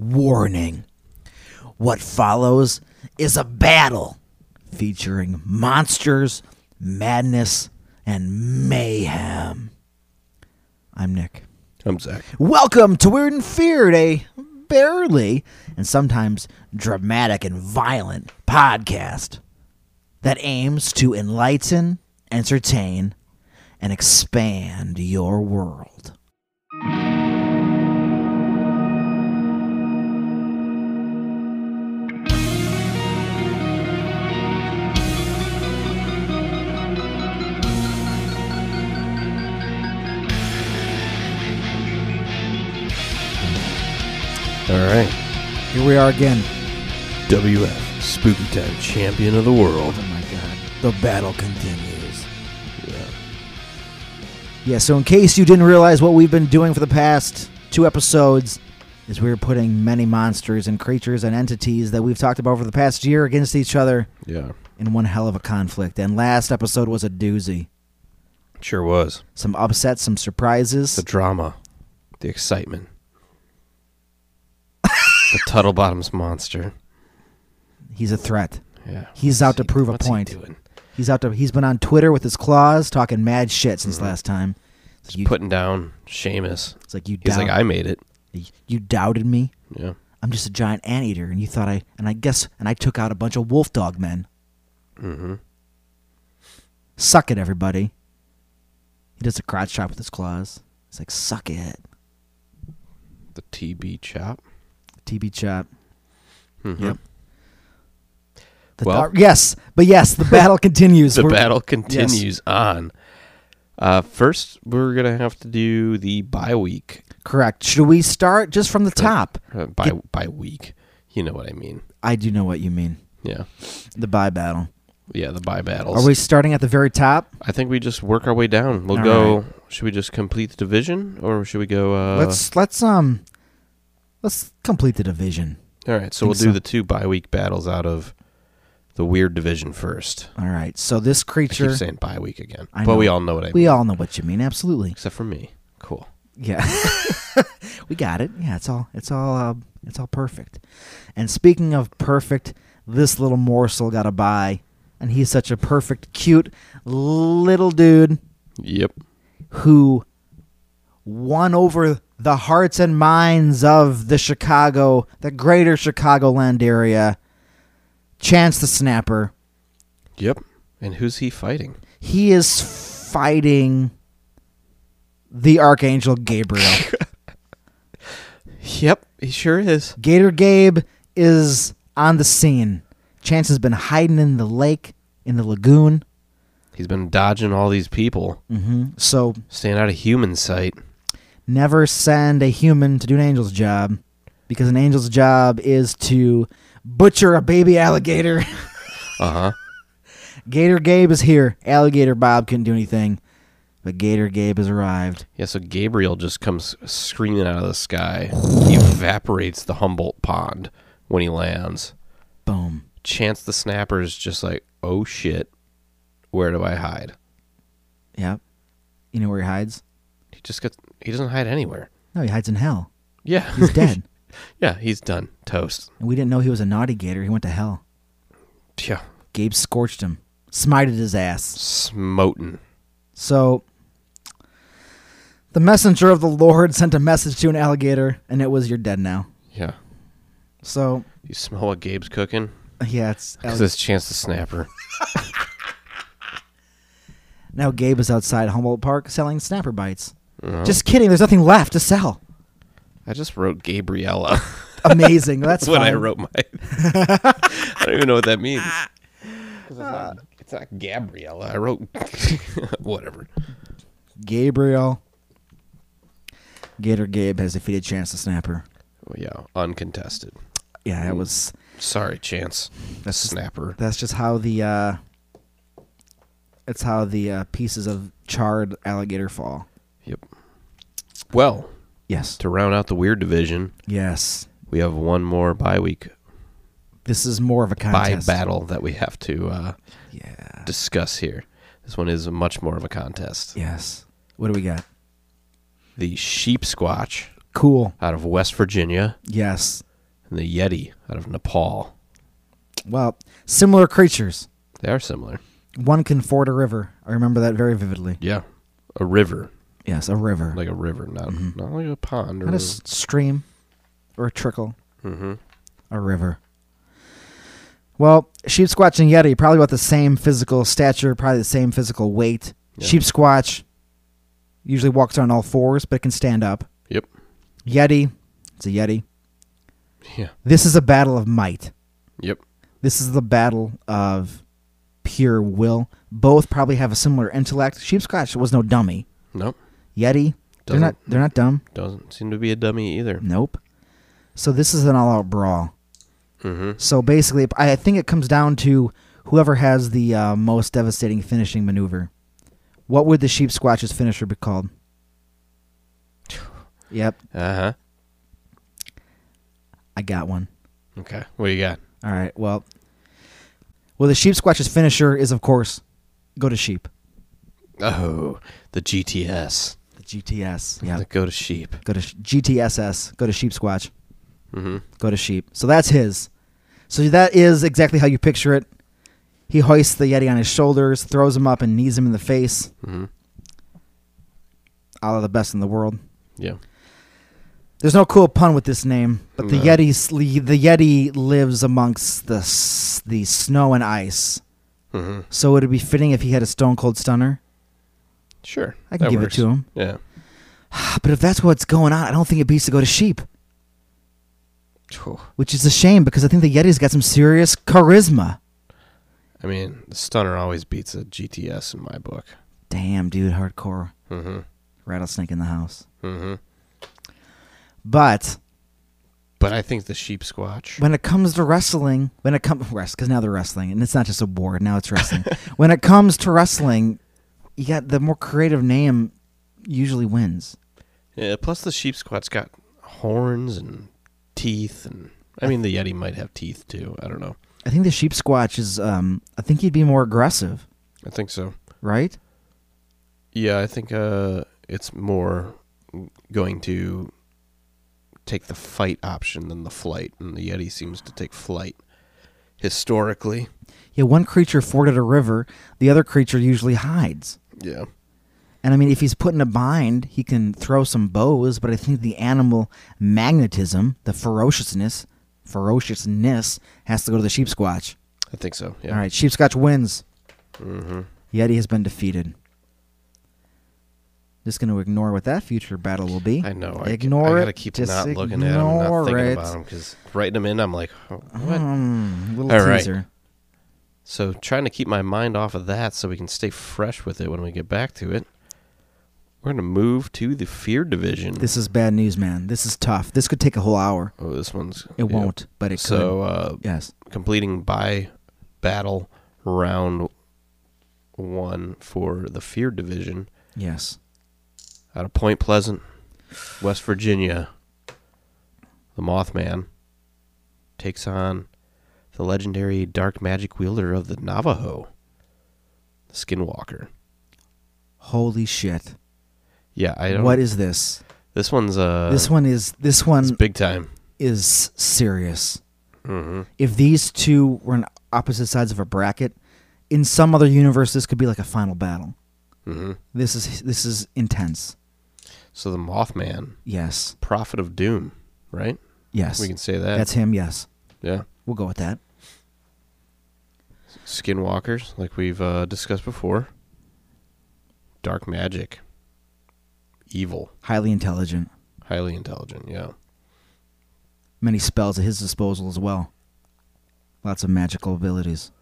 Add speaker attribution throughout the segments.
Speaker 1: Warning. What follows is a battle featuring monsters, madness, and mayhem. I'm Nick.
Speaker 2: I'm Zach.
Speaker 1: Welcome to Weird and Feared, a barely and sometimes dramatic and violent podcast that aims to enlighten, entertain, and expand your world.
Speaker 2: All right.
Speaker 1: Here we are again.
Speaker 2: WF, Spooky Time Champion of the World.
Speaker 1: Oh my god. The battle continues.
Speaker 2: Yeah.
Speaker 1: Yeah, so in case you didn't realize what we've been doing for the past two episodes is we were putting many monsters and creatures and entities that we've talked about for the past year against each other
Speaker 2: Yeah.
Speaker 1: in one hell of a conflict. And last episode was a doozy.
Speaker 2: Sure was.
Speaker 1: Some upsets, some surprises.
Speaker 2: The drama, the excitement, the Tuttle Bottoms monster.
Speaker 1: He's a threat.
Speaker 2: Yeah.
Speaker 1: He's out to
Speaker 2: What's he-
Speaker 1: prove a
Speaker 2: what's he
Speaker 1: point.
Speaker 2: doing?
Speaker 1: He's out to he's been on Twitter with his claws talking mad shit
Speaker 2: Mm-hmm.
Speaker 1: since last time. It's like you,
Speaker 2: Putting down Seamus.
Speaker 1: it's like you
Speaker 2: He's
Speaker 1: doubt,
Speaker 2: like, I made it.
Speaker 1: you doubted me.
Speaker 2: Yeah.
Speaker 1: I'm just a giant anteater and you thought I and I guess and I took out a bunch of wolf dog men.
Speaker 2: Mm-hmm.
Speaker 1: Suck it, everybody. He does a crotch chop with his claws. He's like, suck it.
Speaker 2: The TB chop.
Speaker 1: TB chop.
Speaker 2: Mhm.
Speaker 1: Yep. The
Speaker 2: Well-
Speaker 1: thar- yes, but yes, the battle continues.
Speaker 2: The
Speaker 1: We're-
Speaker 2: battle continues on. Uh, first, we're going to have to do the bye week.
Speaker 1: Correct. Should we start just from the top?
Speaker 2: Uh, bye, bye week. You know what I mean.
Speaker 1: I do know what you mean.
Speaker 2: Yeah.
Speaker 1: The bye battle.
Speaker 2: Yeah, the bye battles.
Speaker 1: Are we starting at the very top?
Speaker 2: I think we just work our way down. We'll
Speaker 1: All
Speaker 2: go. Should we just complete the division, or should we go? Uh,
Speaker 1: let's let's um let's complete the division.
Speaker 2: All right. So we'll
Speaker 1: think
Speaker 2: do
Speaker 1: so.
Speaker 2: the two bye week battles out of the weird division first.
Speaker 1: All right. So this
Speaker 2: I
Speaker 1: creature
Speaker 2: keep saying bye week again,
Speaker 1: I
Speaker 2: but we
Speaker 1: know.
Speaker 2: all know what I mean.
Speaker 1: we all know what you mean, absolutely.
Speaker 2: except for me. Cool.
Speaker 1: Yeah, we got it. Yeah, it's all it's all uh, it's all perfect. And speaking of perfect, this little morsel got a buy, and he's such a perfect, cute little dude
Speaker 2: Yep.
Speaker 1: who won over the hearts and minds of the Chicago, the greater Chicagoland area. Chance the Snapper.
Speaker 2: Yep. And who's he fighting?
Speaker 1: He is fighting the Archangel Gabriel.
Speaker 2: Yep. He sure is.
Speaker 1: Gator Gabe is on the scene. Chance has been hiding in the lake, in the lagoon.
Speaker 2: He's been dodging all these people,
Speaker 1: hmm So
Speaker 2: staying out of human sight.
Speaker 1: never send a human to do an angel's job because an angel's job is to butcher a baby alligator.
Speaker 2: Uh huh.
Speaker 1: Gator Gabe is here. Alligator Bob couldn't do anything, but Gator Gabe has arrived.
Speaker 2: Yeah. So Gabriel just comes screaming out of the sky. He evaporates the Humboldt Pond when he lands.
Speaker 1: Boom.
Speaker 2: Chance the Snapper is just like, oh shit, where do I hide?
Speaker 1: Yep. You know where he hides?
Speaker 2: He just gets, he doesn't hide anywhere.
Speaker 1: No, he hides in hell.
Speaker 2: Yeah.
Speaker 1: He's dead.
Speaker 2: yeah, he's done. Toast.
Speaker 1: and we didn't know he was a naughty gator. He went to hell.
Speaker 2: Yeah.
Speaker 1: Gabe scorched him, smited his ass.
Speaker 2: Smoten.
Speaker 1: So the messenger of the Lord sent a message to an alligator, and it was "You're dead now."
Speaker 2: Yeah.
Speaker 1: So
Speaker 2: You smell what Gabe's cooking?
Speaker 1: yeah, it's uh,
Speaker 2: Because it's Chance the Snapper.
Speaker 1: now Gabe is outside Humboldt Park selling snapper bites.
Speaker 2: Uh-huh.
Speaker 1: Just kidding. There's nothing left to sell.
Speaker 2: I just wrote Gabriella
Speaker 1: Amazing. That's
Speaker 2: when I
Speaker 1: fine.
Speaker 2: wrote my. I don't even know what that means. 'Cause It's not, it's not Gabriella. I wrote whatever.
Speaker 1: Gabriel. Gator Gabe has defeated Chance the Snapper.
Speaker 2: Well, yeah, uncontested.
Speaker 1: Yeah, that was
Speaker 2: Sorry, Chance.
Speaker 1: That's just-
Speaker 2: Snapper.
Speaker 1: that's just how the uh it's how the uh, pieces of charred alligator fall.
Speaker 2: Yep. Well,
Speaker 1: Yes.
Speaker 2: to round out the weird division,
Speaker 1: Yes.
Speaker 2: we have one more bye week
Speaker 1: This is more of a
Speaker 2: bye
Speaker 1: contest.
Speaker 2: battle that we have to uh,
Speaker 1: Yeah.
Speaker 2: discuss here. This one is much more of a contest.
Speaker 1: Yes. What do we got?
Speaker 2: The sheep squatch
Speaker 1: Cool.
Speaker 2: out of West Virginia
Speaker 1: Yes.
Speaker 2: and the Yeti out of Nepal.
Speaker 1: Well, similar creatures.
Speaker 2: They are similar.
Speaker 1: One can ford a river. I remember that very vividly.
Speaker 2: Yeah. A river,
Speaker 1: Yes, a river.
Speaker 2: like a river, not not like a pond
Speaker 1: Mm-hmm.
Speaker 2: or Mm-hmm.
Speaker 1: Not a s- stream or a trickle. A river. Well, sheep squatch and yeti probably about the same physical stature, probably the same physical weight. Sheep squatch usually walks on all fours, but can stand up.
Speaker 2: Yep.
Speaker 1: Yeti, it's a yeti.
Speaker 2: Yeah.
Speaker 1: This is a battle of might.
Speaker 2: Yep.
Speaker 1: This is the battle of pure will. Both probably have a similar intellect. Sheep squatch was no dummy.
Speaker 2: Nope.
Speaker 1: Yeti, they're
Speaker 2: Doesn't-
Speaker 1: not. They're not dumb.
Speaker 2: Doesn't seem to be a dummy either.
Speaker 1: Nope. So this is an all-out brawl.
Speaker 2: Mm-hmm.
Speaker 1: So basically, I I think it comes down to whoever has the uh, most devastating finishing maneuver. What would the sheep squatch's finisher be called? Yep,
Speaker 2: Uh huh.
Speaker 1: I got one.
Speaker 2: Okay. What do you got?
Speaker 1: All right. Well, well, the sheep squatch's finisher is, of course, go to sheep.
Speaker 2: Oh, the GTS.
Speaker 1: The GTS. Yeah.
Speaker 2: The go to sheep.
Speaker 1: Go to sh- GTSS. Go to sheep squatch.
Speaker 2: Mm-hmm.
Speaker 1: Go to sheep. So that's his. So that is exactly how you picture it. He hoists the yeti on his shoulders, throws him up, and knees him in the face.
Speaker 2: Mm-hmm.
Speaker 1: All of the best in the world.
Speaker 2: Yeah.
Speaker 1: There's no cool pun with this name, but the
Speaker 2: No.
Speaker 1: Yeti sle- the Yeti lives amongst the s- the snow and ice.
Speaker 2: Mm-hmm.
Speaker 1: So would it be fitting if he had a stone cold stunner?
Speaker 2: Sure.
Speaker 1: I can
Speaker 2: That
Speaker 1: give
Speaker 2: works.
Speaker 1: it to him.
Speaker 2: Yeah.
Speaker 1: But if that's what's going on, I don't think it beats to go to sheep,
Speaker 2: Phew.
Speaker 1: which is a shame because I think the Yeti's got some serious charisma.
Speaker 2: I mean, the stunner always beats a GTS in my book.
Speaker 1: Damn, dude, hardcore
Speaker 2: Mm-hmm.
Speaker 1: rattlesnake in the house.
Speaker 2: Mm-hmm.
Speaker 1: But
Speaker 2: But I think the sheep squatch.
Speaker 1: when it comes to wrestling, when it comes rest, because now they're wrestling, and it's not just a war. Now it's wrestling. when it comes to wrestling, you got the more creative name usually wins.
Speaker 2: Yeah, plus the sheep squat's got horns and teeth, and I mean the yeti might have teeth too. I don't know.
Speaker 1: I think the sheep squatch is. Um, I think he'd be more aggressive,
Speaker 2: I think so.
Speaker 1: right?
Speaker 2: Yeah, I think uh, it's more going to take the fight option than the flight, and the yeti seems to take flight historically.
Speaker 1: Yeah, one creature forded a river, the other creature usually hides.
Speaker 2: Yeah.
Speaker 1: And I mean, if he's put in a bind, he can throw some bows. But I think the animal magnetism, the ferociousness, ferociousness, has to go to the sheep squatch.
Speaker 2: I think so. Yeah. Mm-hmm.
Speaker 1: All right, sheep squatch wins. Yeti has been defeated. Just going to ignore what that future battle will be.
Speaker 2: I know. I,
Speaker 1: Ignore
Speaker 2: I
Speaker 1: it.
Speaker 2: gotta keep
Speaker 1: Just
Speaker 2: not looking at him,
Speaker 1: ignore
Speaker 2: not thinking
Speaker 1: it.
Speaker 2: about him, because writing them in, I'm like, oh, what?
Speaker 1: Hmm, little
Speaker 2: All right.
Speaker 1: teaser.
Speaker 2: So trying to keep my mind off of that so we can stay fresh with it when we get back to it. We're gonna move to the fear division.
Speaker 1: This is bad news, man. This is tough. This could take a whole hour.
Speaker 2: oh, this one's
Speaker 1: It
Speaker 2: yeah.
Speaker 1: won't, but it
Speaker 2: So uh,
Speaker 1: could. Yes.
Speaker 2: completing by battle round one for the fear division
Speaker 1: Yes.
Speaker 2: out of Point Pleasant, West Virginia. The Mothman takes on the legendary dark magic wielder of the Navajo, the Skinwalker.
Speaker 1: Holy shit.
Speaker 2: Yeah, I don't.
Speaker 1: What is this?
Speaker 2: This one's uh
Speaker 1: this one is this
Speaker 2: it's
Speaker 1: one
Speaker 2: big time.
Speaker 1: is serious.
Speaker 2: Mm-hmm.
Speaker 1: If these two were on opposite sides of a bracket, in some other universe this could be like a final battle.
Speaker 2: Mm-hmm.
Speaker 1: This is this is intense.
Speaker 2: So the Mothman,
Speaker 1: Yes.
Speaker 2: Prophet of Doom, right?
Speaker 1: Yes.
Speaker 2: We can say that.
Speaker 1: That's him, yes.
Speaker 2: yeah.
Speaker 1: We'll go with that.
Speaker 2: Skinwalkers, like we've uh, discussed before. Dark magic. Evil.
Speaker 1: Highly intelligent.
Speaker 2: Highly intelligent. Yeah.
Speaker 1: Many spells at his disposal as well. Lots of magical abilities.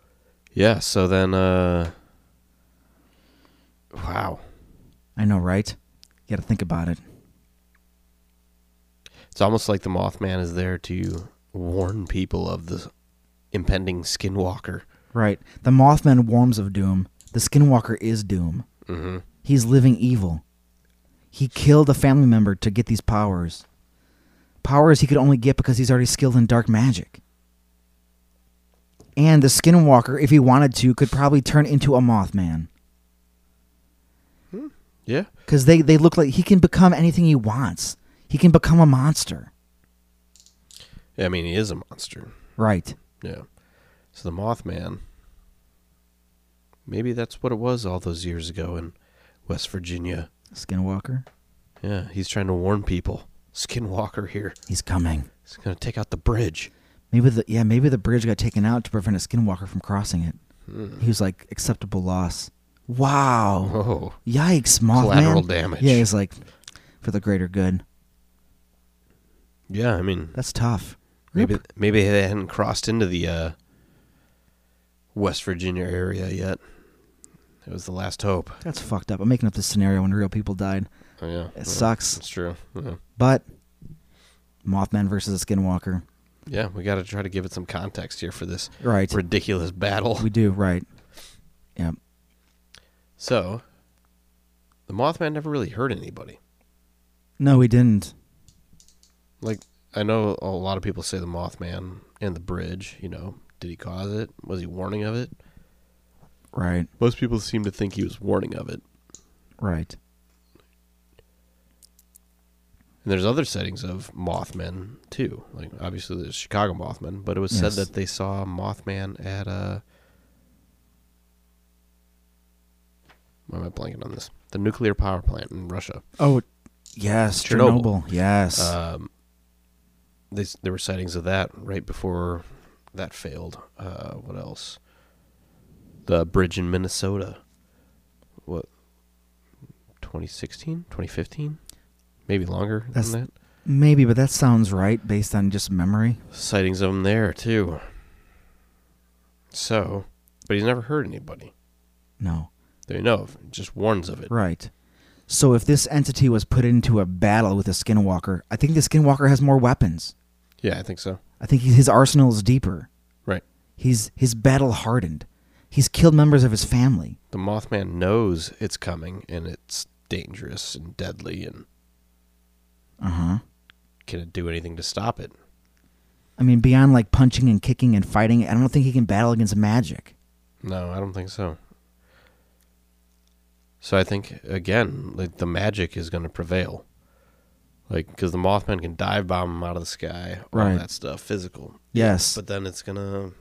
Speaker 2: Yeah. So then, uh, wow,
Speaker 1: I know, right? You gotta think about it.
Speaker 2: it's almost like the Mothman is there to warn people of the impending Skinwalker.
Speaker 1: Right. The Mothman warms of doom. The Skinwalker is doom.
Speaker 2: Mm-hmm.
Speaker 1: He's living evil. He killed a family member to get these powers. Powers he could only get because he's already skilled in dark magic. And the Skinwalker, if he wanted to, could probably turn into a Mothman.
Speaker 2: Yeah.
Speaker 1: Because they, they look like he can become anything he wants. He can become a monster.
Speaker 2: I mean, he is a monster.
Speaker 1: Right.
Speaker 2: Yeah. So the Mothman. Maybe that's what it was all those years ago in West Virginia.
Speaker 1: Skinwalker.
Speaker 2: Yeah, he's trying to warn people. Skinwalker here.
Speaker 1: He's coming.
Speaker 2: He's going to take out the bridge.
Speaker 1: Maybe the yeah, maybe the bridge got taken out to prevent a skinwalker from crossing it. He was like acceptable loss. Wow.
Speaker 2: Oh.
Speaker 1: Yikes, Mothman.
Speaker 2: Collateral damage.
Speaker 1: Yeah, he's like for the greater good.
Speaker 2: Yeah, I mean,
Speaker 1: That's tough.
Speaker 2: maybe maybe they hadn't crossed into the uh, West Virginia area yet. It was the last hope.
Speaker 1: That's fucked up. I'm making up this scenario when real people died.
Speaker 2: Oh, yeah.
Speaker 1: It sucks.
Speaker 2: That's true. Yeah.
Speaker 1: But Mothman versus a skinwalker.
Speaker 2: Yeah, we got to try to give it some context here for this
Speaker 1: Right.
Speaker 2: ridiculous battle.
Speaker 1: We do, right. Yeah.
Speaker 2: So, the Mothman never really hurt anybody.
Speaker 1: No, we didn't.
Speaker 2: Like, I know a lot of people say the Mothman and the bridge, you know, did he cause it? Was he warning of it?
Speaker 1: Right.
Speaker 2: Most people seem to think he was warning of it.
Speaker 1: Right.
Speaker 2: And there's other settings of Mothman, too. Like, obviously, there's Chicago Mothman, but it was
Speaker 1: Yes.
Speaker 2: said that they saw Mothman at Uh, why am I blanking on this? The nuclear power plant in Russia.
Speaker 1: Oh, yes,
Speaker 2: Chernobyl.
Speaker 1: Chernobyl. Yes.
Speaker 2: Um, they, s- there were sightings of that right before that failed. Uh, what else? The bridge in Minnesota. What? 2016? 2015? Maybe longer
Speaker 1: That's-
Speaker 2: than
Speaker 1: Maybe, but that sounds right based on just memory.
Speaker 2: that. Sightings of him there, too. So, but he's never hurt anybody.
Speaker 1: No.
Speaker 2: They know of. Just warns of it.
Speaker 1: Right. So if this entity was put into a battle with a skinwalker, I think the skinwalker has more weapons.
Speaker 2: Yeah, I think so.
Speaker 1: I think his arsenal is deeper.
Speaker 2: Right.
Speaker 1: He's he's battle hardened. He's killed members of his family.
Speaker 2: The Mothman knows it's coming and it's dangerous and deadly and
Speaker 1: Uh huh.
Speaker 2: can it do anything to stop it?
Speaker 1: I mean, beyond like punching and kicking and fighting, I don't think he can battle against magic.
Speaker 2: No, I don't think so. So I think again, like the magic is going to prevail, like because the Mothman can dive bomb him out of the sky, all
Speaker 1: Right.
Speaker 2: that stuff, physical.
Speaker 1: Yes.
Speaker 2: But then it's gonna.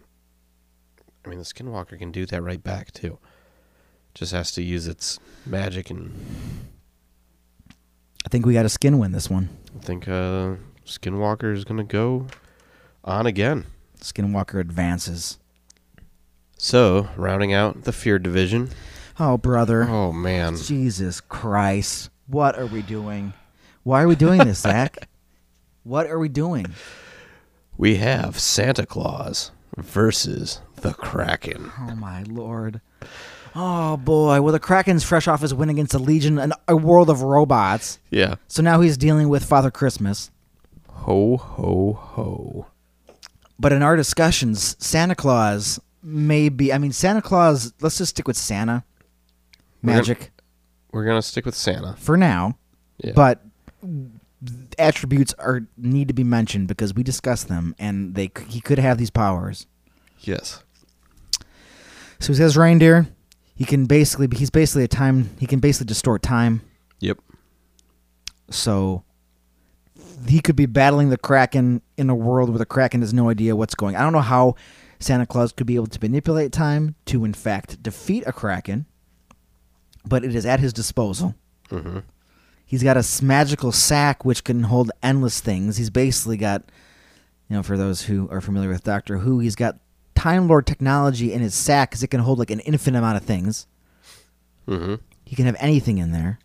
Speaker 2: I mean, the Skinwalker can do that right back too. Just has to use its magic, and
Speaker 1: I think we got a skin win this one.
Speaker 2: I think uh, Skinwalker is gonna go on again.
Speaker 1: Skinwalker advances.
Speaker 2: So rounding out the Fear Division.
Speaker 1: Oh, brother.
Speaker 2: Oh man,
Speaker 1: Jesus Christ. What are we doing? Why are we doing this, Zach? what are we doing?
Speaker 2: we have Santa Claus versus the Kraken.
Speaker 1: Oh, my Lord. Oh, boy. Well, the Kraken's fresh off his win against the Legion and a world of robots.
Speaker 2: Yeah.
Speaker 1: So now he's dealing with Father Christmas.
Speaker 2: Ho ho ho.
Speaker 1: But in our discussions, Santa Claus may be. I mean, Santa Claus, let's just stick with Santa
Speaker 2: We're gonna-
Speaker 1: magic
Speaker 2: We're gonna stick with Santa.
Speaker 1: for now.
Speaker 2: Yeah.
Speaker 1: But attributes are need to be mentioned because we discussed them and they c- he could have these powers.
Speaker 2: yes.
Speaker 1: So he says reindeer. He can basically he's basically a time he can basically distort time.
Speaker 2: Yep.
Speaker 1: So he could be battling the Kraken in a world where the Kraken has no idea what's going. I don't know how Santa Claus could be able to manipulate time to in fact defeat a Kraken, but it is at his disposal.
Speaker 2: Mm-hmm.
Speaker 1: He's got a s- magical sack which can hold endless things. He's basically got, you know, for those who are familiar with Doctor Who, he's got Time Lord technology in his sack because it can hold like an infinite amount of things.
Speaker 2: Mm-hmm.
Speaker 1: He can have anything in there.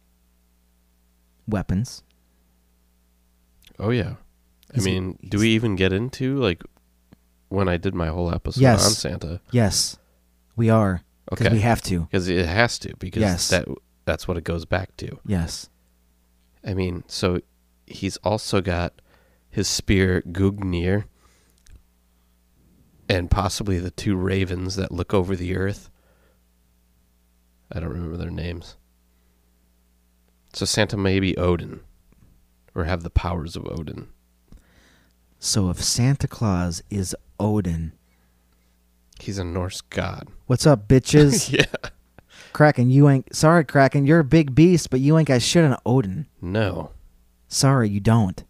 Speaker 1: Weapons.
Speaker 2: Oh yeah. I
Speaker 1: Is he-
Speaker 2: mean, do we even get into like when I did my whole episode
Speaker 1: Yes.
Speaker 2: on Santa?
Speaker 1: Yes, we are. Because
Speaker 2: Okay.
Speaker 1: we have to.
Speaker 2: Because it has to. Because
Speaker 1: Yes.
Speaker 2: that that's what it goes back to.
Speaker 1: Yes.
Speaker 2: I mean, so he's also got his spear Gugnir and possibly the two ravens that look over the earth. I don't remember their names. So Santa may be Odin or have the powers of Odin.
Speaker 1: So if Santa Claus is Odin,
Speaker 2: He's a Norse god.
Speaker 1: what's up, bitches?
Speaker 2: Yeah.
Speaker 1: Kraken, you ain't. Sorry, Kraken, you're a big beast, but you ain't got shit on Odin.
Speaker 2: No.
Speaker 1: Sorry, you don't.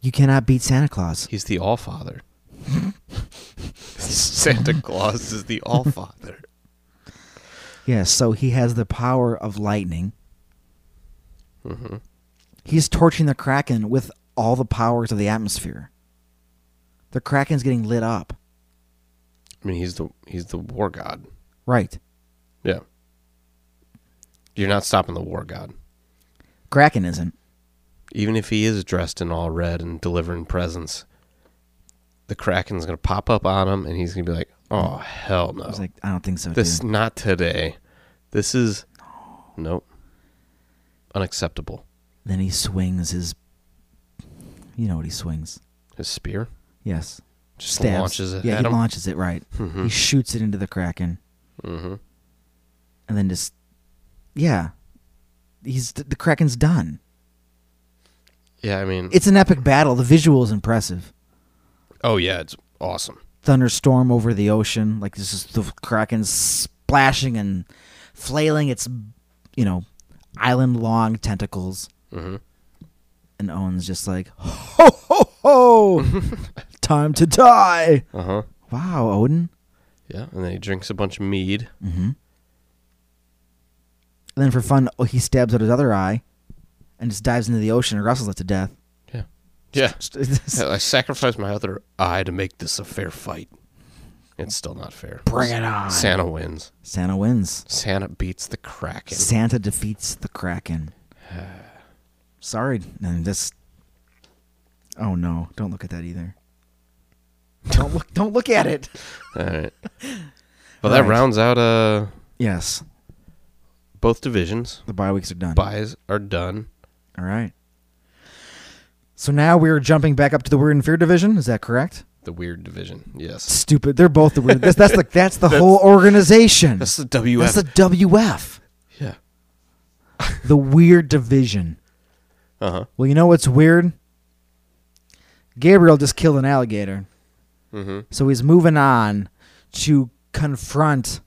Speaker 1: You cannot beat Santa Claus.
Speaker 2: He's the All Father. Santa Claus is the All Father.
Speaker 1: Yes, so he has the power of lightning.
Speaker 2: Mm-hmm.
Speaker 1: He's torching the Kraken with all the powers of the atmosphere. The Kraken's getting lit up.
Speaker 2: I mean, he's the he's the War God.
Speaker 1: Right.
Speaker 2: Yeah. You're not stopping the War God,
Speaker 1: Kraken isn't.
Speaker 2: even if he is dressed in all red and delivering presents. The Kraken's gonna pop up on him, and he's gonna be like, "Oh hell no!
Speaker 1: He's like, I don't think so,
Speaker 2: this
Speaker 1: dude.
Speaker 2: not today. This is nope. Unacceptable."
Speaker 1: Then he swings his. You know what he swings.
Speaker 2: His spear
Speaker 1: Yes.
Speaker 2: just
Speaker 1: Stabs.
Speaker 2: launches it
Speaker 1: Yeah,
Speaker 2: at
Speaker 1: he
Speaker 2: him. Mm-hmm.
Speaker 1: launches it right. He shoots it into the Kraken.
Speaker 2: Mhm.
Speaker 1: And then just. Yeah. He's the Kraken's done.
Speaker 2: yeah, I mean,
Speaker 1: It's an epic battle. The visual is impressive.
Speaker 2: oh yeah, it's awesome.
Speaker 1: thunderstorm over the ocean. Like this is the kraken splashing and flailing its, you know, island-long tentacles.
Speaker 2: Mhm.
Speaker 1: And Owen's just like, ho ho ho, time to die.
Speaker 2: Uh huh.
Speaker 1: Wow, Odin.
Speaker 2: Yeah, and then he drinks a bunch of mead.
Speaker 1: Mm-hmm. And then for fun, oh, he stabs out his other eye, and just dives into the ocean and wrestles it to death.
Speaker 2: Yeah, yeah. I sacrificed my other eye to make this a fair fight. It's still not fair.
Speaker 1: Bring it on.
Speaker 2: Santa wins.
Speaker 1: Santa wins.
Speaker 2: Santa beats the Kraken.
Speaker 1: Santa defeats the Kraken. Sorry, and this. Oh no! Don't look at that either. Don't look! Don't look at it.
Speaker 2: All right. Well, that
Speaker 1: Right.
Speaker 2: rounds out uh
Speaker 1: Yes,
Speaker 2: both divisions.
Speaker 1: the bye weeks are done.
Speaker 2: Buys are done.
Speaker 1: All right. So now we're jumping back up to the weird and fear division. Is that correct?
Speaker 2: The weird division. Yes.
Speaker 1: Stupid. They're both the weird. That's, that's the that's the whole organization.
Speaker 2: That's the
Speaker 1: That's
Speaker 2: WF.
Speaker 1: the WF.
Speaker 2: yeah.
Speaker 1: The weird division.
Speaker 2: Uh huh.
Speaker 1: Well, you know what's weird? Gabriel just killed an alligator.
Speaker 2: Mm-hmm.
Speaker 1: So he's moving on to confront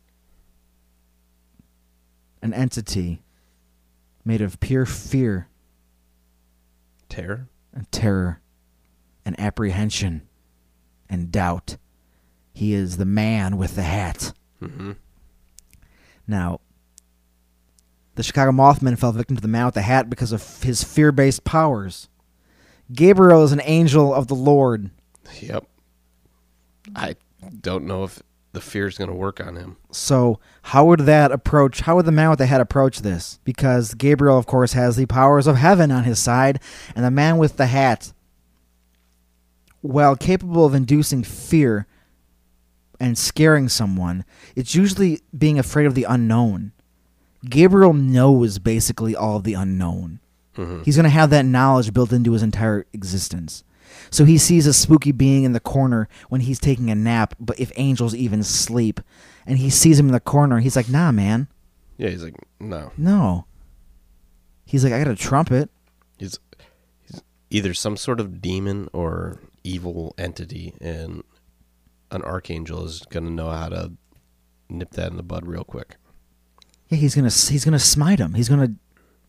Speaker 1: an entity made of pure fear
Speaker 2: Terror.
Speaker 1: and terror and apprehension and doubt. He is the man with the hat.
Speaker 2: Mm-hmm.
Speaker 1: Now, the Chicago Mothman fell victim to the man with the hat because of his fear based powers. Gabriel is an angel of the Lord.
Speaker 2: Yep. I don't know if the fear is going to work on him.
Speaker 1: So how would that approach? How would the man with the hat approach this? Because Gabriel, of course, has the powers of heaven on his side, and the man with the hat, while capable of inducing fear and scaring someone, it's usually being afraid of the unknown. Gabriel knows basically all of the unknown. He's going to have that knowledge built into his entire existence. So he sees a spooky being in the corner when he's taking a nap, but if angels even sleep, and he sees him in the corner, he's like, nah, man,
Speaker 2: Yeah, he's like, no.
Speaker 1: no. He's like, I got a trumpet.
Speaker 2: He's, he's either some sort of demon or evil entity, and an archangel is going to know how to nip that in the bud real quick.
Speaker 1: Yeah, he's gonna he's gonna smite him. He's gonna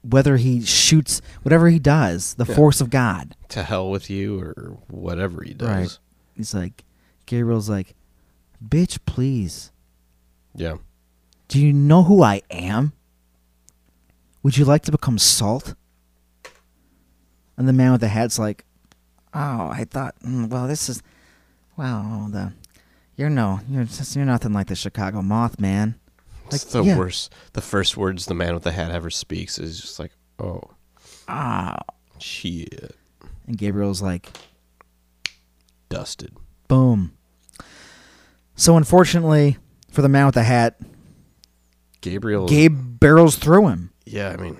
Speaker 1: whether he shoots whatever he does, the
Speaker 2: Yeah.
Speaker 1: force of God.
Speaker 2: To hell with you, or whatever he does.
Speaker 1: Right. He's like, Gabriel's like, bitch, please.
Speaker 2: Yeah.
Speaker 1: Do you know who I am? Would you like to become salt? And the man with the hat's like, Oh, I thought, mm, well, this is, well, the, you're no, you're just, you're nothing like the Chicago Moth, man.
Speaker 2: It's
Speaker 1: Like,
Speaker 2: the
Speaker 1: yeah.
Speaker 2: worst. The first words the man with the hat ever speaks is just like, oh, uh,
Speaker 1: Ah.
Speaker 2: shit.
Speaker 1: And Gabriel's like,
Speaker 2: Dusted.
Speaker 1: Boom. So unfortunately for the man with the hat,
Speaker 2: Gabriel.
Speaker 1: Gabe barrels through him.
Speaker 2: yeah, I mean,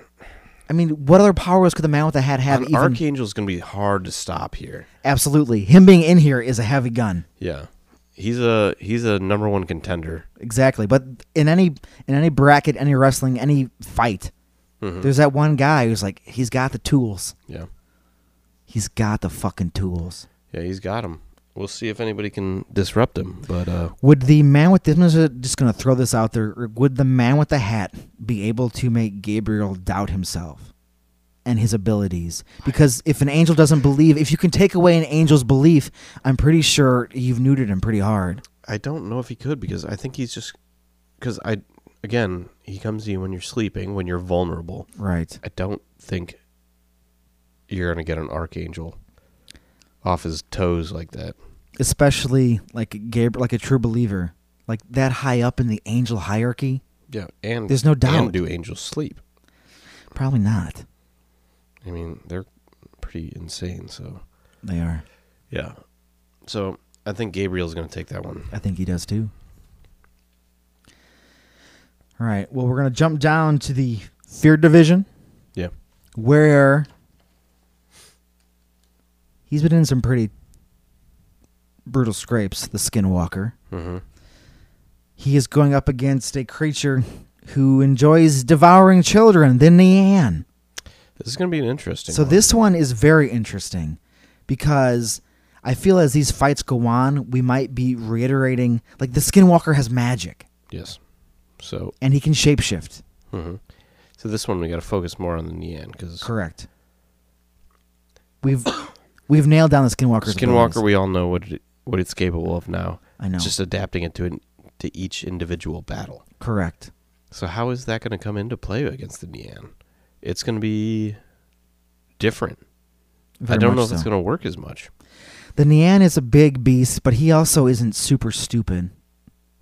Speaker 1: I mean, what other powers could the man with the hat have?
Speaker 2: an
Speaker 1: Even
Speaker 2: archangel's going to be hard to stop here.
Speaker 1: absolutely, him being in here is a heavy gun.
Speaker 2: Yeah, he's a he's a number one contender.
Speaker 1: exactly. But in any in any bracket, any wrestling, any fight, there's that one guy who's like, he's got the tools.
Speaker 2: Yeah,
Speaker 1: He's got the fucking tools.
Speaker 2: yeah, he's got him. We'll see if anybody can disrupt him. But uh,
Speaker 1: Would the man with this? I'm just- just gonna throw this out there. Would the man with the hat be able to make Gabriel doubt himself and his abilities. Because if an angel doesn't believe, if you can take away an angel's belief, I'm pretty sure you've neutered him pretty hard.
Speaker 2: I don't know if he could because I think he's just because I again he comes to you when you're sleeping when you're vulnerable.
Speaker 1: Right.
Speaker 2: I don't think you're gonna get an archangel off his toes like that.
Speaker 1: Especially like Gabriel, like a true believer, like that high up in the angel hierarchy.
Speaker 2: Yeah, and
Speaker 1: There's no doubt.
Speaker 2: And do angels sleep?
Speaker 1: Probably not.
Speaker 2: I mean, they're pretty insane. So
Speaker 1: They are.
Speaker 2: yeah, so I think Gabriel's gonna take that one.
Speaker 1: I think he does too. All right. Well, we're going to jump down to the fear division
Speaker 2: Yeah,
Speaker 1: where he's been in some pretty brutal scrapes, the skinwalker.
Speaker 2: mm-hmm.
Speaker 1: He is going up against a creature who enjoys devouring children, the Nian.
Speaker 2: this is gonna be an interesting.
Speaker 1: So
Speaker 2: one.
Speaker 1: this one is very interesting because I feel as these fights go on, we might be reiterating like the skinwalker has magic
Speaker 2: yes, so
Speaker 1: and he can shapeshift.
Speaker 2: hmm so this one we gotta focus more on the Nian because
Speaker 1: Correct. We've we've nailed down the skinwalker's
Speaker 2: Skinwalker,
Speaker 1: abilities.
Speaker 2: we all know what it, what it's capable of now.
Speaker 1: I know.
Speaker 2: Just adapting it to an, to each individual battle.
Speaker 1: Correct.
Speaker 2: So how is that going to come into play against the Nian? It's going to be different. I
Speaker 1: Very
Speaker 2: don't
Speaker 1: much
Speaker 2: know if it's
Speaker 1: so.
Speaker 2: going to work as much.
Speaker 1: The Nian is a big beast, but he also isn't super stupid.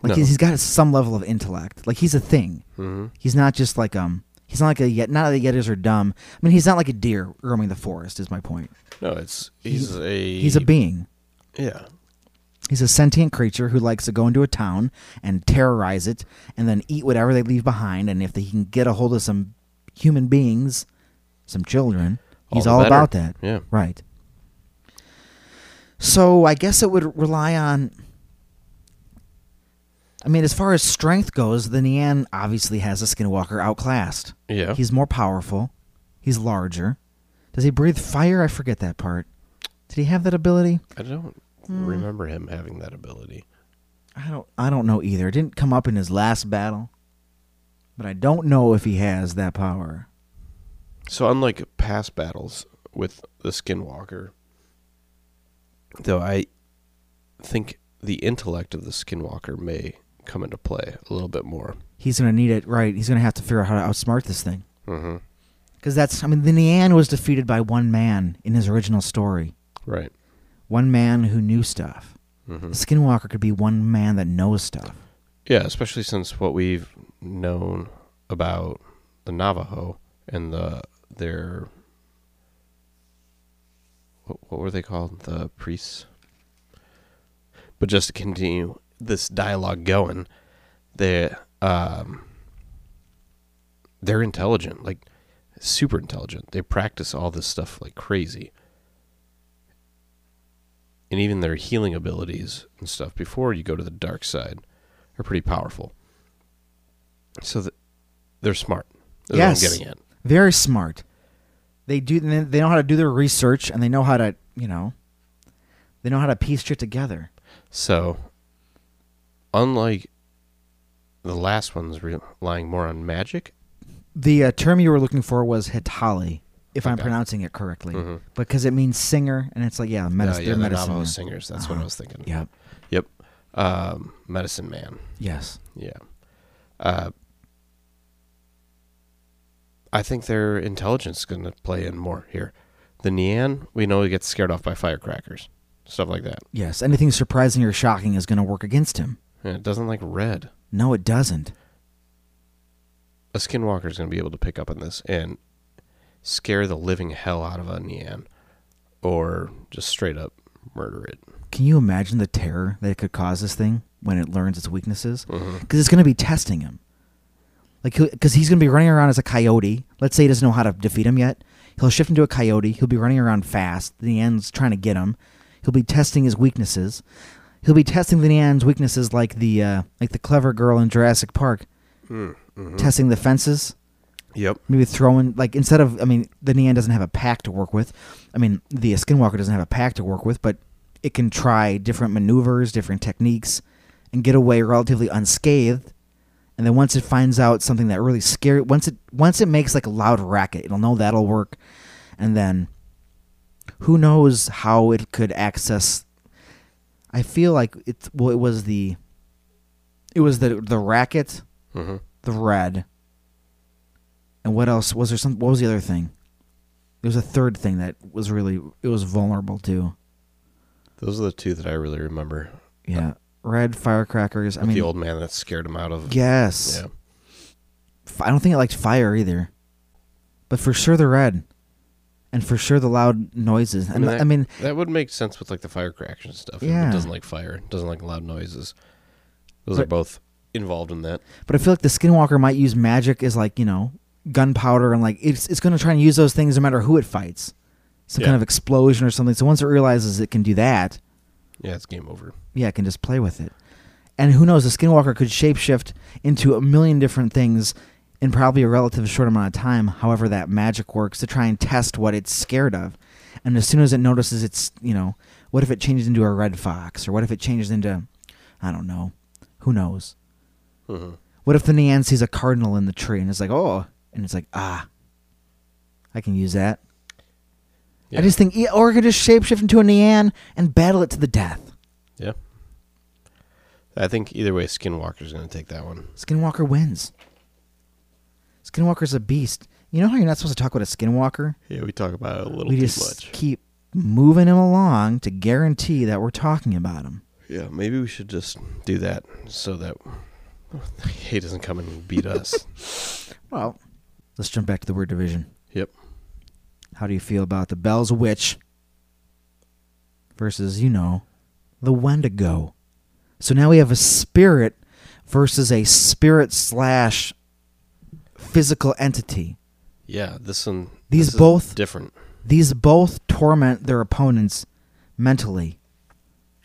Speaker 1: Like
Speaker 2: No.
Speaker 1: he's he's got some level of intellect. Like he's a thing.
Speaker 2: hmm
Speaker 1: He's not just like um. He's not like a yet. Not that yetis are dumb. I mean, he's not like a deer roaming the forest. Is my point.
Speaker 2: No, it's he's a
Speaker 1: He's a being.
Speaker 2: yeah.
Speaker 1: He's a sentient creature who likes to go into a town and terrorize it, and then eat whatever they leave behind. And if they can get a hold of some human beings, some children,
Speaker 2: All
Speaker 1: he's
Speaker 2: the
Speaker 1: all
Speaker 2: better.
Speaker 1: about that.
Speaker 2: Yeah,
Speaker 1: Right. So I guess it would rely on. I mean, as far as strength goes, the Nian obviously has a Skinwalker outclassed.
Speaker 2: yeah.
Speaker 1: He's more powerful. He's larger. Does he breathe fire? I forget that part. Did he have that ability?
Speaker 2: I don't
Speaker 1: Hmm.
Speaker 2: remember him having that ability.
Speaker 1: I don't. I don't know either. It didn't come up in his last battle, but I don't know if he has that power.
Speaker 2: So unlike past battles with the Skinwalker, though I think the intellect of the Skinwalker may come into play a little bit more.
Speaker 1: He's gonna need it, right? He's gonna have to figure out how to outsmart this thing.
Speaker 2: Mm-hmm.
Speaker 1: Because that's, I mean, the Nian was defeated by one man in his original story.
Speaker 2: Right.
Speaker 1: One man who knew stuff.
Speaker 2: Mm-hmm.
Speaker 1: The Skinwalker could be one man that knows stuff.
Speaker 2: Yeah, especially since what we've known about the Navajo and the their what, what were they called? The priests. But just to continue this dialogue going, they um they're intelligent, like super intelligent. They practice all this stuff like crazy. And even their healing abilities and stuff before you go to the dark side are pretty powerful. So th- they're smart. That's
Speaker 1: Yes.
Speaker 2: what I'm getting at.
Speaker 1: Very smart. They do. They they know how to do their research, and they know how to, you know, they know how to piece shit together.
Speaker 2: So, unlike the last one's relying more on magic,
Speaker 1: The uh, term you were looking for was Hitali, if I'm
Speaker 2: Okay.
Speaker 1: pronouncing it correctly,
Speaker 2: Mhm.
Speaker 1: because it means singer, and it's like yeah, Uh-huh. medis-
Speaker 2: Uh, yeah,
Speaker 1: they're
Speaker 2: the
Speaker 1: medicine.
Speaker 2: Navajo
Speaker 1: man.
Speaker 2: singers. That's what I was thinking.
Speaker 1: Yep.
Speaker 2: Yep. Um, medicine man.
Speaker 1: Yes.
Speaker 2: Yeah. Uh, I think their intelligence is going to play in more here. The Nian, we know he gets scared off by firecrackers, stuff like that.
Speaker 1: Yes. Anything surprising or shocking is going to work against him.
Speaker 2: And it doesn't like red.
Speaker 1: No, it doesn't.
Speaker 2: a skinwalker is going to be able to pick up on this and scare the living hell out of a Nian or just straight up murder it.
Speaker 1: Can you imagine the terror that it could cause this thing when it learns its weaknesses? Because it's going to be testing him. Like, because he's going to be running around as a coyote. Let's say he doesn't know how to defeat him yet. He'll shift into a coyote. He'll be running around fast. The Nian's trying to get him. He'll be testing his weaknesses. He'll be testing the Nian's weaknesses, like the uh, like the clever girl in Jurassic Park,
Speaker 2: Mm, mm-hmm.
Speaker 1: testing the fences
Speaker 2: Yep.
Speaker 1: maybe throwing like instead of I mean the Nian doesn't have a pack to work with. I mean the Skinwalker doesn't have a pack to work with, but it can try different maneuvers, different techniques, and get away relatively unscathed. and then once it finds out something that really scary, once it once it makes like a loud racket, it'll know that'll work, and then who knows how it could access. I feel like it's well, it was the it was the the racket,
Speaker 2: Mm-hmm.
Speaker 1: the red, and what else was there? Some what was the other thing? There was a third thing that was really it was vulnerable to.
Speaker 2: Those are the two that I really remember.
Speaker 1: Yeah, red firecrackers. I
Speaker 2: the
Speaker 1: mean,
Speaker 2: old man that scared him out of.
Speaker 1: yes.
Speaker 2: Yeah.
Speaker 1: F- I don't think it liked fire either, but for sure the red, and for sure the loud noises. And
Speaker 2: that,
Speaker 1: I mean,
Speaker 2: that would make sense with like the firecracker and stuff.
Speaker 1: Yeah.
Speaker 2: It doesn't like fire. It doesn't like loud noises. Those are
Speaker 1: But-
Speaker 2: both involved in that.
Speaker 1: but I feel like the skinwalker might use magic as like you know gunpowder and like it's it's going to try and use those things no matter who it fights, some kind
Speaker 2: Yeah.
Speaker 1: of explosion or something. So once it realizes it can do that,
Speaker 2: Yeah, it's game over.
Speaker 1: yeah, it can just play with it. And who knows, the skinwalker could shapeshift into a million different things in probably a relative short amount of time, however that magic works, to try and test what it's scared of. And as soon as it notices it's, you know, what if it changes into a red fox? Or what if it changes into, I don't know, who knows?
Speaker 2: hmm
Speaker 1: What if the Neanne sees a cardinal in the tree and it's like, oh, and it's like, ah, I can use that.
Speaker 2: Yeah.
Speaker 1: I just think, yeah, or it could just shapeshift into a Neanne and battle it to the death.
Speaker 2: Yeah. I think either way, Skinwalker's going to take that one.
Speaker 1: Skinwalker wins. Skinwalker's a beast. You know how you're not supposed to talk about a skinwalker?
Speaker 2: Yeah, we talk about it a little
Speaker 1: We
Speaker 2: too
Speaker 1: just
Speaker 2: much.
Speaker 1: keep moving him along to guarantee that we're talking about him.
Speaker 2: Yeah, maybe we should just do that so that he doesn't come and beat us.
Speaker 1: Well, let's jump back to the word division.
Speaker 2: yep.
Speaker 1: How do you feel about the Bell's Witch versus, you know, the Wendigo? So now we have a spirit versus a spirit slash physical entity.
Speaker 2: Yeah, this one.
Speaker 1: These
Speaker 2: this is
Speaker 1: both-
Speaker 2: different.
Speaker 1: These both torment their opponents mentally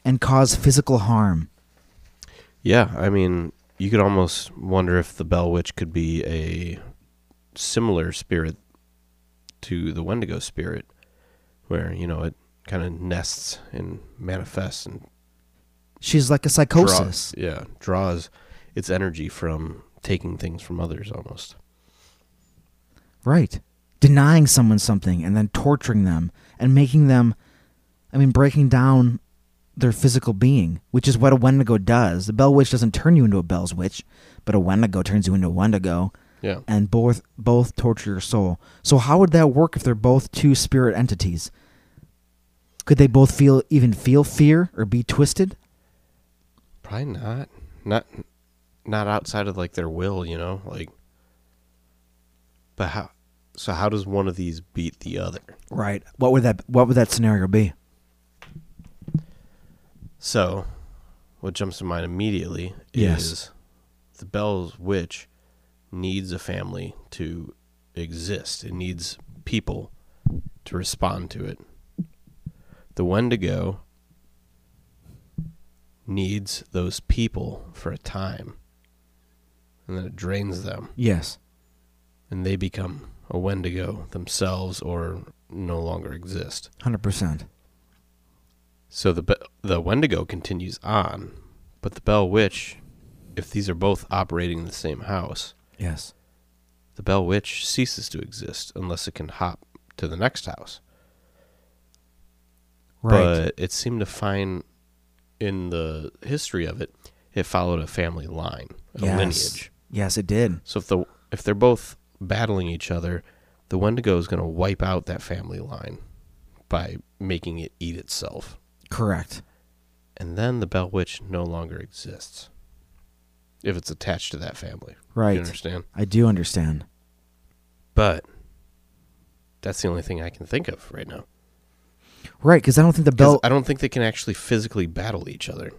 Speaker 1: and cause physical harm.
Speaker 2: Yeah, I mean, you could almost wonder if the Bell Witch could be a similar spirit to the Wendigo spirit, where you know it kind of nests and manifests and
Speaker 1: She's like a psychosis.
Speaker 2: draws. Yeah, draws its energy from taking things from others almost.
Speaker 1: Right. Denying someone something and then torturing them and making them, I mean, breaking down their physical being, which is what a Wendigo does. The Bell Witch doesn't turn you into a Bell's Witch, but a Wendigo turns you into a Wendigo,
Speaker 2: Yeah.
Speaker 1: and both both torture your soul. So how would that work if they're both two spirit entities? Could they both feel even feel fear or be twisted?
Speaker 2: Probably not. Not not outside of like their will, you know? Like But how so how does one of these beat the other?
Speaker 1: Right. What would that what would that scenario be?
Speaker 2: So what jumps to mind immediately
Speaker 1: Yes.
Speaker 2: is the Bell's witch needs a family to exist. It needs people to respond to it. The Wendigo needs those people for a time. And then it drains them.
Speaker 1: Yes.
Speaker 2: and they become a Wendigo themselves or no longer exist.
Speaker 1: 100%.
Speaker 2: So the be- the Wendigo continues on, but the Bell Witch, if these are both operating in the same house,
Speaker 1: Yes.
Speaker 2: the Bell Witch ceases to exist unless it can hop to the next house.
Speaker 1: Right.
Speaker 2: But it seemed to find in the history of it, it followed a family line, a
Speaker 1: yes.
Speaker 2: lineage.
Speaker 1: Yes, it did.
Speaker 2: So if the if they're both battling each other, the Wendigo is going to wipe out that family line by making it eat itself,
Speaker 1: Correct.
Speaker 2: and then the Bell Witch no longer exists if it's attached to that family.
Speaker 1: Right.
Speaker 2: You understand?
Speaker 1: I do understand.
Speaker 2: But that's the only thing I can think of right now.
Speaker 1: Right, because I don't think the
Speaker 2: 'Cause
Speaker 1: bell.
Speaker 2: I don't think they can actually physically battle each other.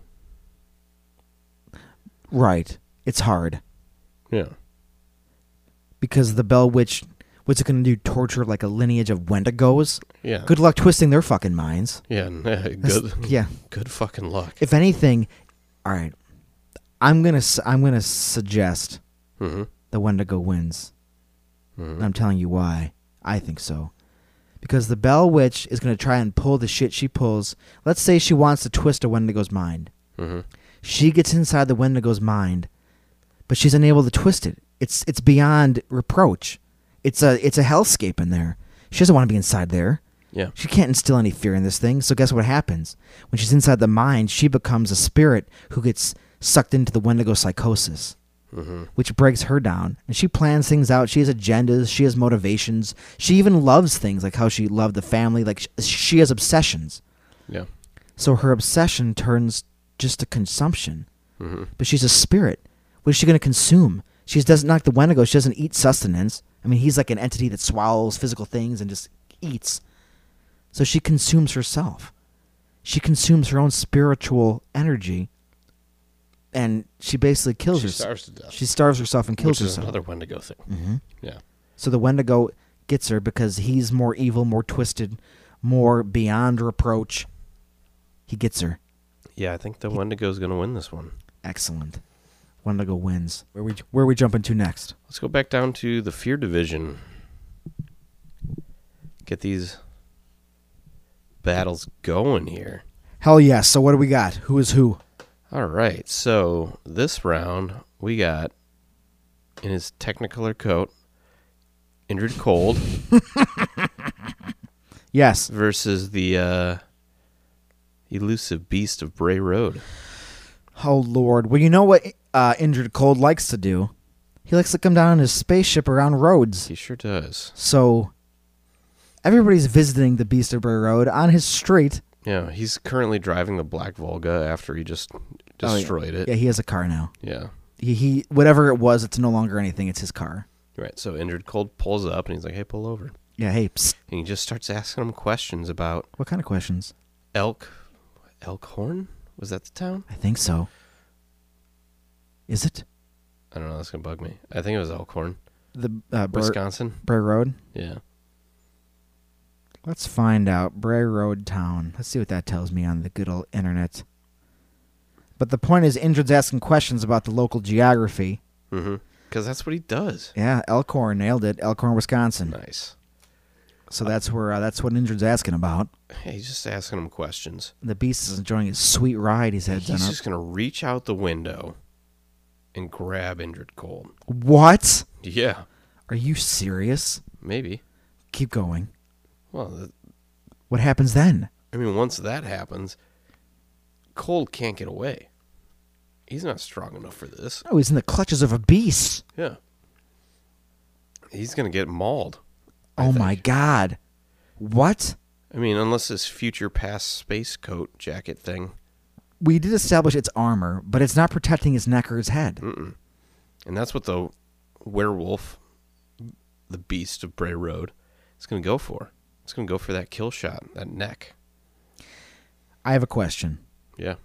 Speaker 1: right, it's hard
Speaker 2: Yeah.
Speaker 1: because the bell witch. What's it going to do? Torture like a lineage of Wendigos?
Speaker 2: Yeah.
Speaker 1: Good luck twisting their fucking minds.
Speaker 2: Yeah.
Speaker 1: That's-
Speaker 2: good.
Speaker 1: Yeah.
Speaker 2: Good fucking luck.
Speaker 1: If anything, all right. I'm gonna. s- I'm gonna suggest
Speaker 2: hmm
Speaker 1: the Wendigo wins. And
Speaker 2: hmm
Speaker 1: I'm telling you why. I think so. Because the Bell Witch is going to try and pull the shit she pulls. Let's say she wants to twist a Wendigo's mind.
Speaker 2: hmm
Speaker 1: She gets inside the Wendigo's mind but she's unable to twist it. It's it's beyond reproach. It's a it's a hellscape in there. She doesn't want to be inside there.
Speaker 2: Yeah.
Speaker 1: She can't instill any fear in this thing. So guess what happens? When she's inside the mind, she becomes a spirit who gets sucked into the Wendigo psychosis,
Speaker 2: Mm-hmm.
Speaker 1: which breaks her down. And she plans things out. She has agendas. She has motivations. She even loves things like how she loved the family. Like sh- she has obsessions.
Speaker 2: Yeah.
Speaker 1: So her obsession turns just to consumption.
Speaker 2: Mm-hmm.
Speaker 1: But she's a spirit. What is she going to consume? She doesn't like the Wendigo. She doesn't eat sustenance. I mean, he's like an entity that swallows physical things and just eats. So she consumes herself. She consumes her own spiritual energy, and she basically kills
Speaker 2: She
Speaker 1: herself.
Speaker 2: starves to death.
Speaker 1: She starves herself and kills
Speaker 2: Which is
Speaker 1: herself. Mm-hmm.
Speaker 2: another Wendigo thing. Yeah.
Speaker 1: So the Wendigo gets her because he's more evil, more twisted, more beyond reproach. He gets her.
Speaker 2: Yeah, I think the Wendigo's going to win this one.
Speaker 1: Excellent. Wendigo wins. Where we where we jumping to next?
Speaker 2: Let's go back down to the fear division. Get these battles going here.
Speaker 1: Hell yes. So what do we got? Who is who?
Speaker 2: All right, so this round we got in his Technicolor coat, Injured Cold
Speaker 1: Yes.
Speaker 2: versus the uh, elusive beast of Bray Road.
Speaker 1: Oh lord. Well, you know what uh, injured cold likes to do? He likes to come down in his spaceship around roads.
Speaker 2: He sure does.
Speaker 1: So everybody's visiting the Beast of Bray Road on his street.
Speaker 2: Yeah, he's currently driving the Black Volga after he just
Speaker 1: Oh, yeah.
Speaker 2: destroyed it.
Speaker 1: Yeah, he has a car now.
Speaker 2: yeah.
Speaker 1: He, he whatever it was, it's no longer anything. It's his car.
Speaker 2: Right. So Injured Cold pulls up and he's like, "Hey, pull over."
Speaker 1: Yeah. Hey, psst,
Speaker 2: And he just starts asking him questions about
Speaker 1: what kind of questions?
Speaker 2: elk, Elkhorn. Was that the town?
Speaker 1: I think so. Is it
Speaker 2: I don't know. That's gonna bug me. I think it was Elkhorn,
Speaker 1: the uh, Bray,
Speaker 2: Wisconsin.
Speaker 1: Bray Road?
Speaker 2: Yeah.
Speaker 1: Let's find out. Bray Road Town. Let's see what that tells me on the good old internet. But the point is, Indrid's asking questions about the local geography.
Speaker 2: Mm-hmm. Because that's what he does.
Speaker 1: Yeah, Elkhorn nailed it. Elkhorn, Wisconsin.
Speaker 2: Nice.
Speaker 1: So that's where uh, that's what Indrid's asking about.
Speaker 2: Yeah, he's just asking him questions.
Speaker 1: The beast is enjoying his sweet ride. He's had done
Speaker 2: He's
Speaker 1: up.
Speaker 2: just gonna reach out the window and grab Injured Cold.
Speaker 1: What?
Speaker 2: Yeah.
Speaker 1: Are you serious?
Speaker 2: Maybe.
Speaker 1: Keep going.
Speaker 2: Well, th-
Speaker 1: What happens then?
Speaker 2: I mean, once that happens, Cold can't get away. He's not strong enough for this.
Speaker 1: Oh, he's in the clutches of a beast.
Speaker 2: Yeah. He's gonna get mauled. I
Speaker 1: Oh
Speaker 2: think.
Speaker 1: my god. What?
Speaker 2: I mean, unless this future past space coat jacket thing,
Speaker 1: We did establish its armor, but it's not protecting his neck or his head.
Speaker 2: and that's what the werewolf, the beast of Bray Road, is going to go for. It's going to go for that kill shot, that neck.
Speaker 1: I have a question.
Speaker 2: Yeah.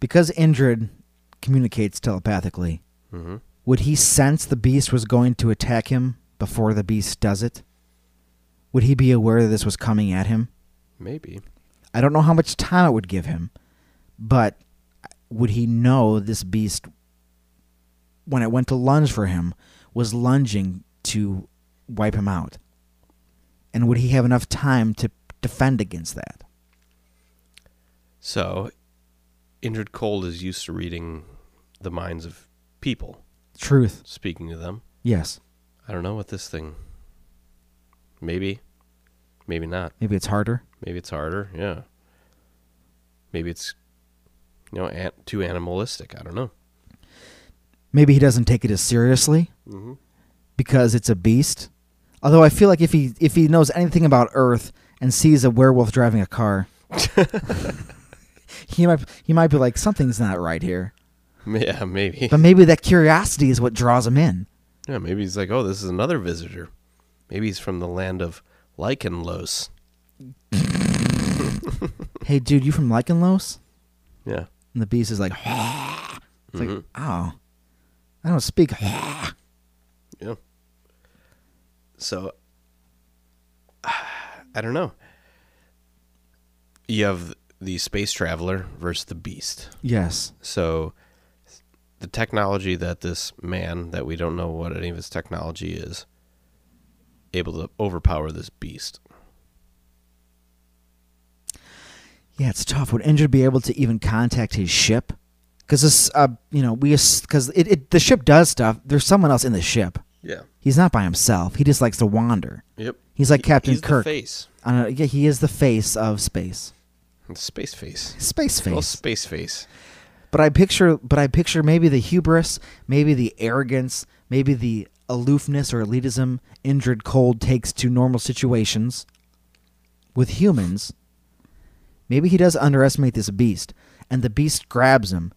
Speaker 1: Because Indrid communicates telepathically,
Speaker 2: Mm-hmm.
Speaker 1: would he sense the beast was going to attack him before the beast does it? Would he be aware that this was coming at him?
Speaker 2: Maybe.
Speaker 1: I don't know how much time it would give him, but would he know this beast when it went to lunge for him was lunging to wipe him out? And would he have enough time to defend against that?
Speaker 2: So, Injured Cold is used to reading the minds of people,
Speaker 1: Truth.
Speaker 2: speaking to them.
Speaker 1: Yes.
Speaker 2: I don't know what this thing. Maybe. Maybe not.
Speaker 1: Maybe it's harder.
Speaker 2: Maybe it's harder. Yeah. Maybe it's, you know, an- too animalistic. I don't know.
Speaker 1: Maybe he doesn't take it as seriously
Speaker 2: Mm-hmm.
Speaker 1: because it's a beast. Although I feel like if he if he knows anything about Earth and sees a werewolf driving a car, he might he might be like something's not right here.
Speaker 2: Yeah, maybe.
Speaker 1: But maybe that curiosity is what draws him in.
Speaker 2: Yeah, maybe he's like, oh, this is another visitor. Maybe he's from the land of Lycanlos.
Speaker 1: Hey, dude, you from Lycanlos?
Speaker 2: Yeah.
Speaker 1: And the beast is like, it's like, oh, I don't speak. I
Speaker 2: Yeah. So, I don't know. You have the space traveler versus the beast.
Speaker 1: Yes.
Speaker 2: So, the technology that this man, that we don't know what any of his technology is, able to overpower this beast.
Speaker 1: Yeah, it's tough. Would Indra be able to even contact his ship? because this, uh, you know, we because it, it the ship does stuff. There's someone else in the ship.
Speaker 2: Yeah.
Speaker 1: He's not by himself. He just likes to wander.
Speaker 2: Yep.
Speaker 1: He's like Captain
Speaker 2: He's the
Speaker 1: Kirk.
Speaker 2: face.
Speaker 1: I don't know, yeah, he is the face of space.
Speaker 2: Space face.
Speaker 1: Space
Speaker 2: Well,
Speaker 1: face.
Speaker 2: space face.
Speaker 1: But I picture, but I picture maybe the hubris, maybe the arrogance, maybe the aloofness or elitism injured cold takes to normal situations with humans. Maybe he does underestimate this beast, and the beast grabs him.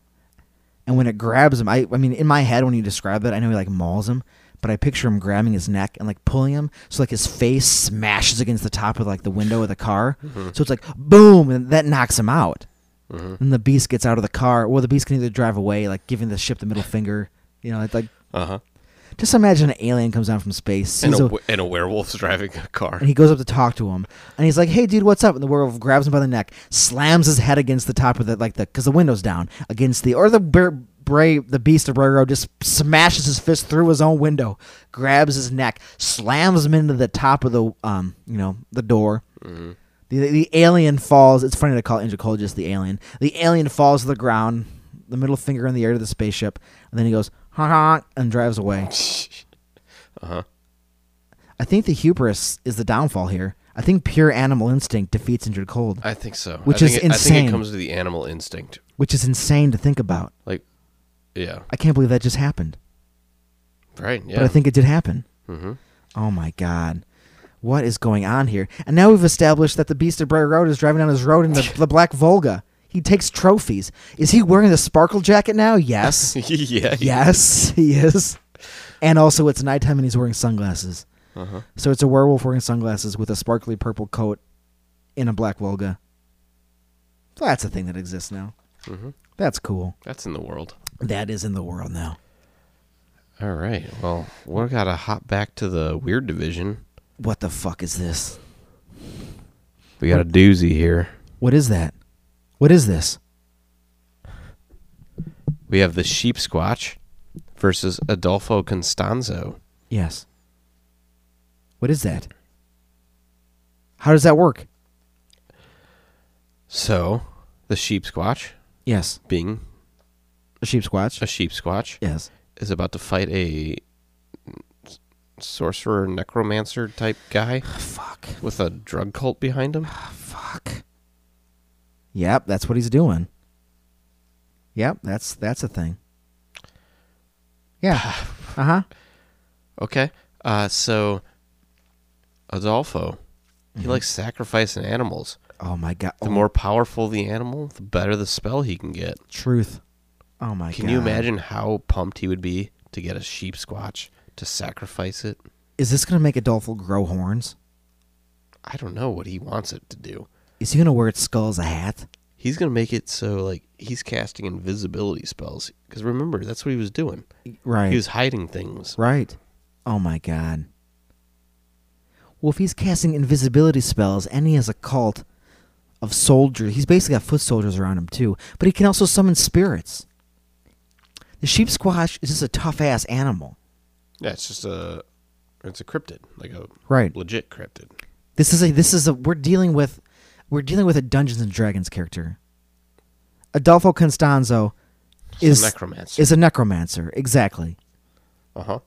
Speaker 1: And when it grabs him, I, I mean, in my head when you describe that, I know he like mauls him, but I picture him grabbing his neck and like pulling him, so like his face smashes against the top of like the window of the car. So it's like boom, and that knocks him out. And the beast gets out of the car. Well, the beast can either drive away, like giving the ship the middle finger. You know, it's like
Speaker 2: Uh huh.
Speaker 1: just imagine an alien comes down from space,
Speaker 2: And
Speaker 1: sees
Speaker 2: a,
Speaker 1: a,
Speaker 2: we- and a werewolf's driving a car.
Speaker 1: and he goes up to talk to him, and he's like, "Hey, dude, what's up?" And the werewolf grabs him by the neck, slams his head against the top of the like the because the window's down against the or the bear, Bray the beast of Bray Road just smashes his fist through his own window, grabs his neck, slams him into the top of the um you know the door. The, the alien falls. It's funny to call Andrew Cole just the alien. The alien falls to the ground, the middle finger in the air to the spaceship, and then he goes honk honk and drives away. I think the hubris is the downfall here. I think pure animal instinct defeats injured cold,
Speaker 2: I think so.
Speaker 1: Which
Speaker 2: I think
Speaker 1: is
Speaker 2: it, I think
Speaker 1: insane.
Speaker 2: it comes to the animal instinct.
Speaker 1: which is insane to think about.
Speaker 2: Like, yeah,
Speaker 1: I can't believe that just happened,
Speaker 2: right. Yeah.
Speaker 1: but I think it did happen.
Speaker 2: Mhm.
Speaker 1: Oh my god. What is going on here? And now we've established that the Beast of Brer Road is driving down his road in the, the Black Volga. He takes trophies. Is he wearing the sparkle jacket now? Yes.
Speaker 2: yeah.
Speaker 1: yes, he is. And also, it's nighttime and he's wearing sunglasses.
Speaker 2: Uh-huh.
Speaker 1: So it's a werewolf wearing sunglasses with a sparkly purple coat in a black Volga. So that's a thing that exists now.
Speaker 2: Mhm.
Speaker 1: That's cool.
Speaker 2: That's in the world.
Speaker 1: That is in the world now.
Speaker 2: All right. Well, we're gotta hop back to the weird division.
Speaker 1: What the fuck is this?
Speaker 2: We got a doozy here.
Speaker 1: What is that? What is this?
Speaker 2: We have the sheep squatch versus Adolfo Constanzo.
Speaker 1: Yes. What is that? How does that work?
Speaker 2: So, the sheep squatch,
Speaker 1: Yes.
Speaker 2: being
Speaker 1: A sheep squatch?
Speaker 2: a sheep squatch,
Speaker 1: Yes.
Speaker 2: is about to fight a sorcerer necromancer type guy
Speaker 1: Ah, Fuck. Ah,
Speaker 2: with a drug cult behind him.
Speaker 1: Fuck. Yep, that's what he's doing. Yep, that's that's a thing. Yeah. Uh huh.
Speaker 2: Okay. Uh, so Adolfo, he likes sacrificing animals.
Speaker 1: Oh my god.
Speaker 2: The
Speaker 1: Mm-hmm. Oh,
Speaker 2: more powerful the animal, the better the spell he can get.
Speaker 1: truth. Oh my god.
Speaker 2: Can you imagine how pumped he would be to get a sheep squatch to sacrifice it?
Speaker 1: Is this gonna make Adolfo grow horns?
Speaker 2: I don't know what he wants it to do.
Speaker 1: Is he gonna wear its skull as a hat?
Speaker 2: He's gonna make it so like he's casting invisibility spells because remember that's what he was doing.
Speaker 1: Right.
Speaker 2: He was hiding things.
Speaker 1: right. Oh my god. Well, if he's casting invisibility spells and he has a cult of soldiers, he's basically got foot soldiers around him too. But he can also summon spirits. The sheep squash is just a tough ass animal.
Speaker 2: Yeah, it's just a it's a cryptid, like a
Speaker 1: Right.
Speaker 2: legit cryptid.
Speaker 1: This is a this is a we're dealing with we're dealing with a Dungeons and Dragons character. Adolfo Constanzo is
Speaker 2: a necromancer.
Speaker 1: is a necromancer exactly.
Speaker 2: Uh huh.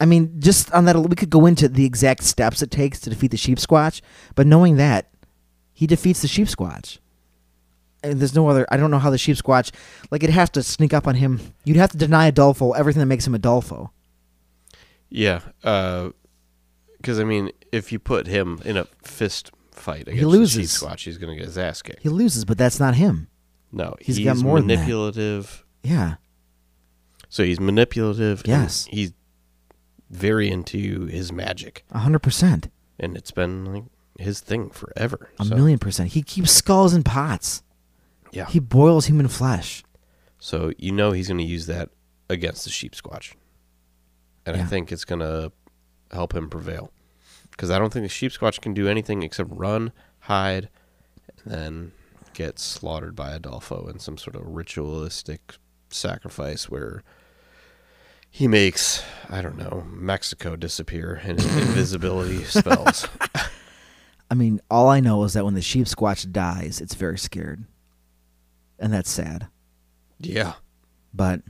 Speaker 1: I mean, just on that we could go into the exact steps it takes to defeat the sheep squatch, but knowing that he defeats the sheep squatch. And there's no other I don't know how the sheep squatch like it'd have to sneak up on him. You'd have to deny Adolfo everything that makes him Adolfo.
Speaker 2: Yeah, because I mean, if you put him in a fist fight against the
Speaker 1: loses.
Speaker 2: sheep squatch, he's gonna get his ass kicked.
Speaker 1: He loses, but that's not him.
Speaker 2: no,
Speaker 1: he's got more than that.
Speaker 2: manipulative.
Speaker 1: Yeah.
Speaker 2: So he's manipulative. and
Speaker 1: Yes.
Speaker 2: he's very into his magic,
Speaker 1: a hundred percent.
Speaker 2: and it's been like his thing forever.
Speaker 1: A
Speaker 2: so,
Speaker 1: million percent. He keeps skulls in pots.
Speaker 2: Yeah.
Speaker 1: He boils human flesh.
Speaker 2: so you know he's gonna use that against the sheep squatch, and I
Speaker 1: Yeah.
Speaker 2: think it's gonna help him prevail. Because I don't think the sheep squatch can do anything except run, hide, and then get slaughtered by Adolfo in some sort of ritualistic sacrifice where he makes I don't know Mexico disappear in his invisibility spells.
Speaker 1: I mean, all I know is that when the sheep squatch dies, it's very scared. And that's sad.
Speaker 2: Yeah.
Speaker 1: But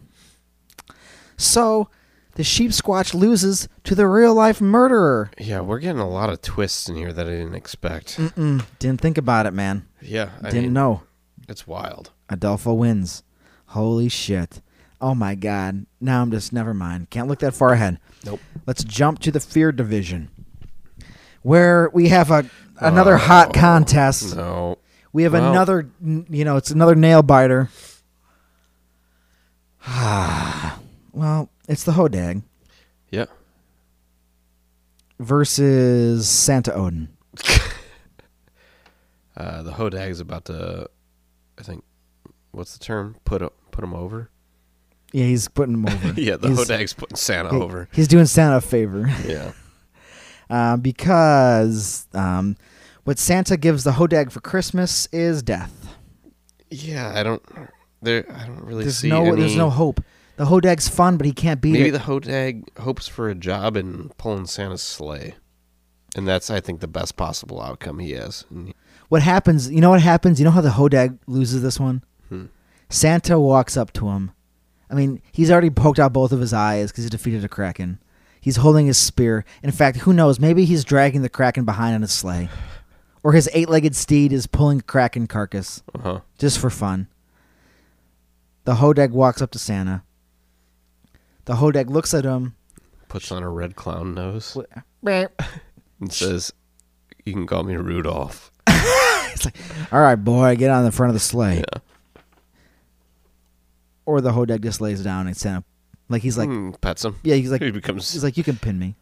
Speaker 1: so the sheep squatch loses to the real life murderer.
Speaker 2: Yeah, we're getting a lot of twists in here that I didn't expect.
Speaker 1: Mm-mm, Mm, didn't think about it, man.
Speaker 2: Yeah, I
Speaker 1: Didn't
Speaker 2: mean,
Speaker 1: know.
Speaker 2: It's wild.
Speaker 1: Adolfo wins. Holy shit. Oh my god. Now I'm just never mind. Can't look that far ahead.
Speaker 2: Nope.
Speaker 1: Let's jump to the fear division. Where we have a another hot
Speaker 2: Oh,
Speaker 1: contest.
Speaker 2: No.
Speaker 1: We have
Speaker 2: Well-
Speaker 1: another n- you know, it's another nail biter. well, it's the Hodag
Speaker 2: Yeah.
Speaker 1: versus Santa Odin.
Speaker 2: Uh, the Hodag is about to, I think, what's the term? Put o- put him over.
Speaker 1: Yeah, he's putting him over.
Speaker 2: yeah, the
Speaker 1: he's,
Speaker 2: Hodag's putting Santa
Speaker 1: he-
Speaker 2: over.
Speaker 1: He's doing Santa a favor.
Speaker 2: Yeah.
Speaker 1: uh, because um, what Santa gives the Hodag for Christmas is death.
Speaker 2: Yeah, I don't. There, I don't really
Speaker 1: There's
Speaker 2: see
Speaker 1: no,
Speaker 2: any.
Speaker 1: there's no hope. The Hodag's fun, but he can't beat
Speaker 2: Maybe
Speaker 1: it.
Speaker 2: the Hodag hopes for a job in pulling Santa's sleigh, and that's I think the best possible outcome he has. And-
Speaker 1: what happens? You know what happens? You know how the Hodag loses this one?
Speaker 2: Hmm.
Speaker 1: Santa walks up to him. I mean, he's already poked out both of his eyes because he defeated a kraken. He's holding his spear. In fact, who knows? Maybe he's dragging the kraken behind on his sleigh, or his eight-legged steed is pulling a kraken carcass.
Speaker 2: Uh-huh.
Speaker 1: just for fun. The Hodag walks up to Santa. The Hodag looks at him.
Speaker 2: Puts on a red clown nose
Speaker 1: All
Speaker 2: and says, "You can call me Rudolph."
Speaker 1: right, boy, get on the front of the sleigh.
Speaker 2: Yeah.
Speaker 1: Or the Hodag just lays down and Santa, like he's like,
Speaker 2: Hmm, pets him.
Speaker 1: yeah, he's like,
Speaker 2: he becomes.
Speaker 1: he's like, you can pin me.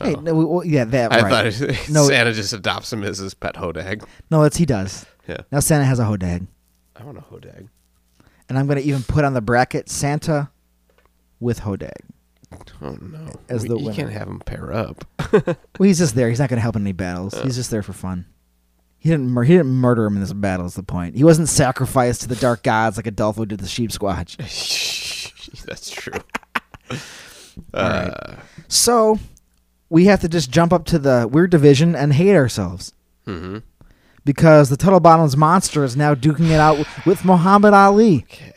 Speaker 1: Hey,
Speaker 2: Oh.
Speaker 1: no, we- well, yeah, that
Speaker 2: I
Speaker 1: right.
Speaker 2: thought it,
Speaker 1: No.
Speaker 2: Santa just adopts him as his pet Hodag.
Speaker 1: no, that's he does.
Speaker 2: Yeah,
Speaker 1: Now Santa has a Hodag,
Speaker 2: I want a Hodag.
Speaker 1: and I'm gonna even put on the bracket Santa with Hodag.
Speaker 2: Oh no!
Speaker 1: As
Speaker 2: We-
Speaker 1: the
Speaker 2: you
Speaker 1: winner.
Speaker 2: can't have him pair up.
Speaker 1: Well, he's just there. He's not going to help in any battles. He's just there for fun. He didn't. Mur- he didn't murder him in this battle. Is the point? He wasn't sacrificed to the dark gods like Adolfo did the sheep squatch.
Speaker 2: That's true.
Speaker 1: Alright. Uh, So we have to just jump up to the weird division and hate ourselves
Speaker 2: hmm
Speaker 1: because the Tuttle Bottoms monster is now duking it out with Muhammad Ali.
Speaker 2: Okay.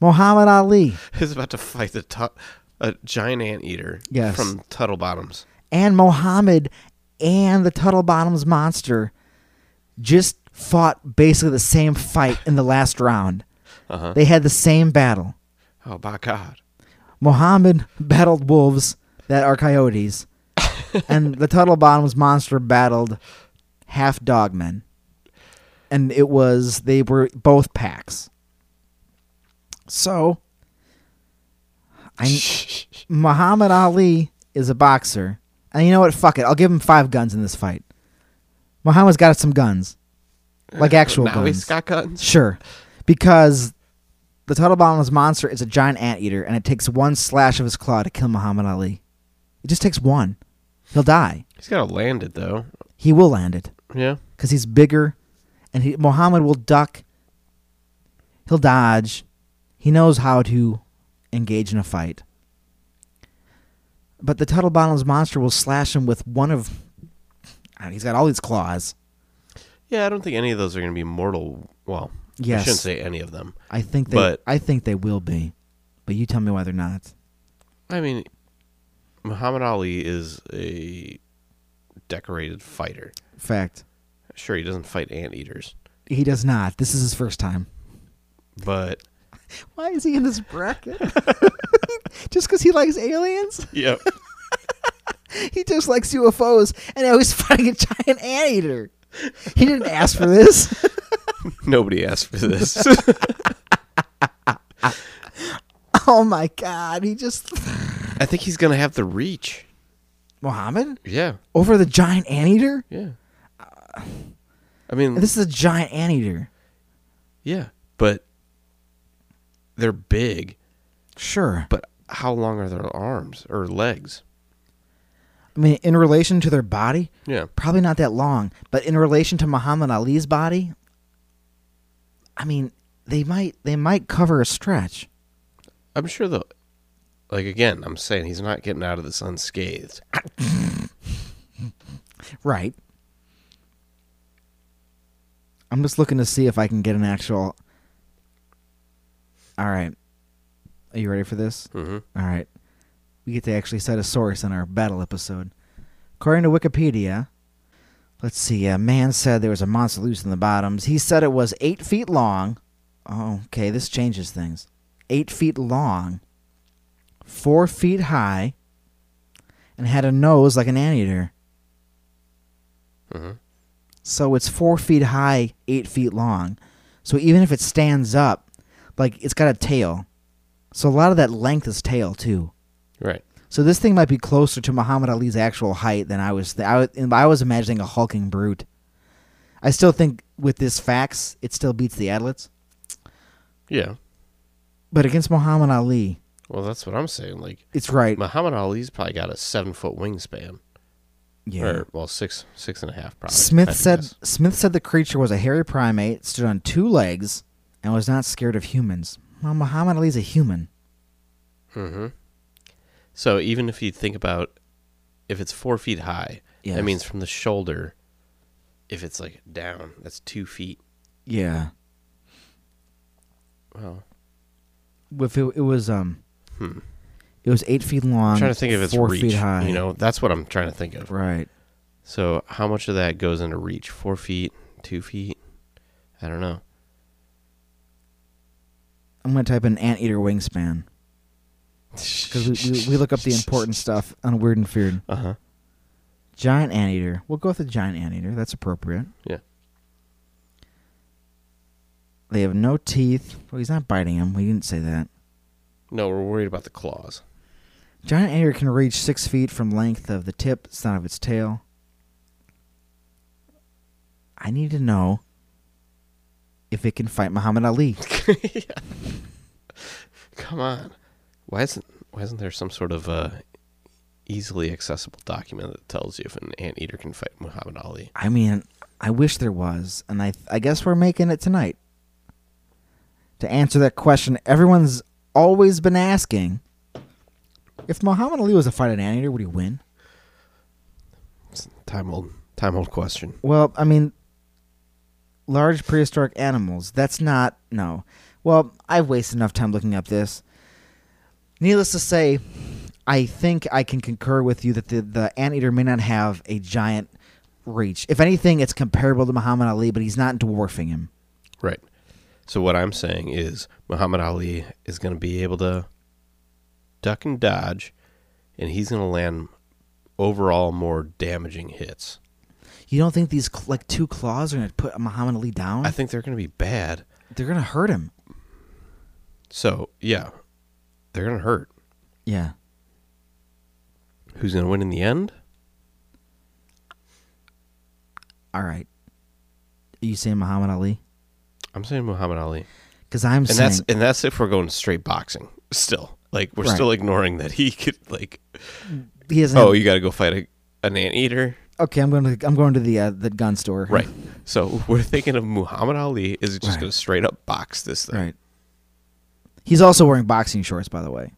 Speaker 1: Muhammad Ali
Speaker 2: He's about to fight the tu- a giant anteater
Speaker 1: Yes.
Speaker 2: from Tuttle Bottoms.
Speaker 1: and Muhammad and the Tuttle Bottoms monster just fought basically the same fight in the last round.
Speaker 2: Uh-huh.
Speaker 1: They had the same battle.
Speaker 2: Oh my God!
Speaker 1: Mohammed battled wolves that are coyotes, and the Tuttle Bottoms monster battled half dogmen. And it was, they were both packs. So, I, Muhammad Ali is a boxer. And you know what? Fuck it. I'll give him five guns in this fight. Muhammad's got some guns, like actual
Speaker 2: now
Speaker 1: guns.
Speaker 2: he's got guns.
Speaker 1: Sure. Because the Tuttle Bottomless Monster is a giant anteater, and it takes one slash of his claw to kill Muhammad Ali. It just takes one. He'll die.
Speaker 2: He's got to land it though.
Speaker 1: He will land it
Speaker 2: Yeah.
Speaker 1: because he's bigger, and he, Muhammad will duck. He'll dodge. He knows how to engage in a fight. But the Tuttle Bottomless Monster will slash him with one of. I mean, He's got all these claws.
Speaker 2: Yeah, I don't think any of those are going to be mortal. Well, I
Speaker 1: Yes.
Speaker 2: shouldn't say any of them.
Speaker 1: I think they.
Speaker 2: But-
Speaker 1: I think they will be, but you tell me why they're not.
Speaker 2: I mean, Muhammad Ali is a decorated fighter.
Speaker 1: Fact.
Speaker 2: Sure, he doesn't fight anteaters,
Speaker 1: He does not. This is his first time.
Speaker 2: but
Speaker 1: Why is he in this bracket? just because he likes aliens?
Speaker 2: yeah,
Speaker 1: He just likes UFOs, and now he's fighting a giant anteater. He didn't ask for this.
Speaker 2: nobody asked for this.
Speaker 1: oh my god, he just.
Speaker 2: I think he's going to have the reach.
Speaker 1: Mohammed?
Speaker 2: Yeah,
Speaker 1: Over the giant anteater?
Speaker 2: yeah. I mean,
Speaker 1: This is a giant anteater.
Speaker 2: yeah, but they're big.
Speaker 1: Sure.
Speaker 2: But how long are their arms or legs?
Speaker 1: I mean, in relation to their body,
Speaker 2: Yeah,
Speaker 1: probably not that long, but in relation to Muhammad Ali's body, I mean, they might they might cover a stretch.
Speaker 2: I'm sure though. Like again, I'm saying he's not getting out of this unscathed.
Speaker 1: Right. I'm just looking to see if I can get an actual All right. Are you ready for this?
Speaker 2: Mm-hmm.
Speaker 1: All right. We get to actually cite a source in our battle episode. According to Wikipedia, let's see, a man said there was a monster loose in the bottoms. He said it was eight feet long. Oh, okay, this changes things. Eight feet long, four feet high, and had a nose like an anteater.
Speaker 2: Mm-hmm.
Speaker 1: So it's four feet high, eight feet long. So even if it stands up, like it's got a tail. So a lot of that length is tail too.
Speaker 2: Right.
Speaker 1: So this thing might be closer to Muhammad Ali's actual height than I was. Th- I, was I was imagining a hulking brute. I still think with this facts, it still beats the Adlets.
Speaker 2: Yeah.
Speaker 1: But against Muhammad Ali,
Speaker 2: Well, that's what I'm saying. Like
Speaker 1: it's right.
Speaker 2: Muhammad Ali's probably got a seven foot wingspan,
Speaker 1: Yeah.
Speaker 2: or well, six six and a half probably.
Speaker 1: Smith
Speaker 2: I'd
Speaker 1: said
Speaker 2: guess.
Speaker 1: Smith said the creature was a hairy primate, stood on two legs, and was not scared of humans. Well, Muhammad Ali's a human.
Speaker 2: Mm-hmm. So even if you think about if it's four feet high,
Speaker 1: Yes.
Speaker 2: that means from the shoulder. If it's like down, that's two feet.
Speaker 1: Yeah.
Speaker 2: Well,
Speaker 1: If it, it was um,
Speaker 2: hmm.
Speaker 1: it was eight feet long.
Speaker 2: I'm trying to think of its
Speaker 1: Um, four
Speaker 2: reach.
Speaker 1: feet high.
Speaker 2: You know, that's what I'm trying to think of.
Speaker 1: Right.
Speaker 2: So how much of that goes into reach? Four feet, two feet? I don't know.
Speaker 1: I'm gonna type in anteater wingspan because we, we, we look up the important stuff on Weird and Feared.
Speaker 2: Uh huh.
Speaker 1: Giant anteater. We'll go with the giant anteater. That's appropriate.
Speaker 2: Yeah.
Speaker 1: They have no teeth. Well, he's not biting him. We didn't say that.
Speaker 2: No, we're worried about the claws.
Speaker 1: Giant anteater can reach six feet from length of the tip, side of its tail. I need to know if it can fight Muhammad Ali.
Speaker 2: Come on. Why isn't why isn't there some sort of uh, easily accessible document that tells you if an anteater can fight Muhammad Ali?
Speaker 1: I mean, I wish there was, and I I guess we're making it tonight. To answer that question, everyone's always been asking: If Muhammad Ali was a fight an anteater, would he win?
Speaker 2: It's a time old time old question.
Speaker 1: Well, I mean, large prehistoric animals. That's not no. Well, I've wasted enough time looking up this. Needless to say, I think I can concur with you that the the anteater may not have a giant reach. If anything, it's comparable to Muhammad Ali, but he's not dwarfing him.
Speaker 2: Right. So what I'm saying is Muhammad Ali is going to be able to duck and dodge, and he's going to land overall more damaging hits.
Speaker 1: You don't think these cl- like two claws are gonna put Muhammad Ali down?
Speaker 2: I think they're going to be bad.
Speaker 1: They're gonna hurt him.
Speaker 2: So yeah, they're going to hurt.
Speaker 1: Yeah.
Speaker 2: Who's going to win in the end?
Speaker 1: All right. Are you saying Muhammad Ali?
Speaker 2: I'm saying Muhammad Ali.
Speaker 1: Because I'm
Speaker 2: and
Speaker 1: saying
Speaker 2: that's and that's if we're going straight boxing still like we're
Speaker 1: Right.
Speaker 2: still ignoring that he could like
Speaker 1: he doesn't.
Speaker 2: oh
Speaker 1: have-
Speaker 2: you got to go fight a, an anteater
Speaker 1: okay, I'm going to I'm going to the uh, the gun store.
Speaker 2: right so we're thinking of muhammad ali is just
Speaker 1: Right.
Speaker 2: going to straight up box this thing
Speaker 1: Right. He's also wearing boxing shorts, by the way.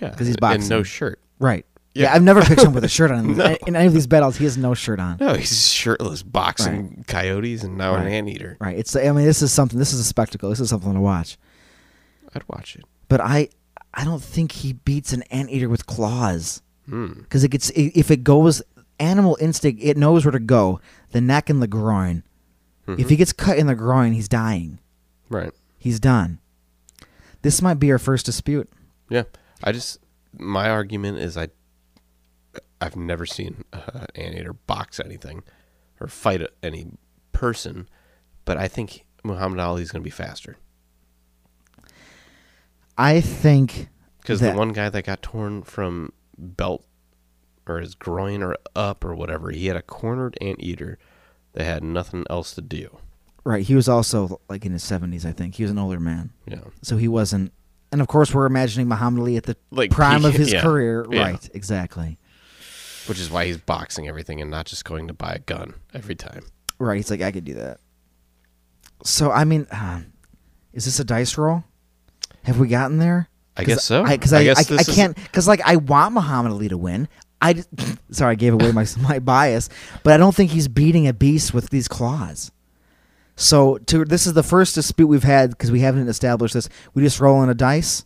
Speaker 2: yeah
Speaker 1: 'Cause he's
Speaker 2: and
Speaker 1: boxing.
Speaker 2: no shirt
Speaker 1: Right. Yeah,
Speaker 2: Yeah.
Speaker 1: I've never picked him with a shirt on.
Speaker 2: No.
Speaker 1: In any of these battles, he has no shirt on.
Speaker 2: no he's just shirtless boxing coyotes and now an
Speaker 1: Right.
Speaker 2: anteater
Speaker 1: Right. It's I mean this is something. This is a spectacle. This is something to watch.
Speaker 2: i'd watch it
Speaker 1: But I I don't think he beats an anteater with claws.
Speaker 2: hmm
Speaker 1: because it gets i- if it goes animal instinct it knows where to go the neck and the groin
Speaker 2: Mm-hmm.
Speaker 1: if he gets cut in the groin he's dying
Speaker 2: right
Speaker 1: he's done this might be our first dispute
Speaker 2: yeah i just my argument is i i've never seen uh, an anteater box anything or fight a- any person but i think muhammad ali is going to be faster
Speaker 1: i think
Speaker 2: Because the
Speaker 1: that-
Speaker 2: one guy that got torn from belt or his groin or up or whatever, he had a cornered anteater that had nothing else to do.
Speaker 1: right he was also like in his 70s i think he was an older man
Speaker 2: You know,
Speaker 1: so he wasn't and of course we're imagining muhammad ali at the
Speaker 2: Like,
Speaker 1: prime of his
Speaker 2: yeah,
Speaker 1: career
Speaker 2: yeah.
Speaker 1: right exactly
Speaker 2: which is why he's boxing everything and not just going to buy a gun every time.
Speaker 1: right he's like i could do that so i mean uh, is this a dice roll have we gotten there
Speaker 2: I guess so.
Speaker 1: Because I, I,
Speaker 2: guess
Speaker 1: I,
Speaker 2: this is-
Speaker 1: can't. Because like I want Muhammad Ali to win. I d- sorry, I gave away my my bias, but I don't think he's beating a beast with these claws. So to this is the first dispute we've had because we haven't established this. We just roll on a dice.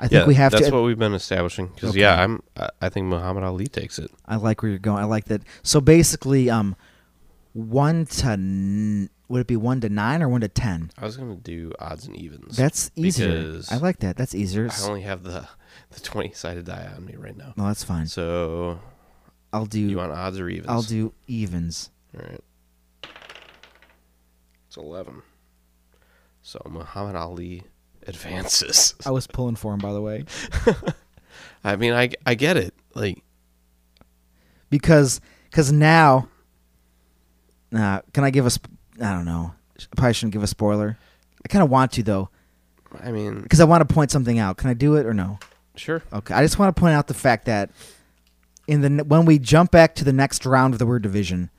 Speaker 1: I think
Speaker 2: yeah,
Speaker 1: we have
Speaker 2: that's
Speaker 1: to.
Speaker 2: what we've been establishing. Because
Speaker 1: Okay.
Speaker 2: yeah, I'm. I- I think Muhammad Ali takes it.
Speaker 1: I like where you're going. I like that. So basically, um, one to n- would it be one to nine or one to ten?
Speaker 2: I was gonna do odds and evens.
Speaker 1: That's easier.
Speaker 2: Because
Speaker 1: I like that. That's easier.
Speaker 2: I only have the the twenty sided die on me right now.
Speaker 1: No, that's fine.
Speaker 2: So
Speaker 1: I'll
Speaker 2: you
Speaker 1: do.
Speaker 2: want odds or evens?
Speaker 1: I'll do evens.
Speaker 2: All right. It's eleven. So Muhammad Ali advances.
Speaker 1: I was pulling for him, by the way,
Speaker 2: I mean, I I get it. Like
Speaker 1: because because now. Nah, can I give a? Sp- I don't know. I probably shouldn't give a spoiler. I kind of want to though,
Speaker 2: I mean,
Speaker 1: because I want to point something out. Can I do it or no?
Speaker 2: sure.
Speaker 1: Okay, I just want to point out the fact that in the when we jump back to the next round of the word division,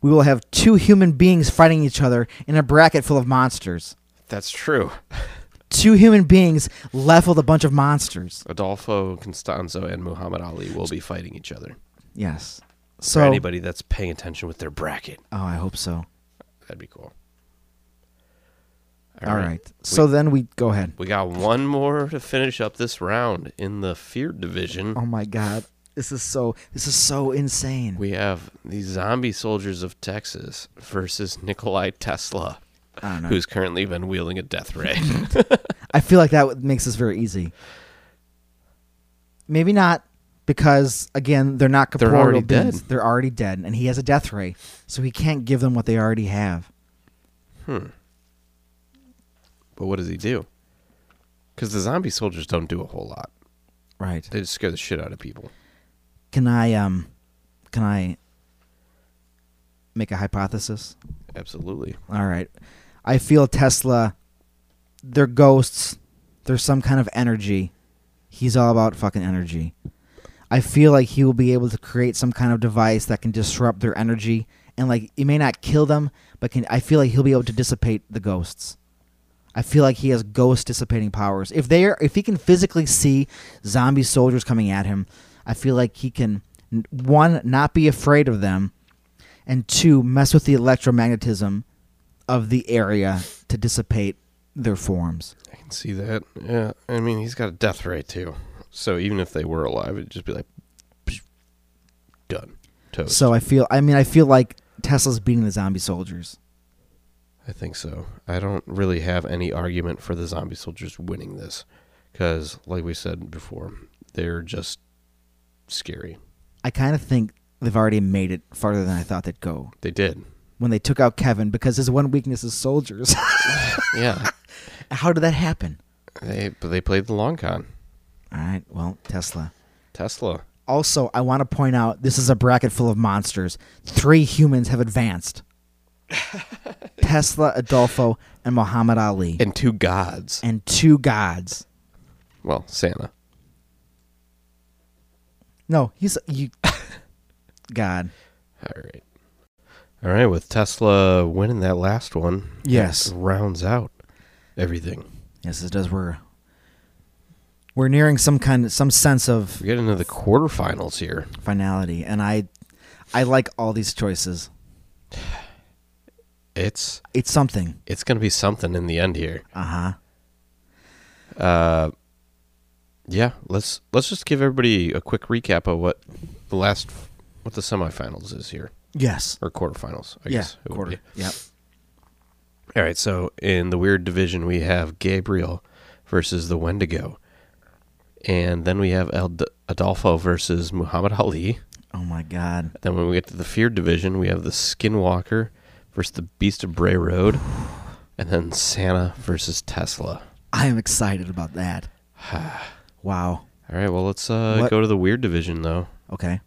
Speaker 1: we will have two human beings fighting each other in a bracket full of monsters.
Speaker 2: That's true.
Speaker 1: Two human beings leveled a bunch of monsters.
Speaker 2: Adolfo Constanzo and Muhammad Ali will be fighting each other.
Speaker 1: Yes.
Speaker 2: For
Speaker 1: So, oh,
Speaker 2: anybody that's paying attention with their bracket,
Speaker 1: I hope so.
Speaker 2: that'd be cool.
Speaker 1: All right. So then we go ahead.
Speaker 2: We got one more to finish up this round in the feared division.
Speaker 1: Oh my god, this is so this is so insane.
Speaker 2: We have the zombie soldiers of Texas versus Nikolai Tesla,
Speaker 1: I don't know.
Speaker 2: who's currently been wielding a death ray.
Speaker 1: I feel like that makes this very easy. Maybe not, because again, they're not
Speaker 2: They're
Speaker 1: corporeal
Speaker 2: already
Speaker 1: beings.
Speaker 2: dead.
Speaker 1: They're already dead, and he has a death ray, so he can't give them what they already have.
Speaker 2: but what does he do? Because the zombie soldiers don't do a whole lot.
Speaker 1: Right?
Speaker 2: They just scare the shit out of people.
Speaker 1: Can I um, can I make a hypothesis?
Speaker 2: Absolutely.
Speaker 1: All right, I feel Tesla. They're ghosts. There's some kind of energy. He's all about fucking energy. I feel like he will be able to create some kind of device that can disrupt their energy and like it may not kill them, but can I feel like he'll be able to dissipate the ghosts. I feel like he has ghost dissipating powers. If they are, if he can physically see zombie soldiers coming at him, I feel like he can n- one not be afraid of them and two mess with the electromagnetism of the area to dissipate their forms.
Speaker 2: I can see that. Yeah. I mean, he's got a death ray, too. So even if they were alive, it'd just be like, psh, done. Toast.
Speaker 1: So I feel. I mean, I feel like Tesla's beating the zombie soldiers.
Speaker 2: I think so. I don't really have any argument for the zombie soldiers winning this because, like we said before, they're just scary.
Speaker 1: I kind of think they've already made it farther than I thought they'd go
Speaker 2: They did.
Speaker 1: when they took out Kevin because his one weakness is soldiers.
Speaker 2: Yeah.
Speaker 1: How did that happen?
Speaker 2: they but they played the long con.
Speaker 1: All right. Well, Tesla.
Speaker 2: Tesla.
Speaker 1: Also, I want to point out this is a bracket full of monsters. Three humans have advanced. Tesla, Adolfo, and Muhammad Ali,
Speaker 2: And two gods.
Speaker 1: and two gods.
Speaker 2: Well, Santa.
Speaker 1: No, he's you. God.
Speaker 2: All right. All right, with Tesla winning that last one.
Speaker 1: Yes.
Speaker 2: it Rounds out everything.
Speaker 1: Yes, it does. We're we're nearing some kind, some sense of
Speaker 2: We get into the quarterfinals here.
Speaker 1: finality, and I, I like all these choices.
Speaker 2: It's
Speaker 1: It's something.
Speaker 2: it's gonna be something in the end here.
Speaker 1: Uh huh.
Speaker 2: Yeah, let's let's just give everybody a quick recap of what the last what the semifinals is here
Speaker 1: Yes.
Speaker 2: or quarterfinals. I
Speaker 1: yeah.
Speaker 2: guess it would
Speaker 1: Quarter. Yep.
Speaker 2: be. All right, so in the weird division we have Gabriel versus the Wendigo, and then we have El- Adolfo versus Muhammad Ali.
Speaker 1: Oh my God.
Speaker 2: Then when we get to the feared division, we have the Skinwalker versus the Beast of Bray Road, and then Santa versus Tesla.
Speaker 1: I am excited about that. wow.
Speaker 2: All right, well let's uh,
Speaker 1: What-
Speaker 2: go to the weird division though,
Speaker 1: Okay.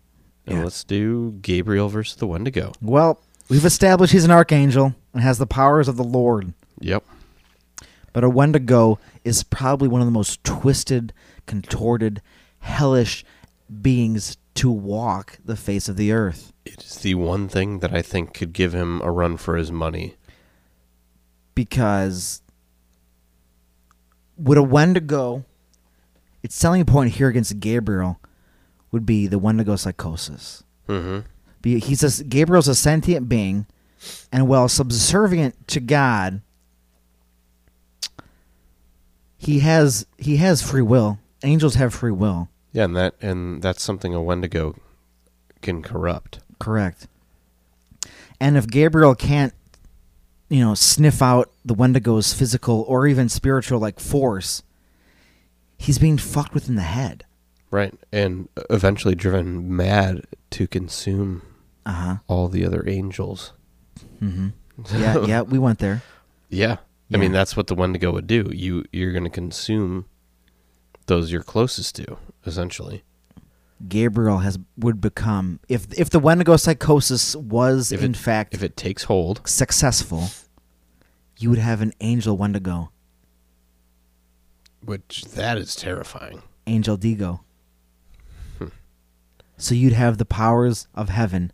Speaker 2: and
Speaker 1: Yeah.
Speaker 2: let's do Gabriel versus the Wendigo.
Speaker 1: Well, we've established he's an archangel and has the powers of the Lord.
Speaker 2: Yep.
Speaker 1: But a Wendigo is probably one of the most twisted, contorted, hellish beings to walk the face of the earth.
Speaker 2: It is the one thing that I think could give him a run for his money.
Speaker 1: because would a Wendigo, its selling point here against Gabriel would be the Wendigo psychosis.
Speaker 2: Mm-hmm.
Speaker 1: Be- He's a, Gabriel's a sentient being and while subservient to God, he has he has free will. Angels have free will.
Speaker 2: Yeah, and that and that's something a Wendigo can corrupt.
Speaker 1: Correct. And if Gabriel can't, you know, sniff out the Wendigo's physical or even spiritual like force, he's being fucked within the head.
Speaker 2: Right. And eventually driven mad to consume
Speaker 1: Uh huh.
Speaker 2: all the other angels.
Speaker 1: Mm-hmm. Yeah, yeah, we went there.
Speaker 2: Yeah.
Speaker 1: Yeah.
Speaker 2: I mean, that's what the Wendigo would do. You you're going to consume those you're closest to, essentially.
Speaker 1: Gabriel has would become if if the Wendigo psychosis was
Speaker 2: If
Speaker 1: in
Speaker 2: it-
Speaker 1: fact
Speaker 2: If it takes hold,
Speaker 1: successful, you would have an angel Wendigo,
Speaker 2: which that is terrifying.
Speaker 1: angel Digo. So you'd have the powers of heaven.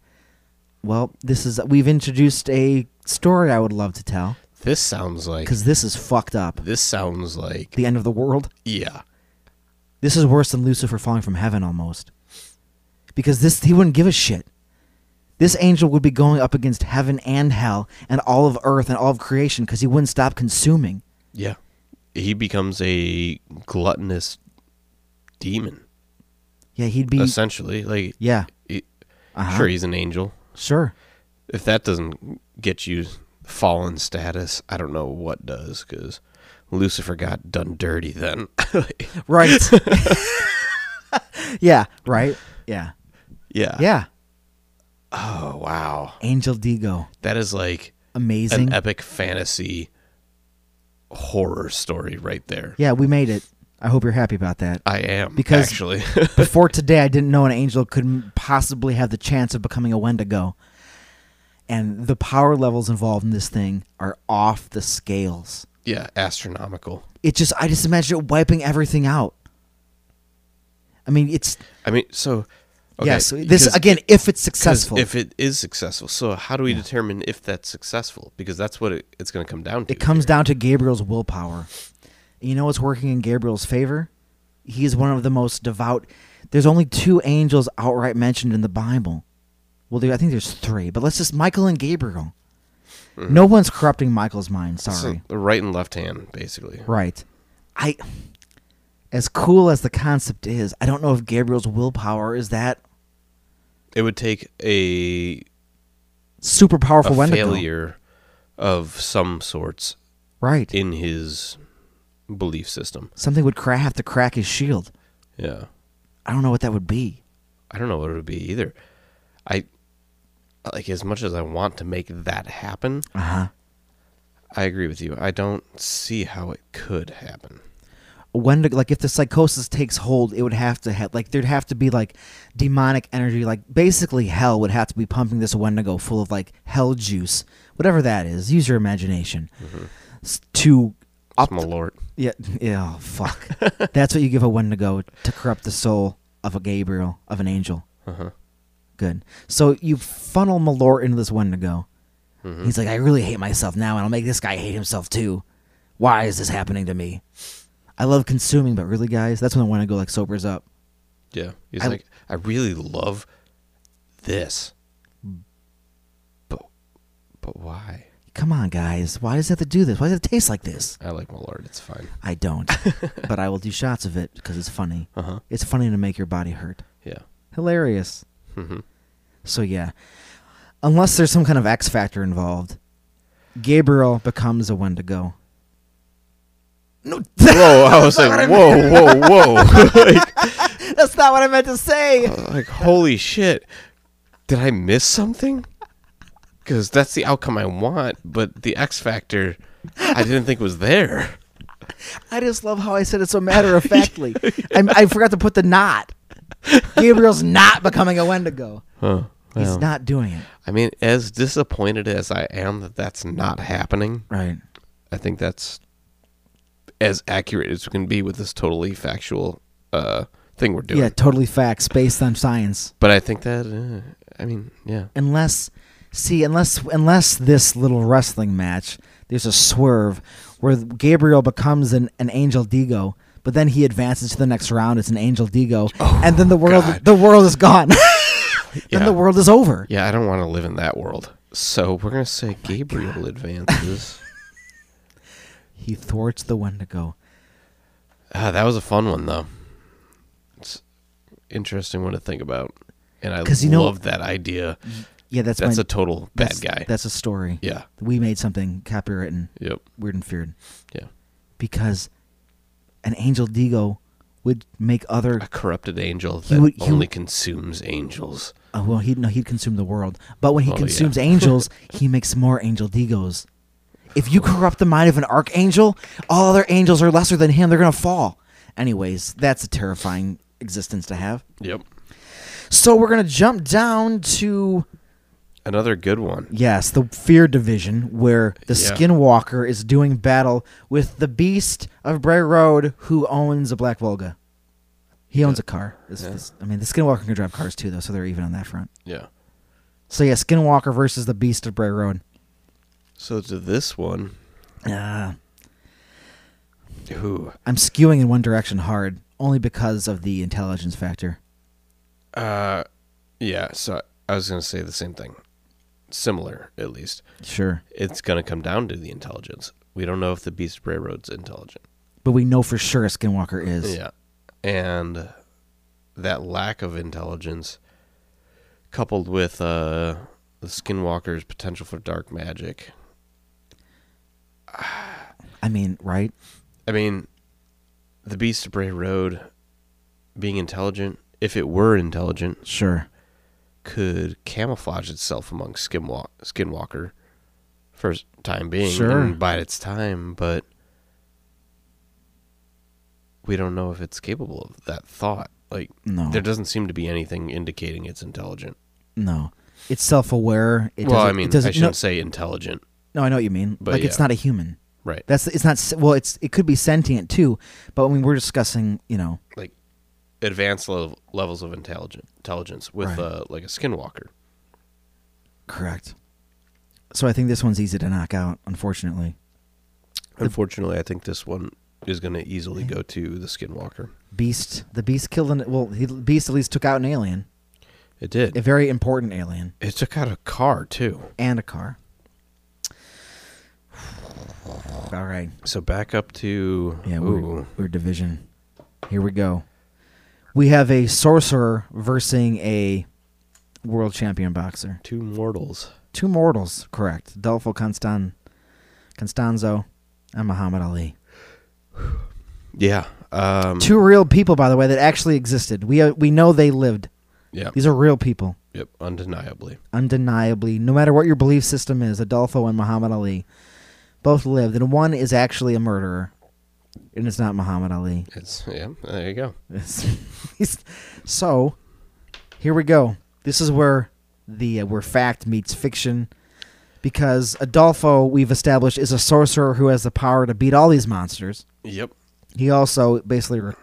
Speaker 1: Well, this is we've introduced a story I would love to tell
Speaker 2: This sounds like
Speaker 1: because this is fucked up.
Speaker 2: this sounds like
Speaker 1: The end of the world.
Speaker 2: yeah.
Speaker 1: This is worse than Lucifer falling from heaven almost. Because this he wouldn't give a shit. This angel would be going up against heaven and hell and all of earth and all of creation because he wouldn't stop consuming.
Speaker 2: Yeah. He becomes a gluttonous demon,
Speaker 1: Yeah, he'd be
Speaker 2: essentially. Like
Speaker 1: Yeah.
Speaker 2: he-
Speaker 1: Uh-huh.
Speaker 2: sure he's an angel.
Speaker 1: Sure.
Speaker 2: If that doesn't get you fallen status, I don't know what does cuz Lucifer got done dirty then.
Speaker 1: Right. yeah, right. Yeah.
Speaker 2: yeah.
Speaker 1: Yeah.
Speaker 2: Oh, wow.
Speaker 1: Angel Digo.
Speaker 2: That is like
Speaker 1: Amazing.
Speaker 2: an e- epic fantasy horror story right there.
Speaker 1: yeah, we made it. I hope you're happy about that.
Speaker 2: I am
Speaker 1: Because-
Speaker 2: actually.
Speaker 1: Before today, I didn't know an angel could m- possibly have the chance of becoming a Wendigo. And the power levels involved in this thing are off the scales.
Speaker 2: yeah, astronomical.
Speaker 1: It just, I just imagine it wiping everything out. I mean, it's,
Speaker 2: I mean, so okay,
Speaker 1: yes, this,
Speaker 2: 'cause-
Speaker 1: again, if it's
Speaker 2: 'cause
Speaker 1: successful,
Speaker 2: If it is successful. So how do we determine if that's successful? Because that's what it, it's going to come down to.
Speaker 1: it comes down to Gabriel's willpower. You know what's working in Gabriel's favor? He is one of the most devout. There's only two angels outright mentioned in the Bible. Well, there, I think there's three, but let's just Michael and Gabriel.
Speaker 2: Mm-hmm.
Speaker 1: No one's corrupting Michael's mind.
Speaker 2: It's
Speaker 1: Sorry,
Speaker 2: the right and left hand basically.
Speaker 1: right? I, as cool as the concept is, I don't know if Gabriel's willpower is that
Speaker 2: It would take a
Speaker 1: super
Speaker 2: a
Speaker 1: powerful. Wendigo.
Speaker 2: failure of some sorts
Speaker 1: right?
Speaker 2: in his belief system.
Speaker 1: Something would cra- have to crack his shield.
Speaker 2: Yeah.
Speaker 1: I don't know what that would be.
Speaker 2: I don't know what it would be either. I like as much as I want to make that happen,
Speaker 1: Uh huh.
Speaker 2: I agree with you. I don't see how it could happen.
Speaker 1: when to, like if the psychosis takes hold it would have to have like there'd have to be like demonic energy like basically hell would have to be pumping this wendigo full of like hell juice whatever that is use your imagination S- to up
Speaker 2: Some lord.
Speaker 1: yeah yeah oh, fuck that's what you give a wendigo to corrupt the soul of a gabriel of an angel
Speaker 2: Uh-huh.
Speaker 1: good so you funnel malort into this wendigo he's like i really hate myself now and i'll make this guy hate himself too why is this happening to me i love consuming but really guys that's when the wendigo like sobers up
Speaker 2: Yeah. He's
Speaker 1: I-
Speaker 2: like, I really love this. But but why?
Speaker 1: come on guys why does it have to do this why does it taste like this
Speaker 2: I like Millard. It's fine.
Speaker 1: i don't but i will do shots of it because it's funny
Speaker 2: Uh huh.
Speaker 1: it's funny to make your body hurt
Speaker 2: Yeah.
Speaker 1: hilarious
Speaker 2: Mm-hmm.
Speaker 1: so yeah unless there's some kind of x factor involved gabriel becomes a wendigo no
Speaker 2: Whoa! I was like, whoa, whoa, whoa! like,
Speaker 1: that's not what i meant to say
Speaker 2: like, holy shit! Did I miss something? Because that's the outcome I want, but the X factor, I didn't think was there.
Speaker 1: I just love how I said it so matter of factly. I, I forgot to put the not. Gabriel's not becoming a Wendigo.
Speaker 2: Huh.
Speaker 1: He's not doing it.
Speaker 2: I mean, as disappointed as I am that that's not happening,
Speaker 1: Right.
Speaker 2: I think that's as accurate as we can be with this totally factual uh, thing we're doing.
Speaker 1: Yeah, totally facts based on science.
Speaker 2: But I think that, uh, I mean, yeah.
Speaker 1: Unless, see, unless unless this little wrestling match, there's a swerve where Gabriel becomes an, an angel Digo, but then he advances to the next round. It's an angel Digo, and then the world
Speaker 2: Oh, God.
Speaker 1: the world is gone. then
Speaker 2: Yeah.
Speaker 1: the world is over.
Speaker 2: Yeah, I don't want to live in that world. So we're gonna
Speaker 1: Oh
Speaker 2: say Gabriel advances.
Speaker 1: He thwarts the Wendigo.
Speaker 2: ah, that was a fun one though. It's interesting one to think about, and I
Speaker 1: 'Cause
Speaker 2: love
Speaker 1: you know-
Speaker 2: that idea.
Speaker 1: Yeah, that's
Speaker 2: That's
Speaker 1: my,
Speaker 2: a total bad
Speaker 1: that's-
Speaker 2: guy.
Speaker 1: That's a story.
Speaker 2: yeah.
Speaker 1: We made something copywritten,
Speaker 2: Yep.
Speaker 1: weird and feared,
Speaker 2: Yeah.
Speaker 1: because an angel Digo would make other.
Speaker 2: A corrupted angel
Speaker 1: He
Speaker 2: that
Speaker 1: would- he
Speaker 2: only
Speaker 1: would-
Speaker 2: consumes angels.
Speaker 1: Oh, well, he'd no, he'd consume the world. But when he
Speaker 2: Oh, yeah.
Speaker 1: consumes angels, he makes more angel Digos. If you corrupt the mind of an archangel, all other angels are lesser than him. They're gonna fall. Anyways, that's a terrifying existence to have.
Speaker 2: Yep.
Speaker 1: So we're gonna jump down to
Speaker 2: Another good one.
Speaker 1: Yes, the Fear Division, where the
Speaker 2: Yeah.
Speaker 1: Skinwalker is doing battle with the Beast of Bray Road, who owns a Black Volga. He owns a car. This-
Speaker 2: Yeah.
Speaker 1: this- I mean, the Skinwalker can drive cars too, though, so they're even on that front.
Speaker 2: Yeah.
Speaker 1: So yeah, Skinwalker versus the Beast of Bray Road.
Speaker 2: So to this one,
Speaker 1: Uh,
Speaker 2: who
Speaker 1: I'm skewing in one direction hard, only because of the intelligence factor.
Speaker 2: Uh, yeah. So I was gonna say the same thing, similar at least.
Speaker 1: Sure,
Speaker 2: It's gonna come down to the intelligence. We don't know if the Beast of Bray Road's intelligent.
Speaker 1: but we know for sure a Skinwalker is.
Speaker 2: Yeah, and that lack of intelligence, coupled with uh, the Skinwalker's potential for dark magic.
Speaker 1: I mean, right?
Speaker 2: I mean, the Beast of Bray Road being intelligent, if it were intelligent,
Speaker 1: Sure.
Speaker 2: could camouflage itself among skinwalk- skinwalker for s- time being
Speaker 1: Sure.
Speaker 2: and bide its time, but we don't know if it's capable of that thought. Like
Speaker 1: No.
Speaker 2: there doesn't seem to be anything indicating it's intelligent.
Speaker 1: No. It's self-aware. It
Speaker 2: well, I
Speaker 1: doesn't-
Speaker 2: mean,
Speaker 1: it
Speaker 2: I
Speaker 1: doesn't-
Speaker 2: shouldn't
Speaker 1: no,
Speaker 2: say intelligent,
Speaker 1: no, I know what you mean.
Speaker 2: But
Speaker 1: like, it's
Speaker 2: yeah.
Speaker 1: not a human.
Speaker 2: right?
Speaker 1: That's it's not well. It's it could be sentient too, but when we're discussing, you know,
Speaker 2: like advanced level, levels of intelligent intelligence with
Speaker 1: Right.
Speaker 2: uh, like a skinwalker.
Speaker 1: correct. So I think this one's easy to knock out. Unfortunately,
Speaker 2: Unfortunately, I think this one is going to easily go to the skinwalker.
Speaker 1: Beast the Beast killed an well. He, Beast at least took out an alien,
Speaker 2: It did.
Speaker 1: a very important alien,
Speaker 2: it took out a car too.
Speaker 1: and a car. All right,
Speaker 2: So back up to
Speaker 1: yeah, we're,
Speaker 2: ooh,
Speaker 1: we're division. Here we go. We have a sorcerer versus a world champion boxer.
Speaker 2: two mortals.
Speaker 1: two mortals, correct. Adolfo Constan- Constanzo and Muhammad Ali.
Speaker 2: Yeah. Um,
Speaker 1: Two real people, by the way, that actually existed. We, uh, we know they lived.
Speaker 2: Yeah.
Speaker 1: These are real people,
Speaker 2: Yep. Undeniably.
Speaker 1: undeniably. No matter what your belief system is, Adolfo and Muhammad Ali both lived, and one is actually a murderer, and it's not Muhammad Ali.
Speaker 2: It's yeah. There you go.
Speaker 1: He's- so, here we go. This is where the uh, where fact meets fiction, because Adolfo we've established is a sorcerer who has the power to beat all these monsters.
Speaker 2: Yep.
Speaker 1: He also basically, re-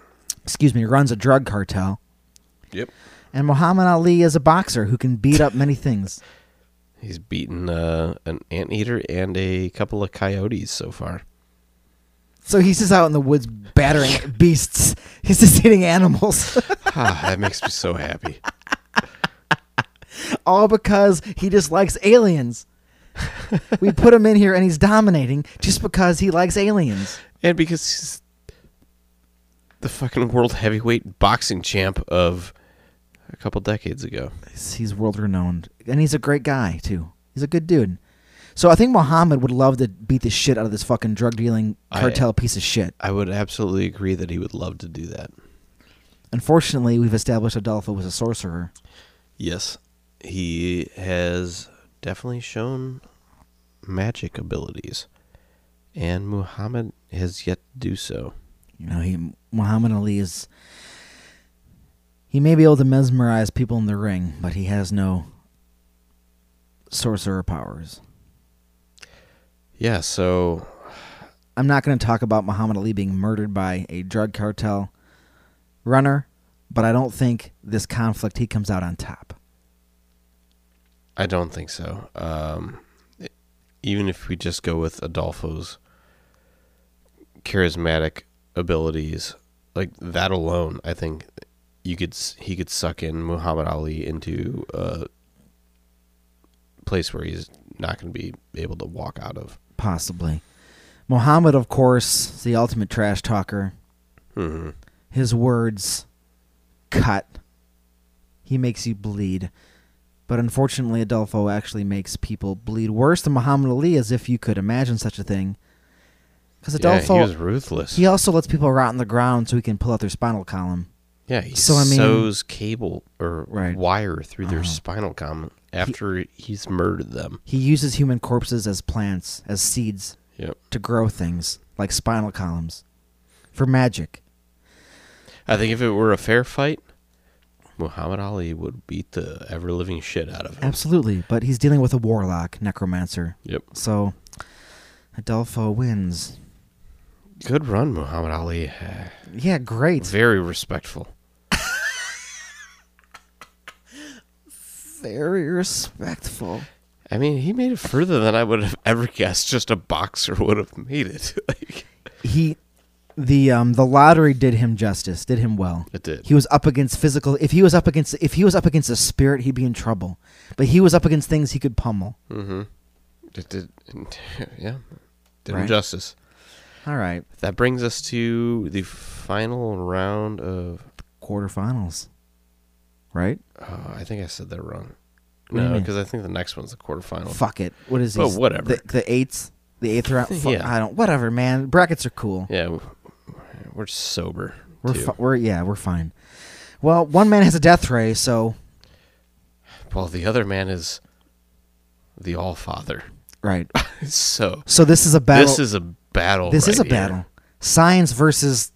Speaker 1: excuse me, runs a drug cartel,
Speaker 2: Yep.
Speaker 1: and Muhammad Ali is a boxer who can beat up many things.
Speaker 2: He's beaten uh, an anteater and a couple of coyotes so far.
Speaker 1: So he's just out in the woods battering beasts. He's just hitting animals,
Speaker 2: ah, that makes me so happy.
Speaker 1: all because he dislikes aliens. we put him in here and he's dominating just because he likes aliens.
Speaker 2: And because he's the fucking world heavyweight boxing champ of a couple decades ago.
Speaker 1: He's- He's world renowned, and he's a great guy too. He's a good dude. So I think Muhammad would love to beat the shit out of this fucking drug dealing
Speaker 2: I-
Speaker 1: cartel piece of shit.
Speaker 2: I would absolutely agree that he would love to do that.
Speaker 1: Unfortunately, we've established Adolfo was a sorcerer.
Speaker 2: Yes. He has definitely shown magic abilities. And Muhammad has yet to do so.
Speaker 1: You know, he Muhammad Ali is. He may be able to mesmerize people in the ring, but he has no sorcerer powers.
Speaker 2: Yeah, so
Speaker 1: I'm not going to talk about Muhammad Ali being murdered by a drug cartel runner, but I don't think this conflict he comes out on top.
Speaker 2: I don't think so. Um, even if we just go with Adolfo's charismatic abilities, like that alone, I think you could s- he could suck in Muhammad Ali into a place where he's not going to be able to walk out of.
Speaker 1: Possibly. Muhammad, of course, is the ultimate trash talker.
Speaker 2: hmm
Speaker 1: His words cut. He makes you bleed. But unfortunately, Adolfo actually makes people bleed worse than Muhammad Ali, as if you could imagine such a thing. Because
Speaker 2: Yeah,
Speaker 1: Adolfo,
Speaker 2: he was ruthless.
Speaker 1: he also lets people rot in the ground so he can pull out their spinal column.
Speaker 2: yeah, he
Speaker 1: so, I mean-
Speaker 2: sews cable or
Speaker 1: Right.
Speaker 2: wire through their
Speaker 1: Uh-huh.
Speaker 2: spinal column after he's murdered them.
Speaker 1: He uses human corpses as plants, as seeds,
Speaker 2: Yep.
Speaker 1: to grow things like spinal columns for magic.
Speaker 2: I think if it were a fair fight, Muhammad Ali would beat the ever living shit out of him.
Speaker 1: Absolutely, but he's dealing with a warlock, necromancer.
Speaker 2: Yep.
Speaker 1: So Adolfo wins.
Speaker 2: Good run, Muhammad Ali.
Speaker 1: Yeah, great.
Speaker 2: Very respectful.
Speaker 1: Very respectful.
Speaker 2: I mean, he made it further than I would have ever guessed. Just a boxer would have made it. like
Speaker 1: He the um the lottery did him justice, did him well.
Speaker 2: it did.
Speaker 1: He was up against physical if he was up against if he was up against a spirit, he'd be in trouble. But he was up against things he could pummel.
Speaker 2: mm-hmm. It did. Yeah. Did him
Speaker 1: Right.
Speaker 2: justice.
Speaker 1: All right.
Speaker 2: That brings us to the final round of.
Speaker 1: Quarterfinals. Right?
Speaker 2: Oh, I think I said that wrong.
Speaker 1: What do you
Speaker 2: No,
Speaker 1: mean?
Speaker 2: because I think the next one's the quarterfinal.
Speaker 1: Fuck it. What is
Speaker 2: But
Speaker 1: this?
Speaker 2: whatever.
Speaker 1: The, the eighth the eighth round. Fu-
Speaker 2: Yeah.
Speaker 1: I don't whatever, man. Brackets are cool.
Speaker 2: Yeah, w- we're sober.
Speaker 1: We're,
Speaker 2: too.
Speaker 1: fi- we're yeah, we're fine. Well, one man has a death ray, so
Speaker 2: Well, the other man is the All Father.
Speaker 1: right.
Speaker 2: So
Speaker 1: So this is a battle.
Speaker 2: this is a battle.
Speaker 1: this is a
Speaker 2: right here.
Speaker 1: battle. Science versus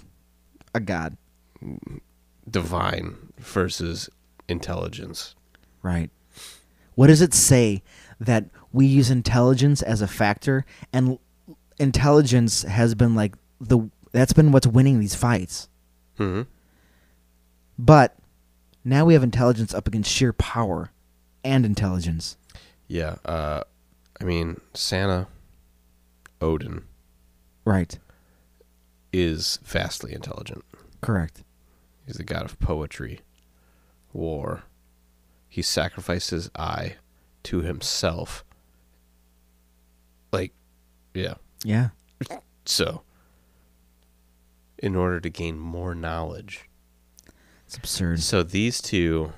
Speaker 1: a god,
Speaker 2: Divine versus intelligence.
Speaker 1: right? What does it say that we use intelligence as a factor, and l- intelligence has been like the that's been what's winning these fights. Mm-hmm.
Speaker 2: hmm
Speaker 1: But now we have intelligence up against sheer power and intelligence.
Speaker 2: Yeah. Uh, I mean, Santa Odin
Speaker 1: Right.
Speaker 2: is vastly intelligent.
Speaker 1: Correct.
Speaker 2: He's the god of poetry, war. He sacrificed his eye to himself. Like, yeah.
Speaker 1: Yeah.
Speaker 2: So, in order to gain more knowledge,
Speaker 1: It's absurd.
Speaker 2: So these two,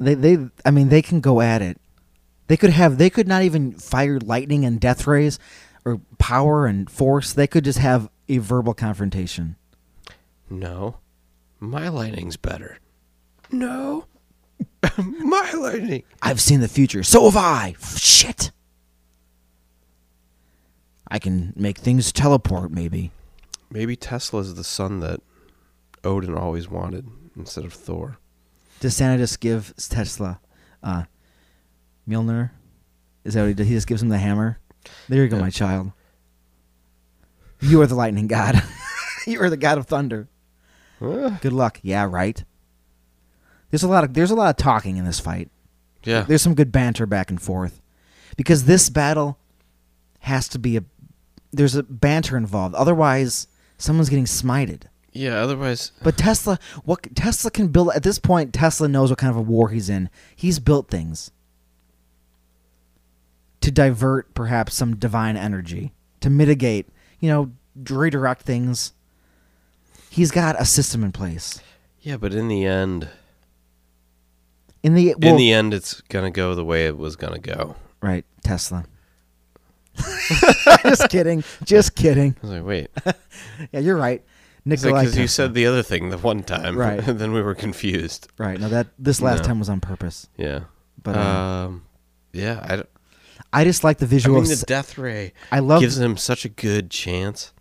Speaker 1: they they I mean they can go at it. They could have they could not even fire lightning and death rays or power and force. They could just have a verbal confrontation.
Speaker 2: no, my lightning's better. No, my lightning.
Speaker 1: I've seen the future. So have I. Shit. I can make things teleport maybe.
Speaker 2: Maybe Tesla's the son that Odin always wanted instead of Thor.
Speaker 1: Does Santa just give Tesla uh Mjolnir? Is that what he did? He just gives him the hammer. There you go, my child. You are the lightning god. you are the god of thunder.
Speaker 2: Huh?
Speaker 1: Good luck. Yeah, right. There's a lot of there's a lot of talking in this fight.
Speaker 2: Yeah,
Speaker 1: There's some good banter back and forth. Because this battle has to be a there's a banter involved. Otherwise, someone's getting smited.
Speaker 2: yeah. Otherwise,
Speaker 1: But Tesla, what Tesla can build at this point, Tesla knows what kind of a war he's in. He's built things to divert perhaps some divine energy, to mitigate, you know, redirect things. He's got a system in place.
Speaker 2: yeah. But in the end,
Speaker 1: In the well,
Speaker 2: in the end, it's gonna go the way it was gonna go.
Speaker 1: right, Tesla. just kidding. Just kidding.
Speaker 2: I was like, wait,
Speaker 1: Yeah, you're right. Nikolai
Speaker 2: because you
Speaker 1: Tesla.
Speaker 2: said the other thing the one time,
Speaker 1: Right.
Speaker 2: and then we were confused.
Speaker 1: right. No, that this last
Speaker 2: No.
Speaker 1: time was on purpose.
Speaker 2: Yeah.
Speaker 1: But uh,
Speaker 2: um, yeah, I, don't-
Speaker 1: I just like the
Speaker 2: I
Speaker 1: visual.
Speaker 2: mean,
Speaker 1: of
Speaker 2: the
Speaker 1: s-
Speaker 2: death ray
Speaker 1: I love
Speaker 2: gives him such a good chance.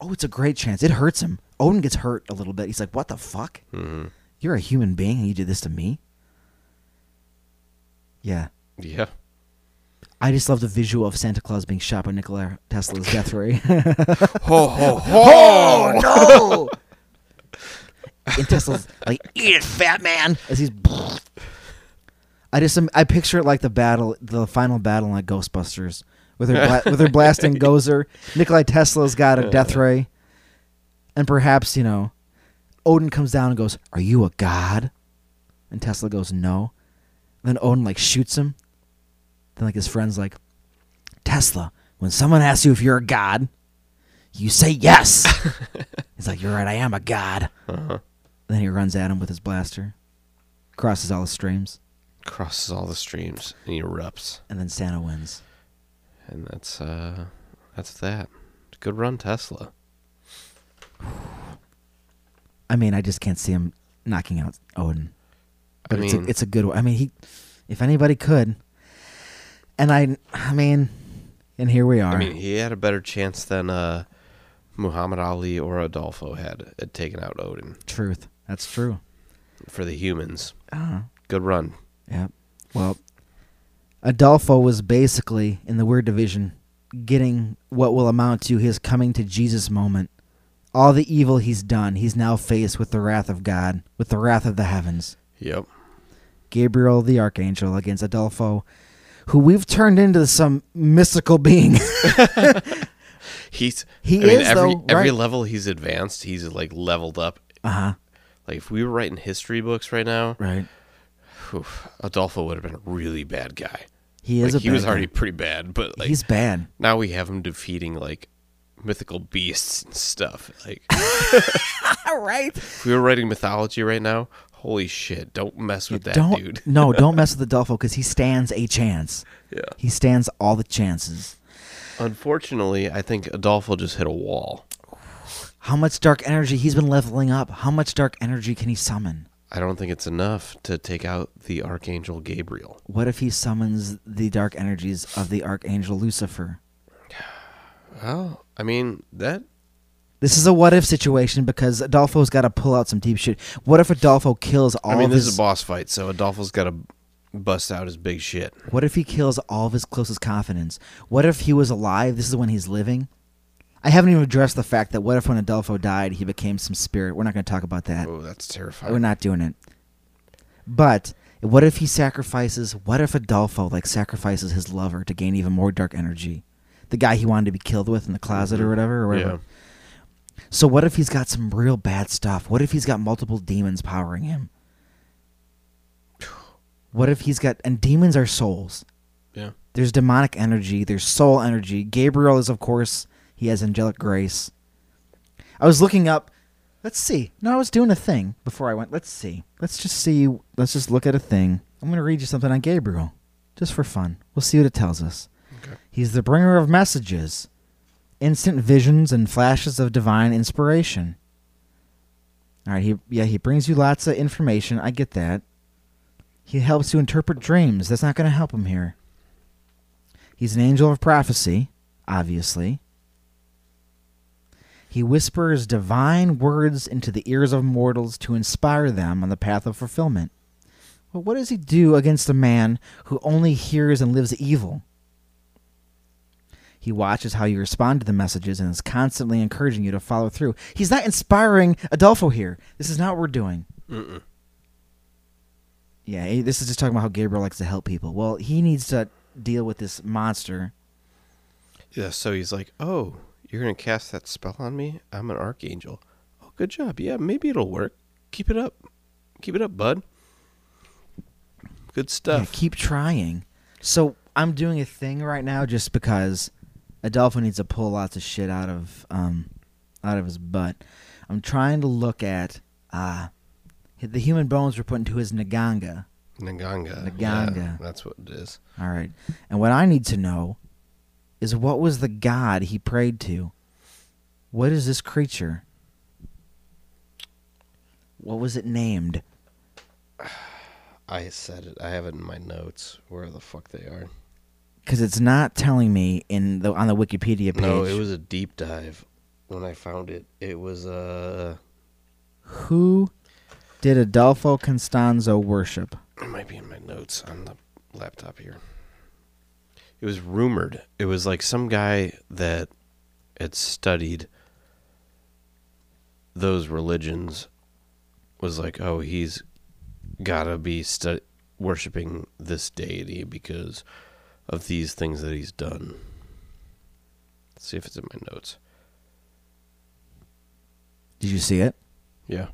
Speaker 1: oh, it's a great chance. It hurts him. Odin gets hurt a little bit. He's like, what the fuck?
Speaker 2: hmm
Speaker 1: You're a human being and you did this to me? Yeah.
Speaker 2: Yeah.
Speaker 1: I just love the visual of Santa Claus being shot by Nikola Tesla's death ray.
Speaker 2: Ho ho ho!
Speaker 1: no! and Tesla's like, eat it, fat man! As he's. I just um, I picture it like the battle, the final battle like Ghostbusters, with her bla- with her blasting Gozer. Nikolai Tesla's got a death ray, and perhaps you know, Odin comes down and goes, "Are you a god?" And Tesla goes, "No." Then Odin like shoots him, Then like his friends like Tesla, when someone asks you if you're a god, you say yes. He's like, "You're right, I am a god."
Speaker 2: Uh-huh.
Speaker 1: Then he runs at him with his blaster, crosses all the streams,
Speaker 2: Crosses all the streams and he erupts.
Speaker 1: and then Santa wins.
Speaker 2: And that's uh that's that. Good run, Tesla.
Speaker 1: I mean, I just can't see him knocking out Odin. But
Speaker 2: I
Speaker 1: it's a,
Speaker 2: mean-
Speaker 1: it's a good one. I mean, he if anybody could. And I I mean, and here we are.
Speaker 2: I mean, he had a better chance than uh Muhammad Ali or Adolfo had at taking out Odin
Speaker 1: Truth. That's true.
Speaker 2: for the humans.
Speaker 1: Ah.
Speaker 2: Good run.
Speaker 1: Yeah. Well, Adolfo was basically in the weird division getting what will amount to his coming to Jesus moment. All the evil he's done, he's now faced with the wrath of God, with the wrath of the heavens.
Speaker 2: Yep.
Speaker 1: Gabriel the archangel against Adolfo, who we've turned into some mystical being.
Speaker 2: He's
Speaker 1: He
Speaker 2: I mean,
Speaker 1: is,
Speaker 2: every
Speaker 1: though,
Speaker 2: every
Speaker 1: right.
Speaker 2: level he's advanced, he's like leveled up.
Speaker 1: uh huh.
Speaker 2: Like if we were writing history books right now,
Speaker 1: Right.
Speaker 2: whew, Adolfo would have been a really bad guy.
Speaker 1: He is
Speaker 2: Like,
Speaker 1: a.
Speaker 2: he was
Speaker 1: bad
Speaker 2: already
Speaker 1: guy.
Speaker 2: pretty bad, but like
Speaker 1: he's bad.
Speaker 2: now we have him defeating like mythical beasts and stuff. Like
Speaker 1: All right.
Speaker 2: if we were writing mythology right now, holy shit, don't mess with that
Speaker 1: don't
Speaker 2: dude.
Speaker 1: no, don't mess with Adolfo because he stands a chance.
Speaker 2: Yeah.
Speaker 1: He stands all the chances.
Speaker 2: Unfortunately, I think Adolfo just hit a wall.
Speaker 1: How much dark energy he's been leveling up? How much dark energy can he summon?
Speaker 2: I don't think it's enough to take out the Archangel Gabriel.
Speaker 1: What if he summons the dark energies of the archangel Lucifer?
Speaker 2: Well, I mean that
Speaker 1: This is a what if situation because Adolfo's got to pull out some deep shit. What if Adolfo kills all
Speaker 2: I mean
Speaker 1: of
Speaker 2: this
Speaker 1: his
Speaker 2: is a boss fight, so Adolfo's got to bust out his big shit.
Speaker 1: What if he kills all of his closest confidants? What if he was alive? This is when he's living. I haven't even addressed the fact that what if when Adolfo died, he became some spirit? We're not going to talk about that.
Speaker 2: Oh, that's terrifying.
Speaker 1: We're not doing it. But what if he sacrifices? What if Adolfo like sacrifices his lover to gain even more dark energy? The guy he wanted to be killed with in the closet or whatever, or whatever.
Speaker 2: Yeah.
Speaker 1: So what if he's got some real bad stuff? What if he's got multiple demons powering him? What if he's got and demons are souls.
Speaker 2: Yeah.
Speaker 1: There's demonic energy, there's soul energy. Gabriel is of course he has angelic grace. I was looking up let's see. No, I was doing a thing before I went. Let's see. Let's just see let's just look at a thing. I'm gonna read you something on Gabriel. Just for fun. We'll see what it tells us.
Speaker 2: Okay.
Speaker 1: He's the bringer of messages, instant visions and flashes of divine inspiration. All right, he yeah, he brings you lots of information. I get that. He helps you interpret dreams. That's not going to help him here. He's an angel of prophecy, obviously. He whispers divine words into the ears of mortals to inspire them on the path of fulfillment. Well, what does he do against a man who only hears and lives evil? He watches how you respond to the messages and is constantly encouraging you to follow through. He's not inspiring Adolfo here. This is not what we're doing.
Speaker 2: Mm-mm.
Speaker 1: Yeah, eh, this is just talking about how Gabriel likes to help people. Well, he needs to deal with this monster.
Speaker 2: Yeah, so he's like, "Oh, you're gonna cast that spell on me? I'm an archangel. Oh, good job. Yeah, maybe it'll work. Keep it up. Keep it up, bud. Good
Speaker 1: Yeah,
Speaker 2: stuff.
Speaker 1: keep trying. So I'm doing a thing right now just because Adolfo needs to pull lots of shit out of um out of his butt. I'm trying to look at uh the human bones were put into his Naganga.
Speaker 2: Naganga.
Speaker 1: Naganga.
Speaker 2: Yeah, that's what it is.
Speaker 1: All right. And what I need to know is what was the god he prayed to? What is this creature? What was it named?
Speaker 2: I said it. I have it in my notes. Where the fuck they are?
Speaker 1: Because it's not telling me in the on the Wikipedia page
Speaker 2: No, it was a deep dive. When I found it, it was uh,
Speaker 1: who did Adolfo Constanzo worship?
Speaker 2: it might be in my notes on the laptop here. It was rumored. It was like some guy that had studied those religions was like, oh, he's gotta be stu- worshiping this deity because of these things that he's done. Let's see if it's in my notes.
Speaker 1: Did you see it?
Speaker 2: Yeah.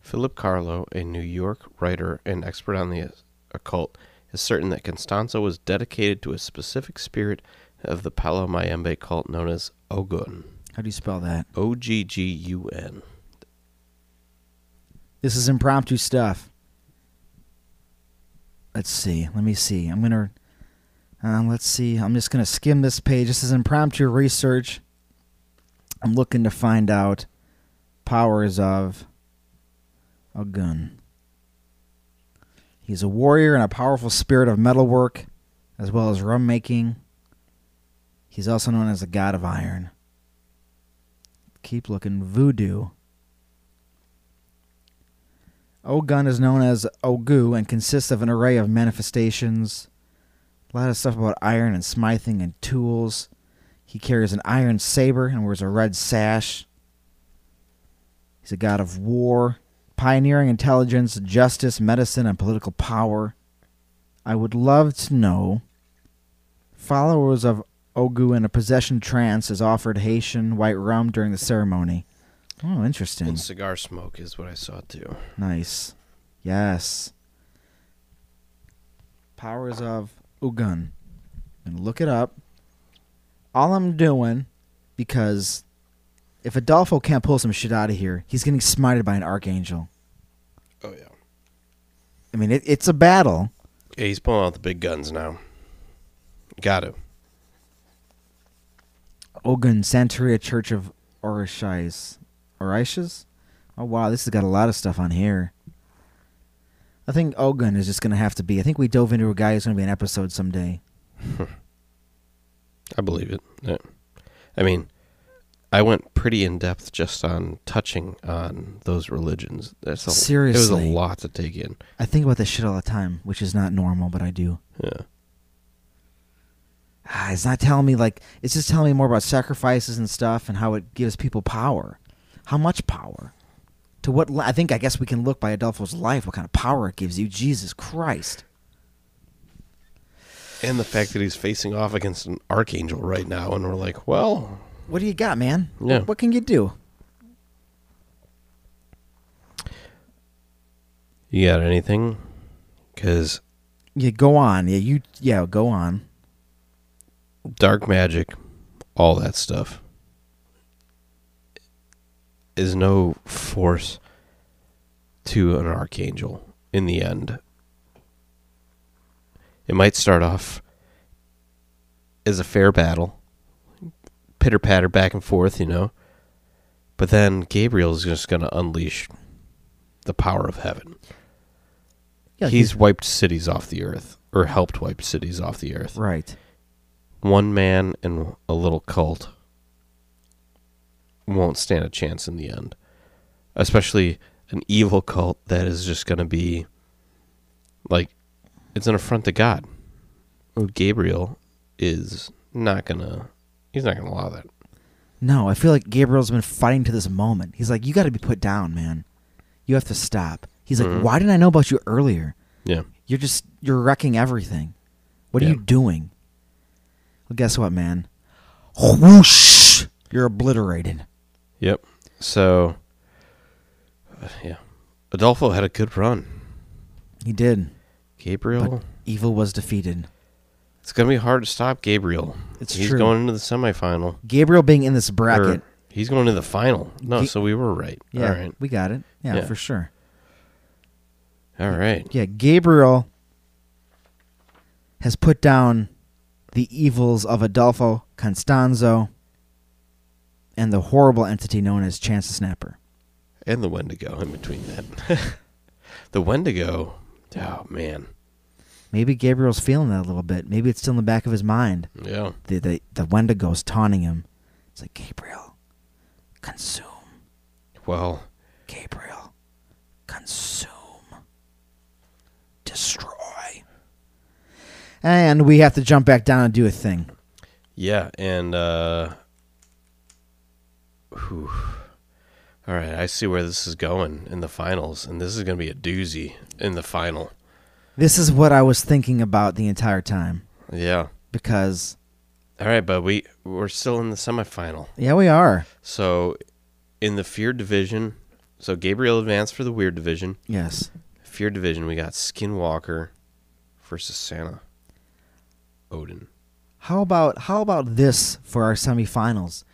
Speaker 2: Philip Carlo, a New York writer and expert on the occult, is certain that Constanza was dedicated to a specific spirit of the Palo Mayembe cult known as Ogun.
Speaker 1: How do you spell that?
Speaker 2: O G G U N.
Speaker 1: This is impromptu stuff. Let's see. Let me see. I'm gonna. Uh, let's see. I'm just gonna skim this page. This is impromptu research. I'm looking to find out powers of a gun. He's a warrior and a powerful spirit of metalwork, as well as rum making. He's also known as the god of iron. Keep looking. Voodoo. Ogun is known as Ogu and consists of an array of manifestations. A lot of stuff about iron and smithing and tools. He carries an iron saber and wears a red sash. He's a god of war, pioneering intelligence, justice, medicine, and political power. I would love to know. Followers of Ogu in a possession trance is offered Haitian white rum during the ceremony. Oh, interesting.
Speaker 2: And cigar smoke is what I saw too.
Speaker 1: Nice. Yes. Powers of Ugun. And look it up. All I'm doing, because if Adolfo can't pull some shit out of here, he's getting smited by an archangel.
Speaker 2: Oh yeah.
Speaker 1: I mean, it, it's a battle.
Speaker 2: Yeah, he's pulling out the big guns now. Got to.
Speaker 1: Ogun Santeria Church of Orishais. Orishas? Oh wow, this has got a lot of stuff on here. I think Ogun is just gonna have to be. I think we dove into a guy who's gonna be an episode someday.
Speaker 2: I believe it. Yeah. I mean, I went pretty in depth just on touching on those religions. That's a, It was a
Speaker 1: Seriously.
Speaker 2: lot to take in.
Speaker 1: I think about this shit all the time, which is not normal, but I do.
Speaker 2: Yeah.
Speaker 1: Ah, it's not telling me like it's just telling me more about sacrifices and stuff and how it gives people power. How much power? To what? Li- I think I guess we can look by Adolfo's life what kind of power it gives you. Jesus Christ!
Speaker 2: And the fact that he's facing off against an archangel right now, and we're like, well,
Speaker 1: What do you got, man?
Speaker 2: Yeah.
Speaker 1: What can you do?
Speaker 2: you got anything? Because
Speaker 1: Yeah, go on. Yeah, you. Yeah, go on.
Speaker 2: dark magic, all that stuff, is no force to an archangel in the end. It might start off as a fair battle, pitter patter back and forth, you know, but then Gabriel's just going to unleash the power of heaven.
Speaker 1: Yeah,
Speaker 2: he's, wiped cities off the earth, or helped wipe cities off the earth
Speaker 1: right.
Speaker 2: one man and a little cult won't stand a chance in the end. Especially an evil cult that is just going to be like it's an affront to God. Well, Gabriel is not going to he's not going to allow that.
Speaker 1: No, I feel like Gabriel's been fighting to this moment. He's like, you got to be put down, man. You have to stop. He's like,
Speaker 2: Mm-hmm.
Speaker 1: why didn't I know about you earlier?
Speaker 2: Yeah.
Speaker 1: You're just you're wrecking everything. What are
Speaker 2: Yeah.
Speaker 1: you doing? Well, guess what, man? Whoosh! You're obliterated.
Speaker 2: Yep. So uh, yeah. Adolfo had a good run.
Speaker 1: He did,
Speaker 2: Gabriel
Speaker 1: but evil was defeated.
Speaker 2: It's going to be hard to stop Gabriel.
Speaker 1: It's
Speaker 2: he's
Speaker 1: true.
Speaker 2: going into the semifinal.
Speaker 1: Gabriel being in this bracket.
Speaker 2: Or he's going to the final. No,
Speaker 1: Ga-
Speaker 2: so we were right.
Speaker 1: yeah,
Speaker 2: All right.
Speaker 1: we got it. yeah,
Speaker 2: Yeah.
Speaker 1: for sure.
Speaker 2: All right.
Speaker 1: Yeah, Gabriel has put down the evils of Adolfo Constanzo and the horrible entity known as Chance the Snapper.
Speaker 2: And the Wendigo in between that. the Wendigo. Oh, man.
Speaker 1: Maybe Gabriel's feeling that a little bit. Maybe it's still in the back of his mind.
Speaker 2: Yeah.
Speaker 1: The the, the Wendigo's taunting him. It's like Gabriel, consume.
Speaker 2: Well,
Speaker 1: Gabriel, consume. Destroy. And we have to jump back down and do a thing.
Speaker 2: yeah. And, uh, whew. all right. I see where this is going in the finals. And this is going to be a doozy in the final.
Speaker 1: This is what I was thinking about the entire time.
Speaker 2: Yeah.
Speaker 1: because
Speaker 2: All right. But we, we're still in the semifinal.
Speaker 1: yeah, we are.
Speaker 2: So in the fear division, so Gabriel advanced for the weird division.
Speaker 1: Yes,
Speaker 2: Fear Division, we got Skinwalker, versus Santa. Odin.
Speaker 1: How about how about this for our semifinals?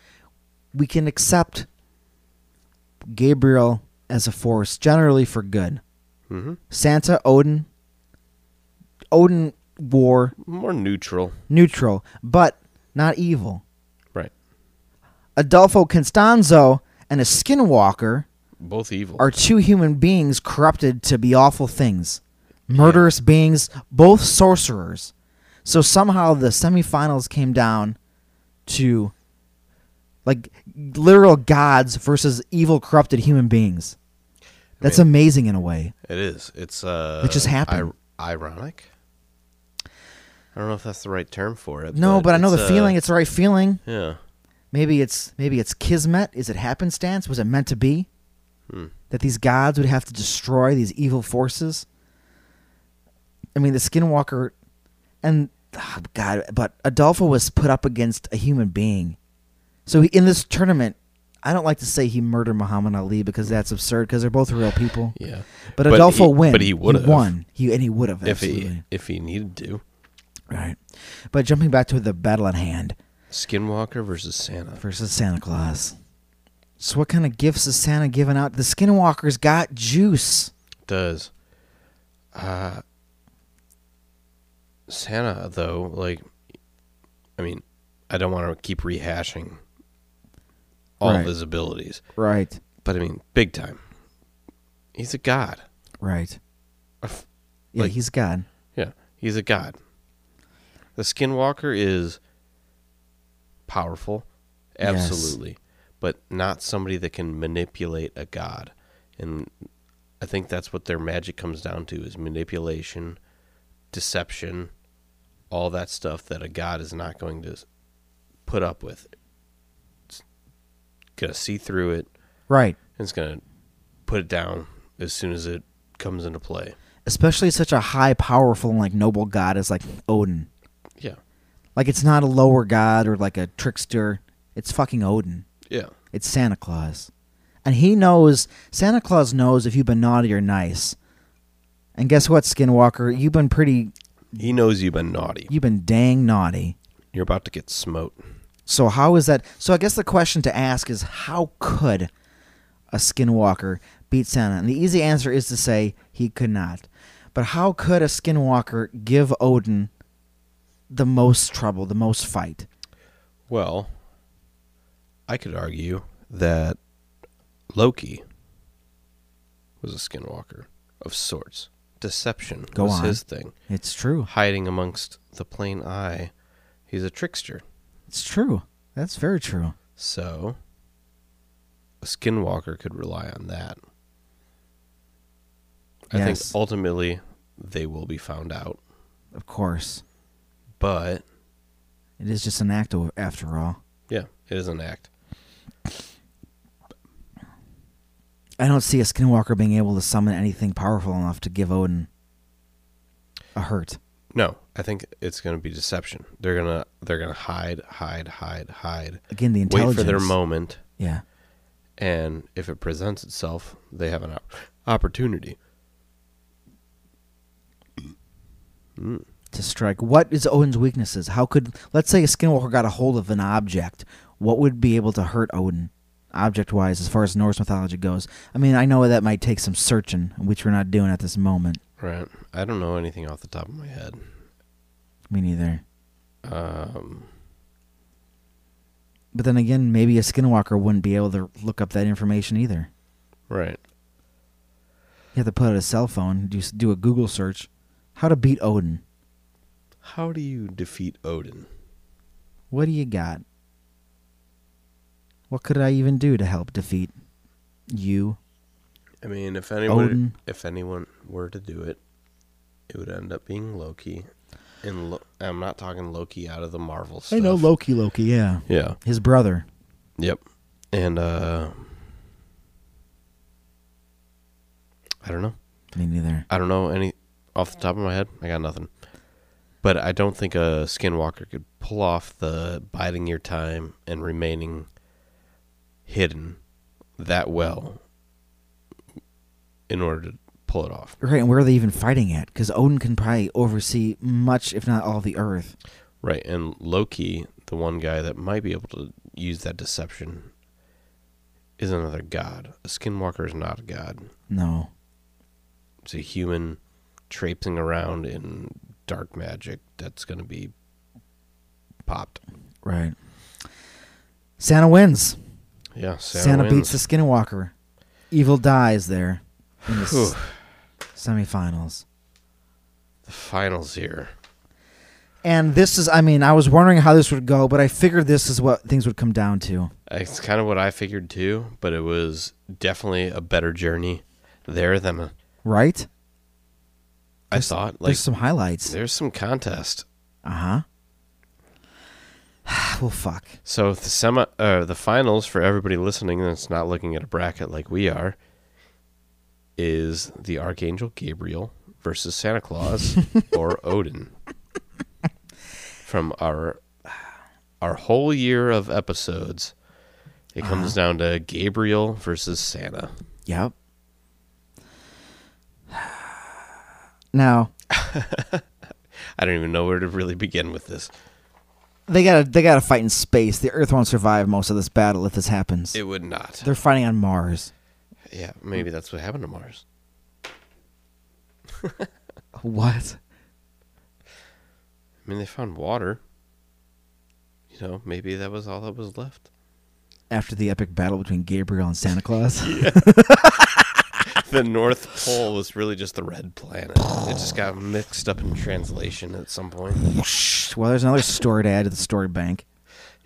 Speaker 1: We can accept Gabriel as a force generally for good. Mm-hmm.
Speaker 2: hmm
Speaker 1: Santa, Odin, Odin war
Speaker 2: More neutral.
Speaker 1: neutral, but not evil.
Speaker 2: Right.
Speaker 1: Adolfo Constanzo and a skinwalker
Speaker 2: Both evil.
Speaker 1: are two human beings corrupted to be awful things. Murderous beings, both sorcerers. So somehow the semifinals came down to like literal gods versus evil corrupted human beings. That's
Speaker 2: mean-
Speaker 1: amazing in a way.
Speaker 2: it is. It's uh
Speaker 1: It just happened.
Speaker 2: I- ironic. I don't know if that's the right term for it.
Speaker 1: No, but, I know
Speaker 2: it's,
Speaker 1: the
Speaker 2: uh,
Speaker 1: feeling, it's the right feeling.
Speaker 2: Yeah.
Speaker 1: Maybe it's maybe it's kismet. Is it happenstance? Was it meant to be?
Speaker 2: Hmm.
Speaker 1: That these gods would have to destroy these evil forces. I mean, the Skinwalker, and oh God, but Adolfo was put up against a human being. So he, in this tournament, I don't like to say he murdered Muhammad Ali because that's absurd. Because they're both real people.
Speaker 2: Yeah.
Speaker 1: But
Speaker 2: But
Speaker 1: Adolfo
Speaker 2: he-
Speaker 1: win.
Speaker 2: but he would've.
Speaker 1: won. He and he would have.
Speaker 2: If he
Speaker 1: absolutely.
Speaker 2: if he needed to.
Speaker 1: right. But jumping back to the battle at hand.
Speaker 2: Skinwalker versus Santa.
Speaker 1: versus Santa Claus. So what kind of gifts is Santa giving out? The Skinwalkers got juice.
Speaker 2: does. Uh, Santa, though, like, I mean, I don't want to keep rehashing all
Speaker 1: Right.
Speaker 2: of his abilities,
Speaker 1: Right.
Speaker 2: but I mean, big time. He's a god.
Speaker 1: Right.
Speaker 2: A f-
Speaker 1: Yeah,
Speaker 2: Like-
Speaker 1: he's God.
Speaker 2: Yeah, he's a god. The Skinwalker is powerful,
Speaker 1: Yes.
Speaker 2: absolutely, but not somebody that can manipulate a god. And I think that's what their magic comes down to is manipulation, deception, all that stuff that a god is not going to s- put up with. It's going to see through it
Speaker 1: Right.
Speaker 2: and it's going to put it down as soon as it comes into play.
Speaker 1: Especially such a high, powerful, and like noble god as like Odin.
Speaker 2: Yeah.
Speaker 1: Like it's not a lower god or like a trickster. It's fucking Odin.
Speaker 2: Yeah.
Speaker 1: It's Santa Claus. And he knows Santa Claus knows if you've been naughty or nice. And guess what, Skinwalker? You've been pretty
Speaker 2: He knows you've been naughty.
Speaker 1: you've been dang naughty.
Speaker 2: You're about to get smote.
Speaker 1: So how is that? So I guess the question to ask is how could a skinwalker beat Santa? And the easy answer is to say he could not. But how could a skinwalker give Odin the most trouble, the most fight?
Speaker 2: Well, I could argue that Loki was a skinwalker of sorts. Deception
Speaker 1: Go
Speaker 2: was
Speaker 1: on.
Speaker 2: his thing.
Speaker 1: It's true.
Speaker 2: Hiding amongst the plain eye, he's a trickster.
Speaker 1: It's true. That's very true.
Speaker 2: So, a skinwalker could rely on that. I
Speaker 1: Yes.
Speaker 2: think ultimately they will be found out,
Speaker 1: Of course.
Speaker 2: but
Speaker 1: It is just an act o- after all.
Speaker 2: yeah, it is an act.
Speaker 1: I don't see a skinwalker being able to summon anything powerful enough to give Odin a hurt.
Speaker 2: No, I think it's going to be deception. They're going to they're going to hide, hide, hide, hide.
Speaker 1: Again, the
Speaker 2: Wait
Speaker 1: intelligence.
Speaker 2: for their moment,
Speaker 1: Yeah.
Speaker 2: and if it presents itself, they have an op- opportunity.
Speaker 1: to strike. What is Odin's weaknesses? How could let's say a skinwalker got a hold of an object? What would be able to hurt Odin, object wise, as far as Norse mythology goes? I mean, I know that might take some searching, which we're not doing at this moment.
Speaker 2: Right. I don't know anything off the top of my head.
Speaker 1: Me neither.
Speaker 2: Um,
Speaker 1: But then again, maybe a skinwalker wouldn't be able to look up that information either.
Speaker 2: right.
Speaker 1: You have to put out a cell phone, do do a Google search, how to beat Odin.
Speaker 2: How do you defeat Odin?
Speaker 1: What do you got? What could I even do to help defeat you?
Speaker 2: I mean, if anyone
Speaker 1: Odin.
Speaker 2: if anyone were to do it, it would end up being Loki. And Lo- I'm not talking Loki out of the Marvel stuff.
Speaker 1: Loki, Loki, yeah,
Speaker 2: Yeah.
Speaker 1: his brother.
Speaker 2: Yep. And uh I don't know.
Speaker 1: Me neither.
Speaker 2: I don't know any off the top of my head. I got nothing. But I don't think a skinwalker could pull off the biding your time and remaining hidden that well in order to pull it off.
Speaker 1: Right, and where are they even fighting at? Because Odin can probably oversee much, if not all, the Earth.
Speaker 2: Right, and Loki, the one guy that might be able to use that deception, is another god. A skinwalker is not a god.
Speaker 1: No.
Speaker 2: It's a human traipsing around in dark magic that's going to be popped.
Speaker 1: Right. Santa wins.
Speaker 2: Yeah, Santa,
Speaker 1: Santa, beats the Skinwalker. Evil dies there in the s- semifinals.
Speaker 2: the finals here.
Speaker 1: And this is, I mean, I was wondering how this would go, but I figured this is what things would come down to.
Speaker 2: It's kind of what I figured too, but it was definitely a better journey there than
Speaker 1: Right?
Speaker 2: I thought. Like,
Speaker 1: There's some highlights.
Speaker 2: there's some contest.
Speaker 1: Uh huh. well, fuck.
Speaker 2: So the semi, uh, the finals for everybody listening that's not looking at a bracket like we are, is the Archangel Gabriel versus Santa Claus or Odin. From our our whole year of episodes, it comes down to Gabriel versus Santa.
Speaker 1: Yep. Now
Speaker 2: I don't even know where to really begin with this.
Speaker 1: they gotta they gotta fight in space. The Earth won't survive most of this battle if this happens.
Speaker 2: It would not.
Speaker 1: They're fighting on Mars.
Speaker 2: Yeah, maybe that's what happened to Mars.
Speaker 1: What?
Speaker 2: I mean, they found water. You know, maybe that was all that was left.
Speaker 1: After the epic battle between Gabriel and Santa Claus,
Speaker 2: the North Pole was really just the red planet. It just got mixed up in translation at some point.
Speaker 1: well, there's another story to add to the story bank.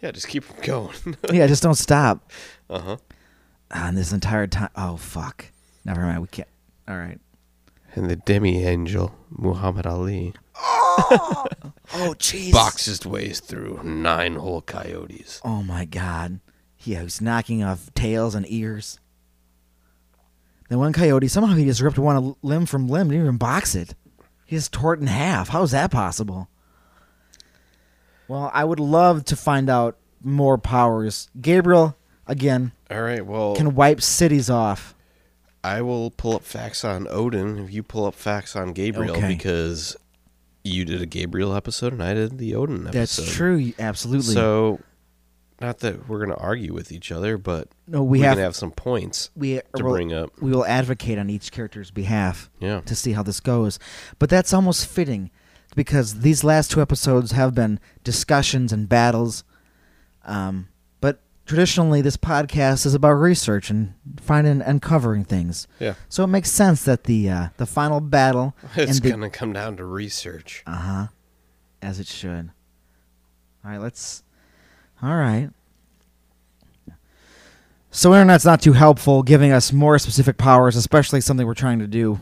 Speaker 2: Yeah, just keep going.
Speaker 1: Yeah, just don't stop.
Speaker 2: uh huh.
Speaker 1: On this entire time. Oh fuck. Never mind. We can't. All right.
Speaker 2: And the demi angel, Muhammad Ali,
Speaker 1: Oh jeez.
Speaker 2: boxed his way through nine whole coyotes.
Speaker 1: Oh my god. Yeah, he's knocking off tails and ears. Then one coyote, somehow he just ripped one l- limb from limb, didn't even box it. He just tore it in half. How is that possible? Well, I would love to find out more powers. Gabriel, again,
Speaker 2: All right, well,
Speaker 1: can wipe cities off.
Speaker 2: I will pull up facts on Odin if you pull up facts on Gabriel
Speaker 1: Okay.
Speaker 2: because you did a Gabriel episode and I did the Odin episode.
Speaker 1: That's true, y- absolutely.
Speaker 2: So, not that we're going to argue with each other, but
Speaker 1: no, we,
Speaker 2: we
Speaker 1: have,
Speaker 2: can have some points
Speaker 1: we
Speaker 2: to
Speaker 1: will-
Speaker 2: bring up.
Speaker 1: we will advocate on each character's behalf.
Speaker 2: Yeah.
Speaker 1: to see how this goes. But that's almost fitting because these last two episodes have been discussions and battles. Um, but traditionally, this podcast is about research and finding and covering things.
Speaker 2: Yeah.
Speaker 1: So it makes sense that the uh, the final battle
Speaker 2: It's
Speaker 1: and the,
Speaker 2: gonna come down to research.
Speaker 1: uh huh, as it should. All right, let's. All right. So internet's not too helpful, giving us more specific powers, especially something we're trying to do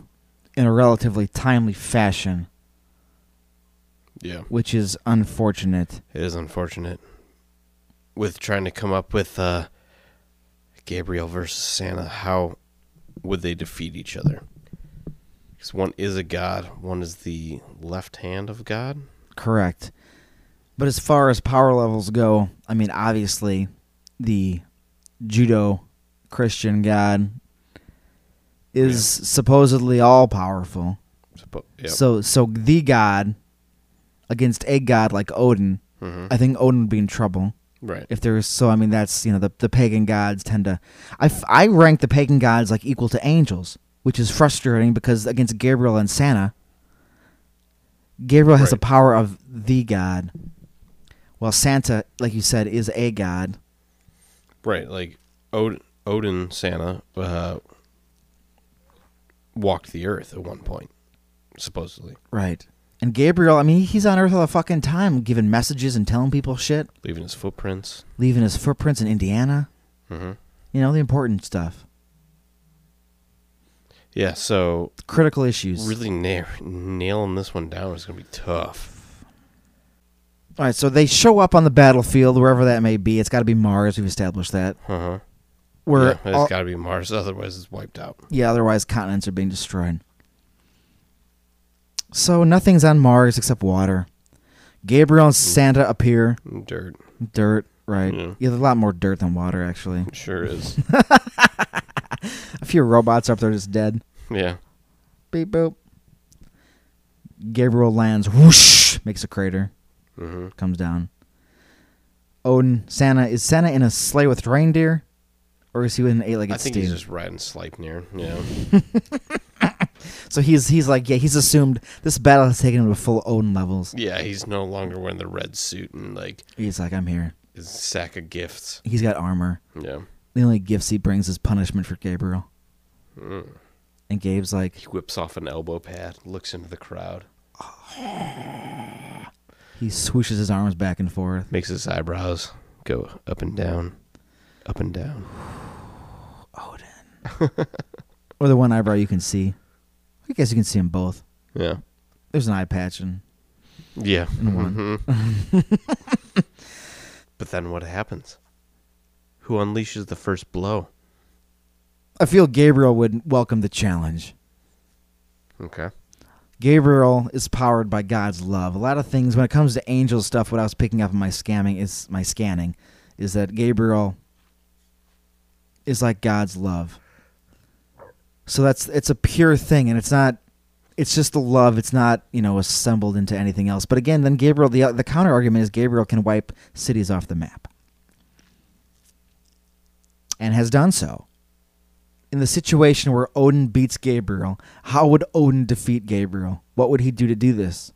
Speaker 1: in a relatively timely fashion,
Speaker 2: Yeah,
Speaker 1: which is unfortunate.
Speaker 2: it is unfortunate. With trying to come up with uh, Gabriel versus Santa, how would they defeat each other? Because one is a god, one is the left hand of God.
Speaker 1: Correct. But as far as power levels go, I mean, obviously, the judo Christian god is supposedly all powerful.
Speaker 2: Suppo- yep.
Speaker 1: So so the god against a god like Odin,
Speaker 2: Mhm.
Speaker 1: I think Odin would be in trouble
Speaker 2: right.
Speaker 1: if there's so I mean that's you know the the pagan gods tend to I f- I rank the pagan gods like equal to angels, which is frustrating because against Gabriel and Santa, Gabriel has the
Speaker 2: Right.
Speaker 1: power of the god. While Santa, like you said, is a god.
Speaker 2: Right, like Od- Odin, Santa uh, walked the earth at one point, supposedly,
Speaker 1: Right. And Gabriel, I mean, he's on Earth all the fucking time, giving messages and telling people shit,
Speaker 2: leaving his footprints.
Speaker 1: leaving his footprints in Indiana.
Speaker 2: hmm
Speaker 1: You know, the important stuff.
Speaker 2: Yeah, so
Speaker 1: critical issues.
Speaker 2: Really na- nailing this one down is going to be tough.
Speaker 1: All right, so they show up on the battlefield, wherever that may be. It's got to be Mars. We've established that.
Speaker 2: Uh-huh.
Speaker 1: Where
Speaker 2: yeah,
Speaker 1: yeah,
Speaker 2: it's got to be Mars, otherwise it's wiped out.
Speaker 1: yeah, otherwise continents are being destroyed. So nothing's on Mars except water. Gabriel and Santa appear.
Speaker 2: Dirt
Speaker 1: Dirt, right?
Speaker 2: Yeah.
Speaker 1: Yeah, there's a lot more dirt than water, actually.
Speaker 2: sure is.
Speaker 1: A few robots up there just dead.
Speaker 2: yeah,
Speaker 1: Beep boop. Gabriel lands, whoosh, makes a crater,
Speaker 2: Mm-hmm.
Speaker 1: comes down. Odin, Santa, is Santa in a sleigh with reindeer? Or is he in an eight
Speaker 2: I
Speaker 1: legged
Speaker 2: think
Speaker 1: steed?
Speaker 2: he's just riding Sleipnir. Yeah.
Speaker 1: so he's he's like, yeah, he's assumed this battle has taken him to full Odin levels.
Speaker 2: yeah, he's no longer wearing the red suit and like
Speaker 1: He's like, I'm here.
Speaker 2: his sack of gifts.
Speaker 1: He's got armor.
Speaker 2: Yeah.
Speaker 1: The only gifts he brings is punishment for Gabriel. And Gabe's like,
Speaker 2: Mm. He whips off an elbow pad, looks into the crowd,
Speaker 1: he swooshes his arms back and forth.
Speaker 2: makes his eyebrows go up and down, up and down.
Speaker 1: Odin. or the one eyebrow you can see. I guess you can see them both.
Speaker 2: Yeah.
Speaker 1: There's an eye patch and
Speaker 2: Yeah.
Speaker 1: one.
Speaker 2: Mhm. but then what happens? Who unleashes the first blow?
Speaker 1: I feel Gabriel would welcome the challenge.
Speaker 2: Okay.
Speaker 1: Gabriel is powered by God's love. A lot of things when it comes to angel stuff, what I was picking up in my scamming is my scanning, is that Gabriel is like God's love. So that's it's a pure thing, and it's not. It's just the love. It's not you know assembled into anything else. But again, then Gabriel the the counter argument is Gabriel can wipe cities off the map, and has done so. In the situation where Odin beats Gabriel, how would Odin defeat Gabriel? What would he do to do this?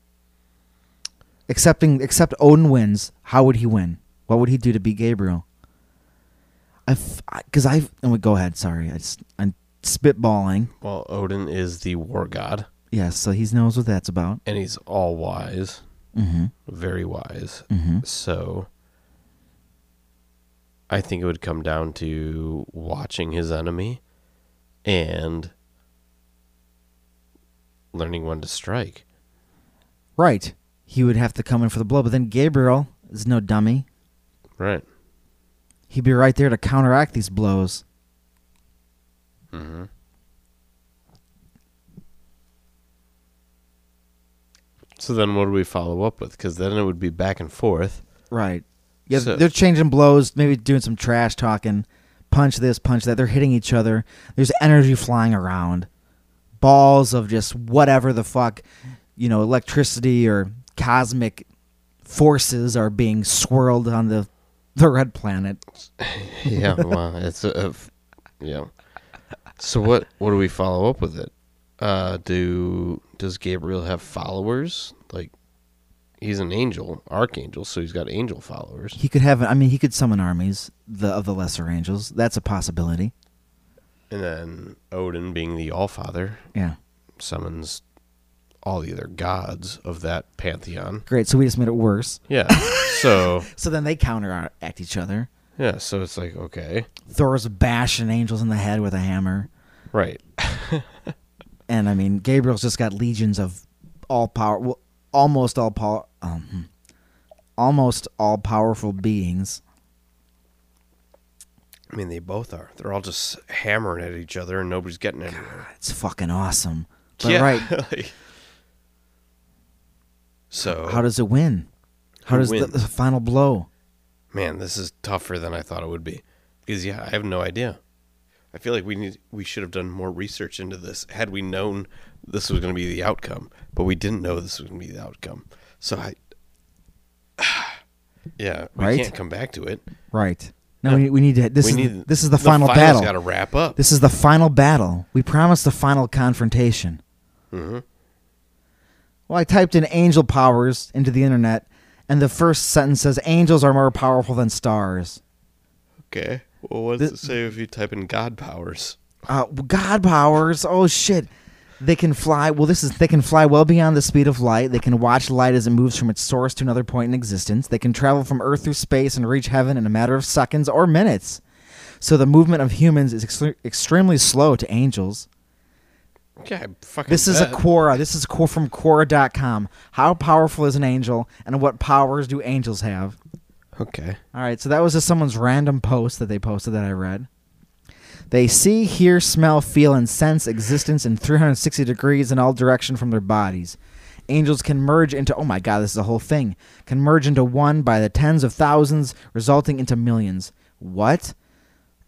Speaker 1: Accepting except Odin wins, how would he win? What would he do to beat Gabriel? I because I and we go ahead. Sorry, I just, I'm spitballing.
Speaker 2: Well, Odin is the war god,
Speaker 1: Yes, so he knows what that's about.
Speaker 2: and he's all wise,
Speaker 1: Mm-hmm.
Speaker 2: very wise.
Speaker 1: Mm-hmm.
Speaker 2: So I think it would come down to watching his enemy and learning when to strike.
Speaker 1: Right. He would have to come in for the blow, but then Gabriel is no dummy.
Speaker 2: Right.
Speaker 1: He'd be right there to counteract these blows.
Speaker 2: Mm-hmm. So then what do we follow up with? Because then it would be back and forth.
Speaker 1: Right. Yeah,
Speaker 2: So-
Speaker 1: they're changing blows, maybe doing some trash talking, punch this, punch that. They're hitting each other. There's energy flying around, balls of just whatever the fuck, you know, electricity or cosmic forces are being swirled on the the red planet.
Speaker 2: yeah, well, it's a, a f- yeah. So what what do we follow up with it? Uh do does Gabriel have followers? Like he's an angel, archangel, so he's got angel followers.
Speaker 1: He could have. I mean, he could summon armies the of the lesser angels. That's a possibility.
Speaker 2: And then Odin being the Allfather
Speaker 1: Yeah.
Speaker 2: summons all the other gods of that pantheon.
Speaker 1: Great. So we just made it worse.
Speaker 2: Yeah. So
Speaker 1: So then they counteract each other.
Speaker 2: yeah, so it's like okay.
Speaker 1: Thor's bashing angels in the head with a hammer.
Speaker 2: Right.
Speaker 1: and I mean Gabriel's just got legions of all power, well, almost all power, um, hmm. almost all powerful beings.
Speaker 2: I mean they both are. They're all just hammering at each other and nobody's getting anywhere.
Speaker 1: It's fucking awesome. But
Speaker 2: Yeah,
Speaker 1: right,
Speaker 2: like- so
Speaker 1: how does it win? How
Speaker 2: Who
Speaker 1: does the,
Speaker 2: wins?
Speaker 1: the final blow?
Speaker 2: man, this is tougher than I thought it would be. Because yeah, I have no idea. I feel like we need we should have done more research into this had we known this was going to be the outcome, but we didn't know this was going to be the outcome. So I Yeah, we
Speaker 1: Right?
Speaker 2: can't come back to it.
Speaker 1: Right. No, we, we need to. This
Speaker 2: we
Speaker 1: is
Speaker 2: need
Speaker 1: this is the, final battle.
Speaker 2: got to wrap up.
Speaker 1: This is the final battle. We promised the final confrontation.
Speaker 2: Mhm.
Speaker 1: Well, I typed in angel powers into the internet, and the first sentence says angels are more powerful than stars.
Speaker 2: Okay. Well, what does it say if you type in god powers?
Speaker 1: uh, god powers. Oh shit. They can fly. Well, this is they can fly well beyond the speed of light. They can watch light as it moves from its source to another point in existence. They can travel from Earth through space and reach heaven in a matter of seconds or minutes. So the movement of humans is ex- extremely slow to angels.
Speaker 2: Okay, I fucking
Speaker 1: This is a
Speaker 2: bet.
Speaker 1: Quora. This is Quora from Quora.com. How powerful is an angel, and what powers do angels have?
Speaker 2: Okay.
Speaker 1: All right, so that was just someone's random post that they posted that I read. They see, hear, smell, feel, and sense existence in 360 degrees in all direction from their bodies. Angels can merge into oh my god, this is a whole thing. Can merge into one by the tens of thousands, resulting into millions. What?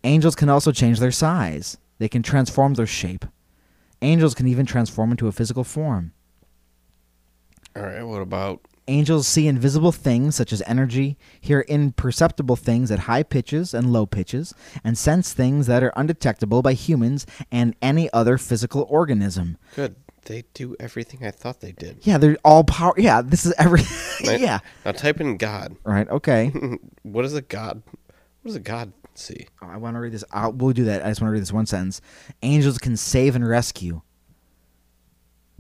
Speaker 1: Angels can also change their size. They can transform their shape. Angels can even transform into a physical form.
Speaker 2: All right, what about
Speaker 1: Angels see invisible things such as energy, hear imperceptible things at high pitches and low pitches, and sense things that are undetectable by humans and any other physical organism.
Speaker 2: good? They do everything I thought they did.
Speaker 1: Yeah, they're all power. Yeah, this is every. yeah.
Speaker 2: Now type in God.
Speaker 1: Right. Okay.
Speaker 2: What does a God? What does a God see?
Speaker 1: Oh, I want to read this. I'll, we'll do that. I just want to read this one sentence. Angels can save and rescue,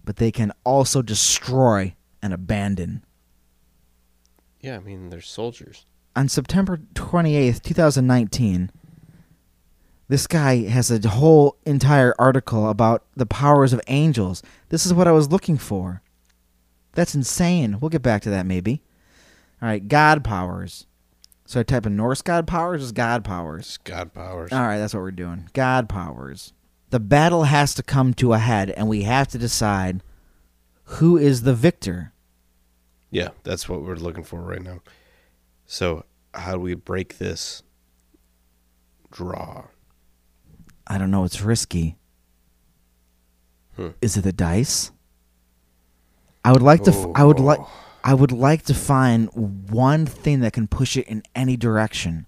Speaker 1: but they can also destroy and abandon.
Speaker 2: Yeah, I mean they're soldiers.
Speaker 1: on September 28th, 2019, this guy has a whole entire article about the powers of angels. This is what I was looking for. That's insane. We'll get back to that maybe. All right, God powers. So I type in Norse God powers, just God powers.
Speaker 2: It's God powers.
Speaker 1: All right, that's what we're doing. God powers. The battle has to come to a head, and we have to decide who is the victor.
Speaker 2: Yeah, that's what we're looking for right now. So how do we break this draw?
Speaker 1: I don't know. It's risky.
Speaker 2: Hmm.
Speaker 1: Is it the dice? I would like to. F- I would like.
Speaker 2: Oh.
Speaker 1: I would like to find one thing that can push it in any direction.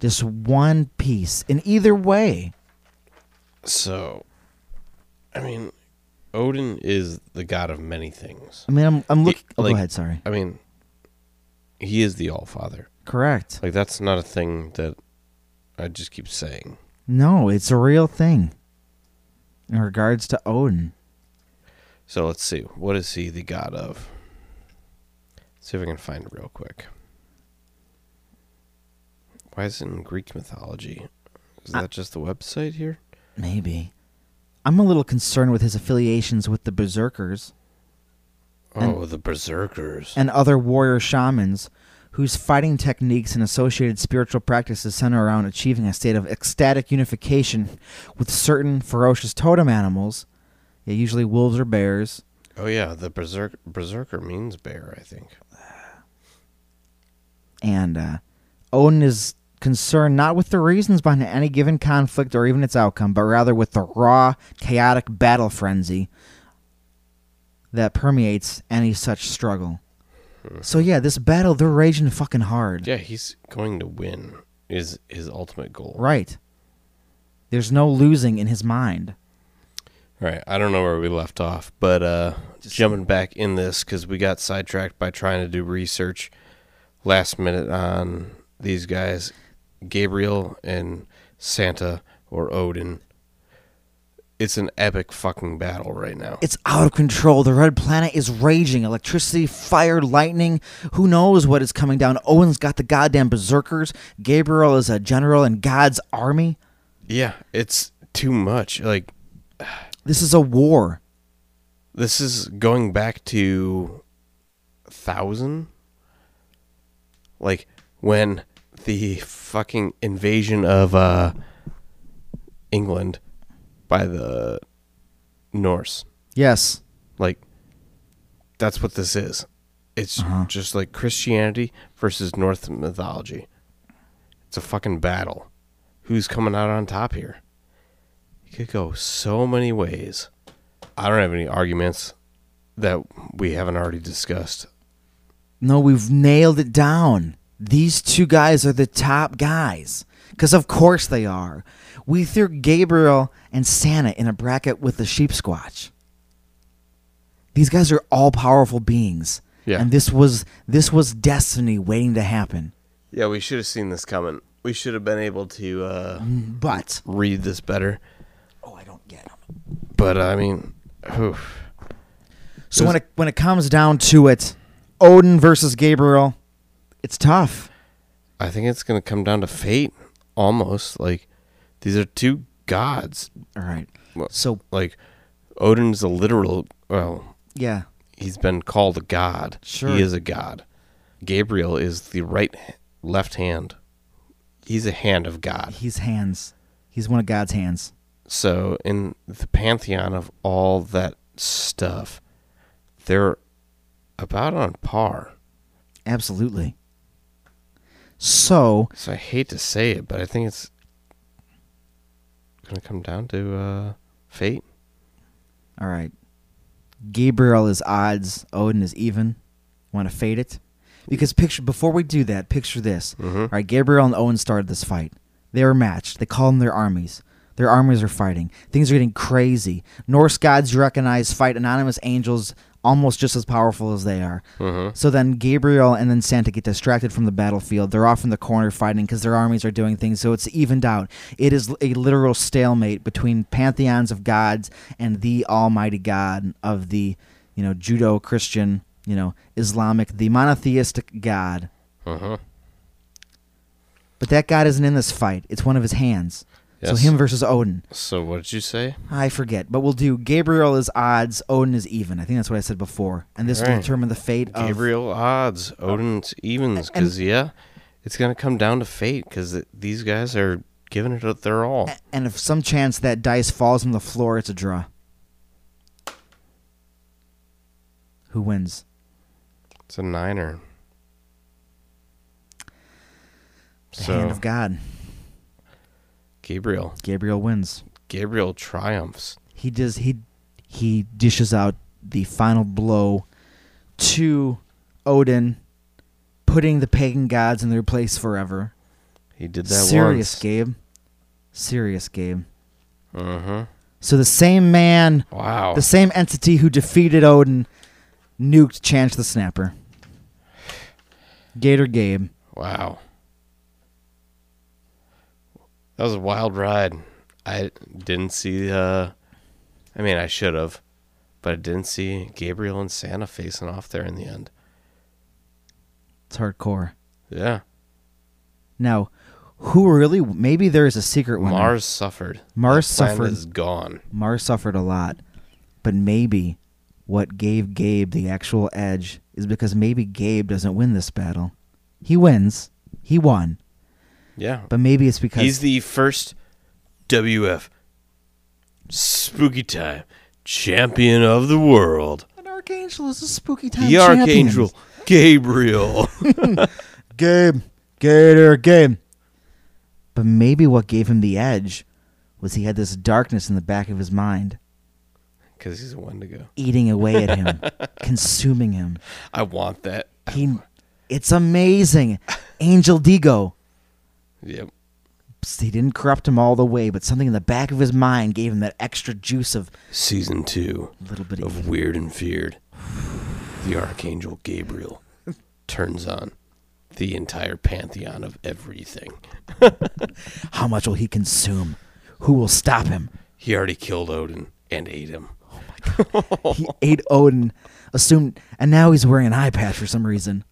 Speaker 1: Just one piece in either way.
Speaker 2: So, I mean, Odin is the god of many things.
Speaker 1: I mean, I'm. I'm looking.
Speaker 2: It-
Speaker 1: Oh,
Speaker 2: like-
Speaker 1: go ahead. Sorry.
Speaker 2: I mean, he is the All Father.
Speaker 1: Correct.
Speaker 2: Like that's not a thing that I just keep saying.
Speaker 1: No, it's a real thing. In regards to Odin,
Speaker 2: So let's see. What is he the god of? see if I can find it real quick. Why is it in Greek mythology? Is that just the website here?
Speaker 1: maybe. I'm a little concerned with his affiliations with the berserkers.
Speaker 2: Oh, the berserkers.
Speaker 1: and other warrior shamans whose fighting techniques and associated spiritual practices center around achieving a state of ecstatic unification with certain ferocious totem animals, yeah, usually wolves or bears.
Speaker 2: oh yeah, the berserk berserker means bear, I think.
Speaker 1: And uh, Odin is concerned not with the reasons behind any given conflict or even its outcome, but rather with the raw, chaotic battle frenzy that permeates any such struggle. So yeah, this battle they're raging fucking hard.
Speaker 2: Yeah, he's going to win is his ultimate goal.
Speaker 1: Right. There's no losing in his mind.
Speaker 2: Right. I don't know where we left off, but uh, jumping back in this because we got sidetracked by trying to do research last minute on these guys, Gabriel and Santa or Odin. It's an epic fucking battle right now.
Speaker 1: It's out of control. The red planet is raging. Electricity, fire, lightning. Who knows what is coming down? Owen's got the goddamn berserkers. Gabriel is a general in God's army.
Speaker 2: yeah, it's too much. Like
Speaker 1: This is a war.
Speaker 2: this is going back to thousand like when the fucking invasion of uh england by the norse
Speaker 1: Yes.
Speaker 2: like that's what this is it's just like christianity versus north mythology it's a fucking battle who's coming out on top here it could go so many ways i don't have any arguments that we haven't already discussed
Speaker 1: No, we've nailed it down. These two guys are the top guys. Because of course they are. We threw Gabriel and Santa in a bracket with the sheep squatch. These guys are all powerful beings.
Speaker 2: Yeah.
Speaker 1: And this was this was destiny waiting to happen.
Speaker 2: yeah we should have seen this coming we should have been able to uh,
Speaker 1: But
Speaker 2: read this better
Speaker 1: oh I don't get 'em.
Speaker 2: but i mean oof.
Speaker 1: So when it when it comes down to it, Odin versus Gabriel, it's tough.
Speaker 2: I think it's going to come down to fate almost. Like these are two gods.
Speaker 1: All right.
Speaker 2: Well-
Speaker 1: So
Speaker 2: Like Odin's a literal well,
Speaker 1: yeah.
Speaker 2: he's been called a god.
Speaker 1: Sure.
Speaker 2: He is a god. Gabriel is the right left hand. He's a hand of God.
Speaker 1: He's hands. He's one of God's hands.
Speaker 2: So in the pantheon of all that stuff, they're about on par.
Speaker 1: Absolutely. So
Speaker 2: So I hate to say it, but I think it's going to come down to uh, Fate.
Speaker 1: All right. Gabriel is odds, Odin is even. Want to fade it? Because picture before we do that, picture this.
Speaker 2: Mm-hmm.
Speaker 1: All right, Gabriel and Odin started this fight. They were matched. They call them their armies. Their armies are fighting. Things are getting crazy. Norse gods you recognize fight anonymous angels almost just as powerful as they are.
Speaker 2: Mm-hmm.
Speaker 1: So then Gabriel and then Santa get distracted from the battlefield. They're off in the corner fighting because their armies are doing things. So it's evened out. It is a literal stalemate between pantheons of gods and the Almighty God of the, you know, Judo Christian, you know, Islamic, the monotheistic God.
Speaker 2: Uh huh.
Speaker 1: But that God isn't in this fight. It's one of his hands. So
Speaker 2: Yes.
Speaker 1: him versus Odin.
Speaker 2: So what did you say?
Speaker 1: I forget, but we'll do Gabriel is odds, Odin is even. I think that's what I said before. And this will
Speaker 2: Alright.
Speaker 1: determine the fate of
Speaker 2: Gabriel odds, Odin's evens, because yeah, it's gonna come down to fate because these guys are giving it up their all.
Speaker 1: and if some chance that dice falls on the floor, it's a draw. Who wins?
Speaker 2: It's a niner.
Speaker 1: The
Speaker 2: so
Speaker 1: hand of God.
Speaker 2: Gabriel,
Speaker 1: Gabriel wins.
Speaker 2: Gabriel triumphs.
Speaker 1: He does he he dishes out the final blow to Odin, putting the pagan gods in their place forever.
Speaker 2: He did that
Speaker 1: Serious
Speaker 2: once.
Speaker 1: Gabe. Serious Gabe.
Speaker 2: Uh huh.
Speaker 1: So the same man
Speaker 2: Wow.
Speaker 1: The same entity who defeated Odin nuked Chance the Snapper. Gator Gabe.
Speaker 2: Wow. That was a wild ride. I didn't see uh I mean I should have, but I didn't see Gabriel and Santa facing off there in the end.
Speaker 1: It's hardcore.
Speaker 2: Yeah.
Speaker 1: Now, who really? Maybe there is a secret winner.
Speaker 2: Mars suffered.
Speaker 1: Mars
Speaker 2: That planet
Speaker 1: suffered.
Speaker 2: is gone.
Speaker 1: Mars suffered a lot, but maybe what gave Gabe the actual edge is because maybe Gabe doesn't win this battle. He wins. He won.
Speaker 2: Yeah.
Speaker 1: But maybe it's because
Speaker 2: He's the first WF Spooky Time champion of the world.
Speaker 1: an archangel is a spooky time.
Speaker 2: The
Speaker 1: champion.
Speaker 2: Archangel Gabriel.
Speaker 1: Gabe, Gator, Gabe. But maybe what gave him the edge was he had this darkness in the back of his mind,
Speaker 2: Because he's a Wendigo.
Speaker 1: eating away at him, consuming him.
Speaker 2: I want that.
Speaker 1: He, it's amazing. Angel Digo.
Speaker 2: Yep.
Speaker 1: He didn't corrupt him all the way, but something in the back of his mind gave him that extra juice of
Speaker 2: Season two.
Speaker 1: a little bit of.
Speaker 2: of Weird and Feared, the Archangel Gabriel turns on the entire pantheon of everything.
Speaker 1: How much will he consume? Who will stop him?
Speaker 2: He already killed Odin and ate him.
Speaker 1: he ate Odin, assumed, and now he's wearing an eye patch for some reason.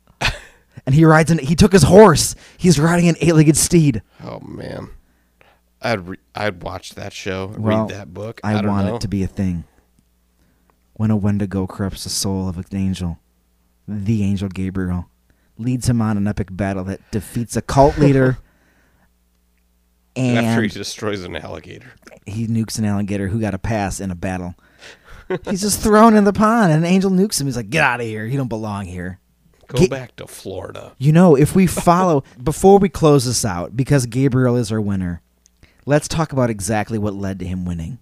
Speaker 1: And he rides an. He took his horse. He's riding an eight-legged steed.
Speaker 2: Oh man, I'd re- I'd watch that show,
Speaker 1: Well,
Speaker 2: read that book.
Speaker 1: I,
Speaker 2: I, don't
Speaker 1: want
Speaker 2: know.
Speaker 1: it to be a thing. When a Wendigo corrupts the soul of an angel, the angel Gabriel leads him on an epic battle that defeats a cult leader.
Speaker 2: after he
Speaker 1: and
Speaker 2: destroys an alligator.
Speaker 1: he nukes an alligator who got a pass in a battle. He's just thrown in the pond, and an angel nukes him. He's like, "Get out of here! You don't belong here."
Speaker 2: Go
Speaker 1: Ga-
Speaker 2: back to Florida.
Speaker 1: You know, if we follow before we close this out, because Gabriel is our winner, let's talk about exactly what led to him winning.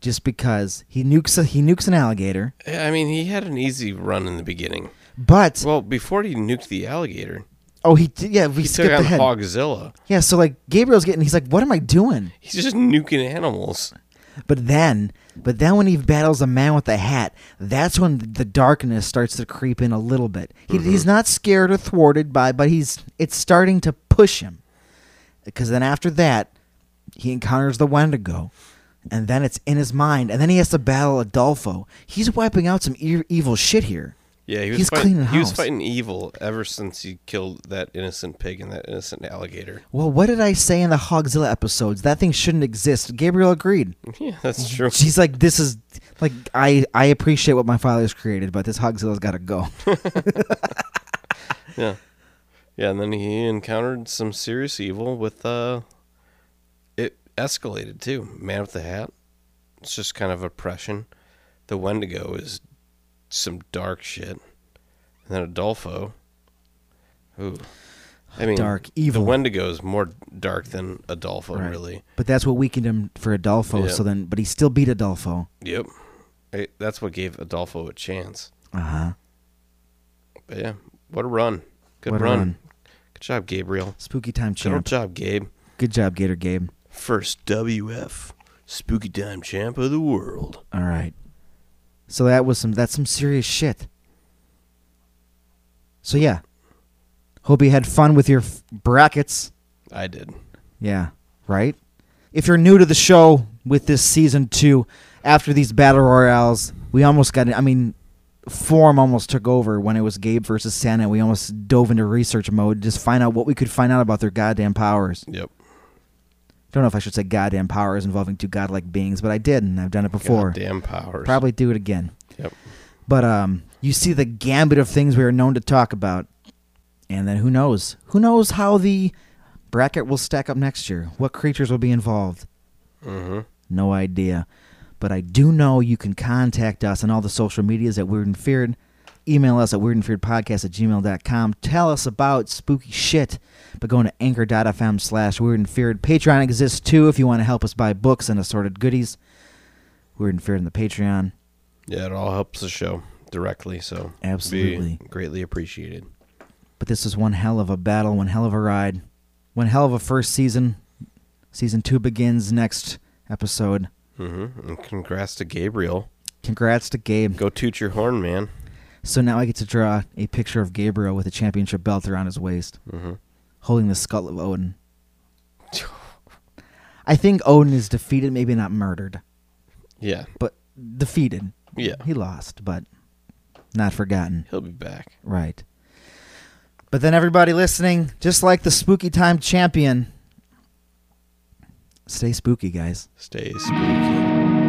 Speaker 1: Just because he nukes a, he nukes an alligator,
Speaker 2: I mean, he had an easy run in the beginning.
Speaker 1: but
Speaker 2: Well, before he nuked the alligator,
Speaker 1: oh he did- yeah we
Speaker 2: he took
Speaker 1: skipped
Speaker 2: on
Speaker 1: ahead
Speaker 2: Hogzilla.
Speaker 1: yeah so like Gabriel's getting he's like what am I doing?
Speaker 2: He's just nuking animals.
Speaker 1: But then, but then when he battles a man with a hat, that's when the darkness starts to creep in a little bit. He, He's not scared or thwarted by, but he's it's starting to push him. Because then after that, he encounters the Wendigo, and then it's in his mind, and then he has to battle Adolfo. He's wiping out some e- evil shit here.
Speaker 2: Yeah, he was
Speaker 1: he's
Speaker 2: fight-
Speaker 1: cleaning house.
Speaker 2: He was fighting evil ever since he killed that innocent pig and that innocent alligator.
Speaker 1: Well, what did I say in the Hogzilla episodes? That thing shouldn't exist. Gabriel agreed.
Speaker 2: Yeah, that's true.
Speaker 1: She's like, this is like I I appreciate what my father's created, but this Hogzilla's got to go.
Speaker 2: Yeah, yeah, and then he encountered some serious evil with uh, it escalated too. Man with the hat. It's just kind of oppression. The Wendigo is some dark shit, and then Adolfo. Ooh, I mean,
Speaker 1: Dark, evil.
Speaker 2: The Wendigo is more dark than Adolfo,
Speaker 1: Right.
Speaker 2: really.
Speaker 1: But that's what weakened him for Adolfo.
Speaker 2: Yeah.
Speaker 1: So then, but he still beat Adolfo.
Speaker 2: Yep. I, that's what gave Adolfo a chance.
Speaker 1: Uh huh.
Speaker 2: But yeah, what a run. Good
Speaker 1: What a
Speaker 2: run.
Speaker 1: run.
Speaker 2: Good job, Gabriel.
Speaker 1: Spooky time
Speaker 2: Good old
Speaker 1: champ.
Speaker 2: job, Gabe.
Speaker 1: Good job, Gator Gabe.
Speaker 2: First WF Spooky Time Champ of the World.
Speaker 1: All right. So that was some. That's some serious shit. So yeah. Hope you had fun with your f- brackets.
Speaker 2: I did.
Speaker 1: Yeah, right? If you're new to the show with this season two, after these battle royales, we almost got, I mean, form almost took over when it was Gabe versus Santa. We almost dove into research mode to just find out what we could find out about their goddamn powers.
Speaker 2: Yep.
Speaker 1: Don't know if I should say goddamn powers involving two godlike beings, but I did, and I've done it before.
Speaker 2: Damn powers.
Speaker 1: Probably do it again.
Speaker 2: Yep.
Speaker 1: But um, you see the gambit of things we are known to talk about, and then who knows? Who knows how the bracket will stack up next year? What creatures will be involved?
Speaker 2: Mm-hmm.
Speaker 1: No idea. But I do know you can contact us on all the social medias at Weird and Feared. Email us at weirdandfearedpodcast at gmail.com. Tell us about spooky shit by going to anchor.fm slash weird and feared. Patreon exists too if you want to help us buy books and assorted goodies. Weird and Feared in the Patreon.
Speaker 2: Yeah, it all helps the show directly, so it'd be
Speaker 1: Absolutely.
Speaker 2: greatly appreciated.
Speaker 1: But this is one hell of a battle, one hell of a ride, one hell of a first season. Season two begins next episode.
Speaker 2: Mm-hmm. And congrats to Gabriel.
Speaker 1: Congrats to Gabe.
Speaker 2: Go toot your horn, man.
Speaker 1: So now I get to draw a picture of Gabriel with a championship belt around his waist,
Speaker 2: Mm-hmm.
Speaker 1: holding the skull of Odin. I think Odin is defeated, maybe not murdered,
Speaker 2: Yeah.
Speaker 1: but defeated.
Speaker 2: Yeah.
Speaker 1: He lost, but not forgotten.
Speaker 2: He'll be back.
Speaker 1: Right. But then everybody listening, just like the spooky time champion, stay spooky, guys.
Speaker 2: Stay spooky.